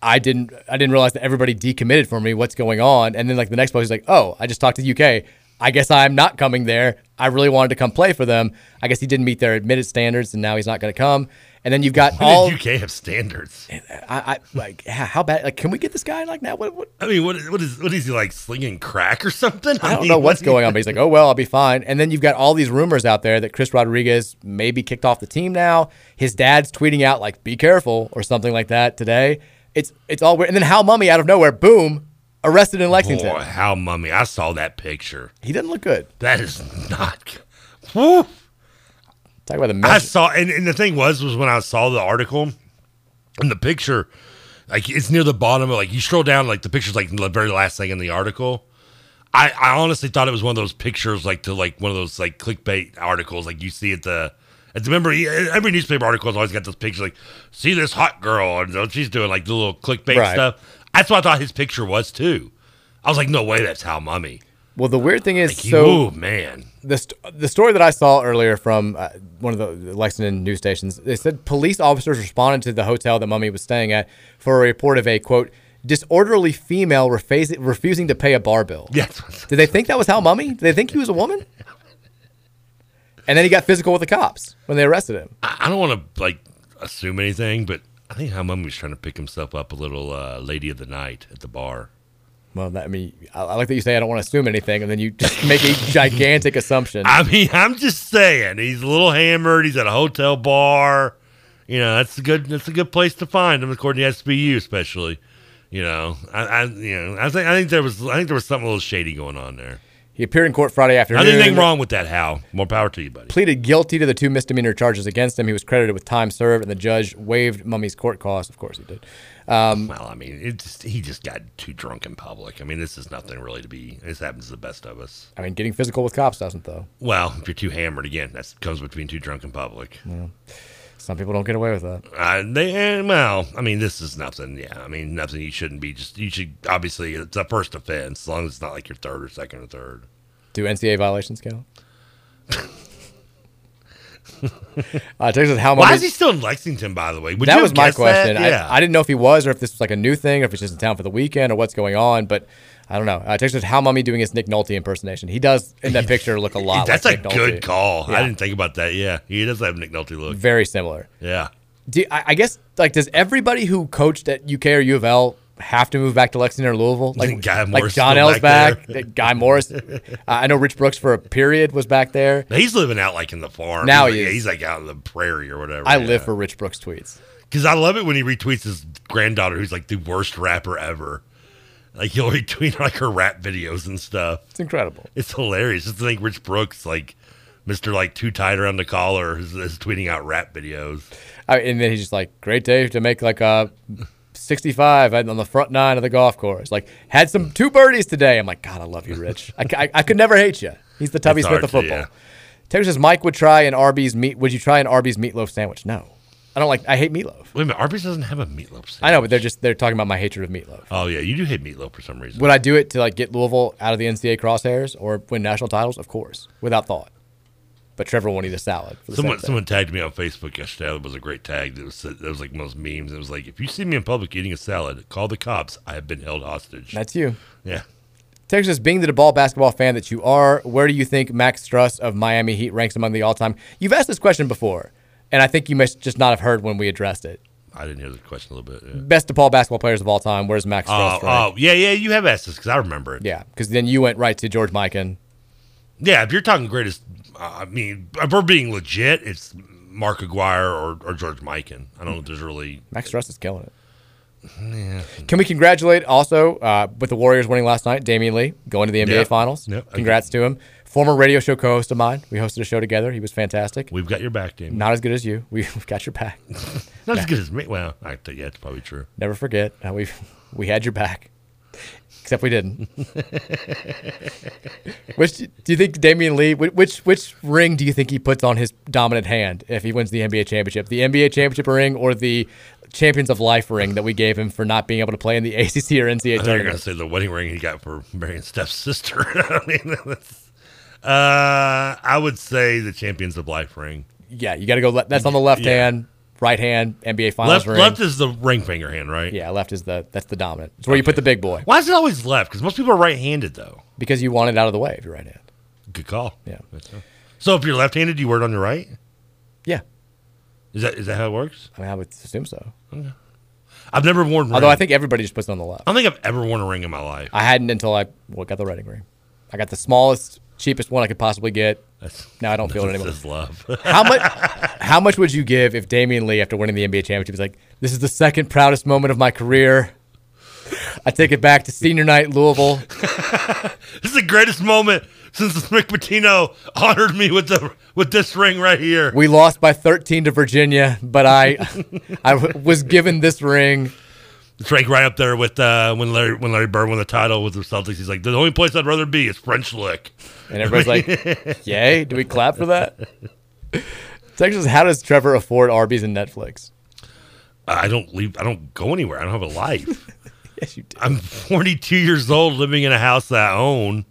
[SPEAKER 11] "I didn't, I didn't realize that everybody decommitted for me. What's going on?" And then like the next post, he's like, "Oh, I just talked to UK. I guess I'm not coming there. I really wanted to come play for them. I guess he didn't meet their admitted standards, and now he's not going to come." And then you've got
[SPEAKER 12] When
[SPEAKER 11] all,
[SPEAKER 12] did UK have standards?
[SPEAKER 11] I, I like, h- how bad? Like, can we get this guy like now? What? what
[SPEAKER 12] I mean, what what is what is he like slinging crack or something?
[SPEAKER 11] I don't
[SPEAKER 12] mean,
[SPEAKER 11] know what's
[SPEAKER 12] what-
[SPEAKER 11] going on, but he's like, oh, well, I'll be fine. And then you've got all these rumors out there that Chris Rodriguez may be kicked off the team now. His dad's tweeting out, like, be careful or something like that today. It's it's all weird. And then Hal Mummy out of nowhere, boom, arrested in Lexington.
[SPEAKER 12] Boy, how mummy! I saw that picture.
[SPEAKER 11] He doesn't look good.
[SPEAKER 12] That is not. g- Woo.
[SPEAKER 11] Talk about the
[SPEAKER 12] I
[SPEAKER 11] mess.
[SPEAKER 12] saw, and, and the thing was, was when I saw the article and the picture, like it's near the bottom of like you scroll down, like the picture's like the very last thing in the article. I, I honestly thought it was one of those pictures, like to like one of those like clickbait articles, like you see at the. At the remember, e, every newspaper article's always got this picture, like see this hot girl, and she's doing like the little clickbait
[SPEAKER 11] Right.
[SPEAKER 12] stuff. That's what I thought his picture was too. I was like, no way, that's how mummy.
[SPEAKER 11] Well, the weird thing is,
[SPEAKER 12] Like,
[SPEAKER 11] so.
[SPEAKER 12] oh man, [laughs]
[SPEAKER 11] the, st- the story that I saw earlier from uh, one of the Lexington news stations, they said police officers responded to the hotel that Mummy was staying at for a report of a quote disorderly female refas- refusing to pay a bar bill.
[SPEAKER 12] Yes.
[SPEAKER 11] Did they think that was how Mummy? Did they think he was a woman? And then he got physical with the cops when they arrested him.
[SPEAKER 12] I, I don't want to like assume anything, but I think how mum was trying to pick himself up a little uh, lady of the night at the bar. [laughs]
[SPEAKER 11] Well, that, I mean, I, I like that you say I don't want to assume anything, and then you just make a gigantic assumption.
[SPEAKER 12] I mean, I'm just saying he's a little hammered. He's at a hotel bar. You know, that's a good that's a good place to find him according to SBU, especially. You know, I, I you know I think I think there was I think there was something a little shady going on there.
[SPEAKER 11] He appeared in court Friday afternoon.
[SPEAKER 12] Not anything wrong with that, Hal. More power to you, buddy.
[SPEAKER 11] pleaded guilty to the two misdemeanor charges against him. He was credited with time served, and the judge waived Mummy's court costs. Of course, he did. Um,
[SPEAKER 12] Well, I mean, it just, he just got too drunk in public. I mean, this is nothing really to be. This happens to the best of us.
[SPEAKER 11] I mean, getting physical with cops doesn't, though.
[SPEAKER 12] Well, if you're too hammered, again, that comes with being too drunk in public.
[SPEAKER 11] Some people don't get away with that.
[SPEAKER 12] Uh, they eh, well, I mean, this is nothing. Yeah, I mean, nothing. You shouldn't be just. You should obviously it's a first offense, as [laughs] long as it's not like your third or second or third.
[SPEAKER 11] Do NCAA violations count? Uh, it takes us how
[SPEAKER 12] Why
[SPEAKER 11] many-
[SPEAKER 12] is he still in Lexington? By the way, Would
[SPEAKER 11] that
[SPEAKER 12] you have
[SPEAKER 11] was my
[SPEAKER 12] guessed that?
[SPEAKER 11] question. I-
[SPEAKER 12] Yeah.
[SPEAKER 11] I, didn't know if he was or if this was like a new thing or if he's just in town for the weekend or what's going on, but I don't know. Uh, it takes us how mummy doing his Nick Nolte impersonation. He does in
[SPEAKER 12] [laughs]
[SPEAKER 11] that picture look a lot.
[SPEAKER 12] That's
[SPEAKER 11] like
[SPEAKER 12] a
[SPEAKER 11] Nick
[SPEAKER 12] good
[SPEAKER 11] Nolte.
[SPEAKER 12] call.
[SPEAKER 11] Yeah.
[SPEAKER 12] I didn't think about that. Yeah, he does have Nick Nolte look.
[SPEAKER 11] Very similar.
[SPEAKER 12] Yeah.
[SPEAKER 11] Do, I, I guess like does everybody who coached at UK or U of L have to move back to Lexington or Louisville? Like
[SPEAKER 12] Guy
[SPEAKER 11] like
[SPEAKER 12] Morris
[SPEAKER 11] John
[SPEAKER 12] still
[SPEAKER 11] L's
[SPEAKER 12] back
[SPEAKER 11] back, that Guy Morris.
[SPEAKER 12] [laughs]
[SPEAKER 11] Uh, I know Rich Brooks for a period was back there.
[SPEAKER 12] He's living out like in the farm
[SPEAKER 11] Now
[SPEAKER 12] he's
[SPEAKER 11] he
[SPEAKER 12] like,
[SPEAKER 11] is.
[SPEAKER 12] He's like out in the prairie or whatever.
[SPEAKER 11] I live for Rich Brooks tweets.
[SPEAKER 12] because I love it when he retweets his granddaughter, who's like the worst rapper ever. Like he'll [laughs] retweet like her rap videos and stuff. It's
[SPEAKER 11] incredible.
[SPEAKER 12] It's hilarious. Just to think Rich Brooks, like Mister, like too tight around the collar, is, is tweeting out rap videos.
[SPEAKER 11] I, and then he's just like, great day to make like a 65 on the front nine of the golf course. Like, had some two birdies today. I'm like, God, I love you, Rich. I, c- I- I could never hate you. He's the Tubby
[SPEAKER 12] It's
[SPEAKER 11] Smith of
[SPEAKER 12] hard to,
[SPEAKER 11] football.
[SPEAKER 12] yeah.
[SPEAKER 11] Taylor says Mike would try an Arby's meat. Would you try an Arby's meatloaf sandwich? No, I don't like. I hate meatloaf.
[SPEAKER 12] Wait a minute, Arby's doesn't have a meatloaf. Sandwich.
[SPEAKER 11] I know, but they're just they're talking about my hatred of meatloaf.
[SPEAKER 12] Oh yeah, you do hate meatloaf for some reason.
[SPEAKER 11] Would I do it to like get Louisville out of the NCAA crosshairs or win national titles? Of course, without thought. But Trevor won't eat a salad. For the same
[SPEAKER 12] Someone
[SPEAKER 11] thing.
[SPEAKER 12] someone tagged me on Facebook yesterday. That was a great tag. That was that was like most memes. It was like if you see me in public eating a salad, call the cops. I have been held hostage.
[SPEAKER 11] That's you.
[SPEAKER 12] Yeah.
[SPEAKER 11] Texas, being the ball basketball fan that you are, where do you think Max Struss of Miami Heat ranks among the all-time? You've asked this question before, and I think you must just not have heard when we addressed it.
[SPEAKER 12] I didn't hear the question a little bit. yeah.
[SPEAKER 11] Best DePaul basketball players of all time. Where's Max
[SPEAKER 12] Oh,
[SPEAKER 11] Struss? rank?
[SPEAKER 12] oh, yeah, yeah. You have asked this because I remember it.
[SPEAKER 11] Yeah, because then you went right to George Mikan.
[SPEAKER 12] Yeah, if you're talking greatest, uh, I mean, if we're being legit, it's Mark Aguirre or, or George Mikan. I don't know if there's really.
[SPEAKER 11] Max Struss is killing it.
[SPEAKER 12] Yeah.
[SPEAKER 11] Can we congratulate also uh, with the Warriors winning last night? Damian Lee going to the NBA
[SPEAKER 12] Yeah.
[SPEAKER 11] Finals.
[SPEAKER 12] Yeah.
[SPEAKER 11] Congrats to him. Former radio show co-host of mine. We hosted a show together. He was fantastic.
[SPEAKER 12] We've got your back, Damian.
[SPEAKER 11] Not as good as you. [laughs] We- We've got your back.
[SPEAKER 12] Not as good as me. Well, I think, yeah, it's probably true.
[SPEAKER 11] Never forget how we we had your back, except we
[SPEAKER 12] [laughs]
[SPEAKER 11] didn't. which do you think Damian Lee? whi- Which which ring do you think he puts on his dominant hand if he wins the NBA championship? The NBA championship ring or the Champions of Life ring that we gave him for not being able to play in the ACC or
[SPEAKER 12] I
[SPEAKER 11] NCAA
[SPEAKER 12] think you're going to
[SPEAKER 11] tournament?
[SPEAKER 12] say the wedding ring he got for marrying Steph's sister. [laughs] I mean, that's- uh, I would say the Champions of Life ring.
[SPEAKER 11] Yeah, you got to go. Le- that's on the left
[SPEAKER 12] Yeah.
[SPEAKER 11] hand, right hand. NBA Finals
[SPEAKER 12] Left,
[SPEAKER 11] ring.
[SPEAKER 12] left is the ring finger hand, right?
[SPEAKER 11] yeah, left is the that's the dominant. It's where you put the big boy
[SPEAKER 12] Why is it always left? Because most people are right-handed, though.
[SPEAKER 11] because you want it out of the way if you're right hand.
[SPEAKER 12] Good call.
[SPEAKER 11] Yeah.
[SPEAKER 12] So if you're left-handed, you wear it on your right.
[SPEAKER 11] Yeah.
[SPEAKER 12] Is that is that how it works?
[SPEAKER 11] I mean, I would assume so.
[SPEAKER 12] I've never worn.
[SPEAKER 11] Although I
[SPEAKER 12] rings.
[SPEAKER 11] think everybody just puts it on the left.
[SPEAKER 12] I don't think I've ever worn a ring in my life.
[SPEAKER 11] I hadn't until I well, got the wedding ring. I got the smallest, cheapest one I could possibly get. now I don't feel it anymore.
[SPEAKER 12] That's love. [laughs]
[SPEAKER 11] how much? How much would you give if Damian Lee, after winning the NBA championship, is like, "This is the second proudest moment of my career. I take it back to senior night Louisville.
[SPEAKER 12] This is the greatest moment since [laughs] Mick Pitino honored me with the with this ring right here.
[SPEAKER 11] We lost by 13 to Virginia, but I, I w- was given this ring.
[SPEAKER 12] It's ranked right up there with uh, when Larry when Larry Bird won the title with the Celtics. He's like the only place I'd rather be is French Lick,
[SPEAKER 11] And everybody's like, "Yay! Do we clap for that?" Texas, how does Trevor afford Arby's and Netflix?
[SPEAKER 12] I don't leave. I don't go anywhere. I don't have a life.
[SPEAKER 11] yes, you do.
[SPEAKER 12] I'm 42 years old, living in a house that I own.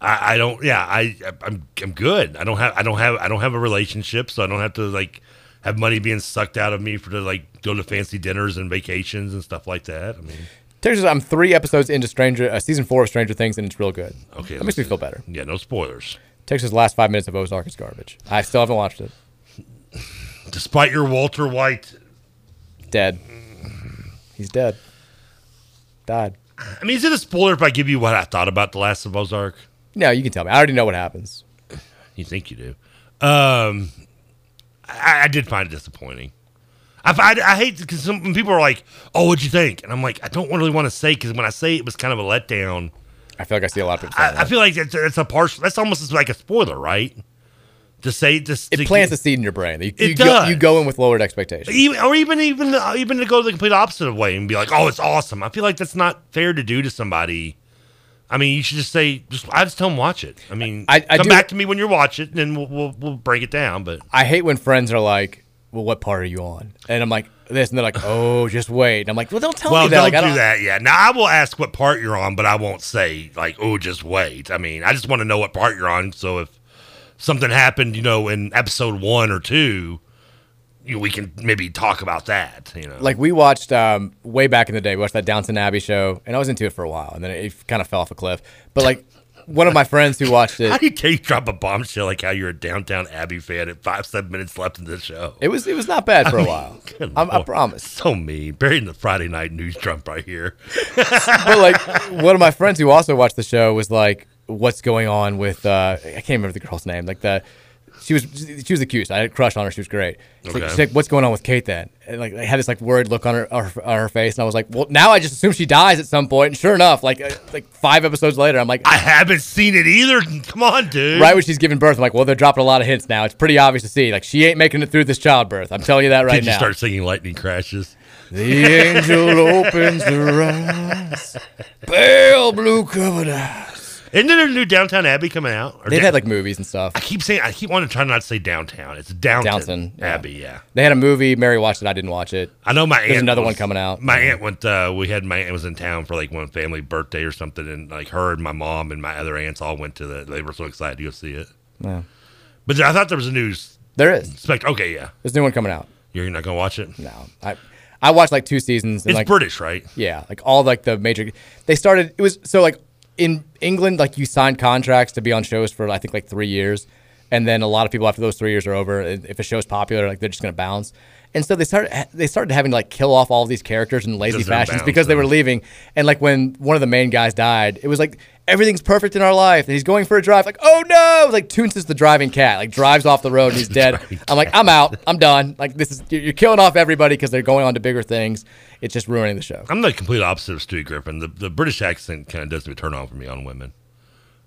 [SPEAKER 12] I, I don't. Yeah, I I'm I'm good. I don't have I don't have I don't have a relationship, so I don't have to like have money being sucked out of me for to like go to fancy dinners and vacations and stuff like that. I mean,
[SPEAKER 11] Texas, I'm three episodes into Stranger, uh, season four of Stranger Things, and it's real good.
[SPEAKER 12] Okay,
[SPEAKER 11] that makes me feel better.
[SPEAKER 12] yeah, no spoilers.
[SPEAKER 11] Texas, last five minutes of Ozark is garbage. I still haven't watched it.
[SPEAKER 12] Despite your Walter White,
[SPEAKER 11] Dead. He's dead. Died.
[SPEAKER 12] I mean, is it a spoiler if I give you what I thought about The Last of Ozark?
[SPEAKER 11] No, you can tell me. I already know what happens.
[SPEAKER 12] You think you do? Um, I, I did find it disappointing. I, I, I hate because some when people are like, "Oh, what'd you think?" And I'm like, I don't really want to say because when I say it was kind of a letdown.
[SPEAKER 11] I feel like I see a lot of people.
[SPEAKER 12] I, I feel like that's, that's a partial. That's almost as like a spoiler, right? To say this,
[SPEAKER 11] It
[SPEAKER 12] to-
[SPEAKER 11] plants a seed in your brain. You,
[SPEAKER 12] It
[SPEAKER 11] you Go,
[SPEAKER 12] does. E-
[SPEAKER 11] you go in with lowered expectations.
[SPEAKER 12] even, or even even uh, even to go the complete opposite way and be like, "Oh, it's awesome." I feel like that's not fair to do to somebody. I mean, you should just say, just I just tell them watch it. I mean,
[SPEAKER 11] I- I
[SPEAKER 12] come
[SPEAKER 11] do-
[SPEAKER 12] back to me when you watch it, and then we'll, we'll we'll break it down. But
[SPEAKER 11] I hate when friends are like, "Well, what part are you on?" And I'm like, "This," and they're like, "Oh, just wait." And I'm like, "Well, don't tell
[SPEAKER 12] well,
[SPEAKER 11] me that."
[SPEAKER 12] don't
[SPEAKER 11] Like, I
[SPEAKER 12] do that yet. Now I will ask what part you're on, but I won't say like, "Oh, just wait." I mean, I just want to know what part you're on. So if something happened, you know, in episode one or two, you know, we can maybe talk about that. You know, [laughs]
[SPEAKER 11] Like we watched um, way back in the day, we watched that Downton Abbey show, and I was into it for a while, and then it kind of fell off a cliff. But like one of my friends who watched
[SPEAKER 12] [laughs] how
[SPEAKER 11] it,
[SPEAKER 12] do you take drop a bombshell like how you're a downtown Abbey fan at five seven minutes left in the show?
[SPEAKER 11] it was it was not bad for a
[SPEAKER 12] [laughs]
[SPEAKER 11] while. I'm- I promise.
[SPEAKER 12] So mean, buried in the Friday night news dump right here.
[SPEAKER 11] but like one of my friends who also watched the show was like, "What's going on with?" Uh, I can't remember the girl's name. Like the she was she was the cutest. I had a crush on her. She was great. She's like,
[SPEAKER 12] Okay.
[SPEAKER 11] she's like, "What's going on with Kate?" Then and like I had this like worried look on her on her- on her face, and I was like, "Well, now I just assume she dies at some point." And sure enough, like uh, like five episodes later, I'm like,
[SPEAKER 12] "I haven't seen it either." Come on,
[SPEAKER 11] [laughs]
[SPEAKER 12] dude.
[SPEAKER 11] Right when she's giving birth, I'm like, "Well, they're dropping a lot of hints now. It's pretty obvious to see. Like she ain't making it through this childbirth. I'm telling you that right
[SPEAKER 12] Did you
[SPEAKER 11] now."
[SPEAKER 12] start singing lightning crashes?
[SPEAKER 11] The [laughs] angel opens her eyes, pale blue covered eyes.
[SPEAKER 12] Isn't there a new Downtown Abbey coming out? Or
[SPEAKER 11] They've
[SPEAKER 12] down-
[SPEAKER 11] had like movies and stuff.
[SPEAKER 12] I keep saying I keep wanting to try not to say downtown. It's Downton,
[SPEAKER 11] Downton, yeah.
[SPEAKER 12] Abbey. Yeah.
[SPEAKER 11] They had a movie. Mary watched it. I didn't watch it.
[SPEAKER 12] I know my
[SPEAKER 11] There's
[SPEAKER 12] aunt
[SPEAKER 11] another
[SPEAKER 12] was-
[SPEAKER 11] one coming out.
[SPEAKER 12] My aunt went. Uh, we had my aunt was in town for like one family birthday or something, and like her and my mom and my other aunts all went to the. They were so excited to go see it.
[SPEAKER 11] Yeah.
[SPEAKER 12] But I thought there was a news.
[SPEAKER 11] There is.
[SPEAKER 12] Spect- okay, yeah.
[SPEAKER 11] There's a new one coming out.
[SPEAKER 12] You're not gonna watch it. No,
[SPEAKER 11] I I watched like two seasons. And,
[SPEAKER 12] it's
[SPEAKER 11] like,
[SPEAKER 12] British, right?
[SPEAKER 11] Yeah, like all like the major. They started. It was so like in England, like you signed contracts to be on shows for I think like three years, and then a lot of people after those three years are over, i- if a show's popular, like they're just gonna bounce. And so they started. They started having to like kill off all of these characters in lazy
[SPEAKER 12] Because they're
[SPEAKER 11] fashions
[SPEAKER 12] bouncing.
[SPEAKER 11] because they were leaving. And like when one of the main guys died, it was like everything's perfect in our life. And he's going for a drive. Like oh no! It was, like Toons is the driving cat. Like drives off the road and he's dead. I'm like I'm out. I'm done. Like this is you're you're killing off everybody because they're going on to bigger things. It's just ruining the show.
[SPEAKER 12] I'm the complete opposite of Stu Griffin. The the British accent kind of doesn't turn on for me on women.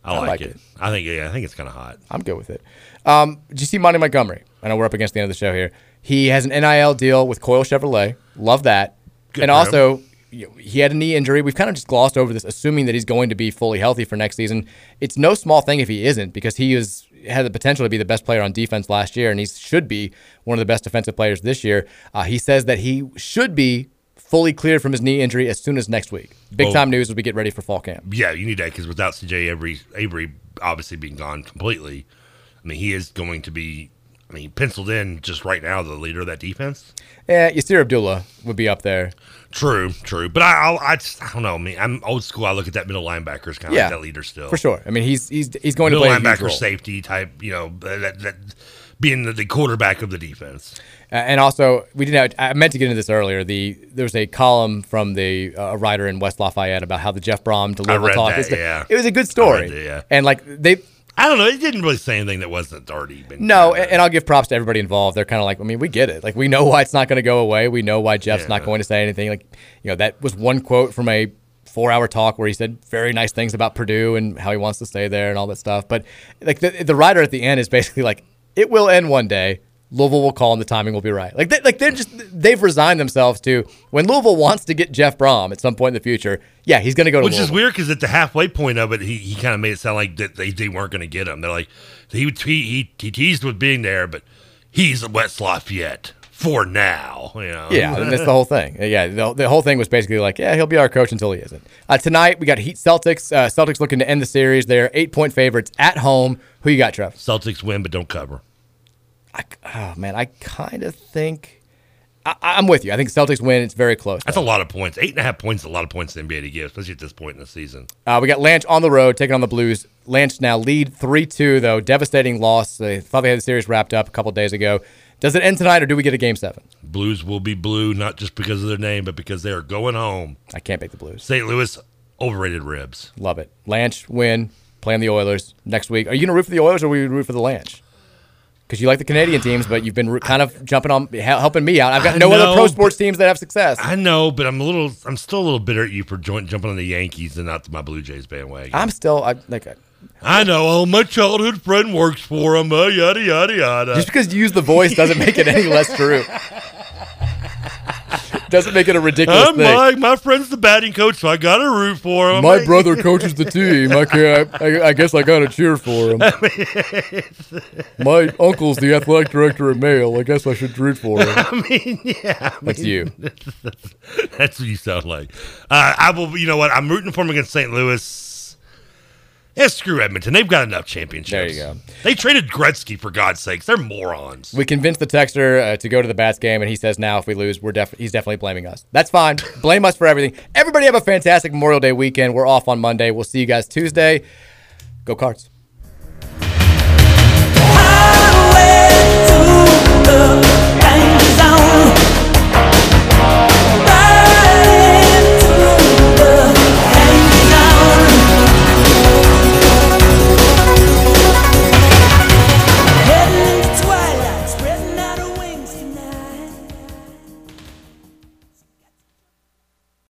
[SPEAKER 12] I, like, it. I think yeah, I think it's kind of hot.
[SPEAKER 11] I'm good with it. Um, did you see Monty Montgomery? I know we're up against the end of the show here. He has an NIL deal with Coil Chevrolet. Love that.
[SPEAKER 12] Good
[SPEAKER 11] and
[SPEAKER 12] for him.
[SPEAKER 11] also, y- he had a knee injury. We've kind of just glossed over this, assuming that he's going to be fully healthy for next season. It's no small thing if he isn't, because he is had the potential to be the best player on defense last year, and he should be one of the best defensive players this year. Uh, he says that he should be fully cleared from his knee injury as soon as next week. Big
[SPEAKER 12] Well-
[SPEAKER 11] time news as we get ready for fall camp.
[SPEAKER 12] Yeah, you need that because without CJ Avery, Avery obviously being gone completely, I mean he is going to be. I mean penciled in just right now the leader of that defense.
[SPEAKER 11] Yeah, Yasir Abdullah would be up there.
[SPEAKER 12] True, true. But I I'll, I, just, I don't know. I mean I'm old school. I look at that middle linebacker as kind of
[SPEAKER 11] Yeah,
[SPEAKER 12] like that leader still
[SPEAKER 11] for sure. I mean, he's he's he's going
[SPEAKER 12] middle
[SPEAKER 11] to play a huge
[SPEAKER 12] linebacker
[SPEAKER 11] role.
[SPEAKER 12] safety type. You know that, that being the, the quarterback of the defense.
[SPEAKER 11] Uh, and also, we didn't. Have, I meant to get into this earlier. The there was a column from the uh, a writer in West Lafayette about how the Jeff Brom
[SPEAKER 12] I
[SPEAKER 11] deliverable
[SPEAKER 12] read
[SPEAKER 11] talk.
[SPEAKER 12] that.
[SPEAKER 11] is the-
[SPEAKER 12] yeah,
[SPEAKER 11] it was a good story.
[SPEAKER 12] I read that, yeah.
[SPEAKER 11] And like they,
[SPEAKER 12] I don't know. It didn't really say anything that wasn't already been.
[SPEAKER 11] no, and, and I'll give props to everybody involved. They're kind of like, I mean, we get it. Like we know why it's not going to go away. We know why Jeff's not going to say anything. Like you know, that was one quote from a four-hour talk where he said very nice things about Purdue and how he wants to stay there and all that stuff. But like the the writer at the end is basically like, it will end one day. Louisville will call and the timing will be right. Like, they, like they're just they've resigned themselves to when Louisville wants to get Jeff Brom at some point in the future. Yeah, he's going to go to
[SPEAKER 12] Which is
[SPEAKER 11] Louisville.
[SPEAKER 12] weird because at the halfway point of it, he, he kind of made it sound like that they, they weren't going to get him. They're like he, he he he teased with being there, but he's at West Lafayette for now. You know, [laughs]
[SPEAKER 11] Yeah, and that's the whole thing. Uh, Yeah, the, the whole thing was basically like, yeah, he'll be our coach until he isn't. Uh, tonight we got Heat Celtics. Uh, Celtics looking to end the series. They're eight point favorites at home. Who you got, Trev?
[SPEAKER 12] Celtics win, but don't cover.
[SPEAKER 11] Oh man, I kind of think I, I'm with you. I think Celtics win. It's very close.
[SPEAKER 12] That's a lot of points. Eight and a half points is a lot of points in the NBA to give, especially at this point in the season.
[SPEAKER 11] Uh, we got Lanch on the road taking on the Blues. Lanch now lead 3 2, though. Devastating loss. They thought they had the series wrapped up a couple days ago. Does it end tonight or do we get a game seven?
[SPEAKER 12] Blues will be blue, not just because of their name, but because they are going home.
[SPEAKER 11] I can't pick the Blues.
[SPEAKER 12] St. Louis overrated ribs.
[SPEAKER 11] Love it. Lanch win, playing the Oilers next week. Are you going to root for the Oilers or will you root for the Lanch? Because you like the Canadian teams, but you've been ro- kind of jumping on, he- helping me out. I've got
[SPEAKER 12] I
[SPEAKER 11] no other
[SPEAKER 12] know,
[SPEAKER 11] pro
[SPEAKER 12] but-
[SPEAKER 11] sports teams that have success.
[SPEAKER 12] I know, but I'm a little, I'm still a little bitter at you for joint jumping on the Yankees and not my Blue Jays bandwagon.
[SPEAKER 11] I'm still, I, like, I-
[SPEAKER 12] I know. Oh, my childhood friend works for him. Uh, yada yada yada.
[SPEAKER 11] just because you use the voice doesn't make it any less true. [laughs] doesn't make it a ridiculous
[SPEAKER 12] I'm
[SPEAKER 11] thing.
[SPEAKER 12] Mike. Uh, My friend's the batting coach, so I got to root for him.
[SPEAKER 11] My brother coaches the team. I, can't, I, I guess I got to cheer for
[SPEAKER 12] [laughs]
[SPEAKER 11] him. My uncle's the athletic director at Mail. I guess I should root for him.
[SPEAKER 12] [laughs] I mean, yeah. I
[SPEAKER 11] That's
[SPEAKER 12] mean,
[SPEAKER 11] you.
[SPEAKER 12] [laughs] That's what you sound like. Uh, I will. You know what? I'm rooting for him against St. Louis. Yeah, screw Edmonton. They've got enough championships.
[SPEAKER 11] There you go.
[SPEAKER 12] They traded Gretzky for God's sakes. They're morons.
[SPEAKER 11] We convinced the texter uh, to go to the Bats game, and he says now if we lose, we're def- he's definitely blaming us. That's fine. Blame us for everything. Everybody have a fantastic Memorial Day weekend. We're off on Monday. We'll see you guys Tuesday. Go Cards.
[SPEAKER 16] Highway to the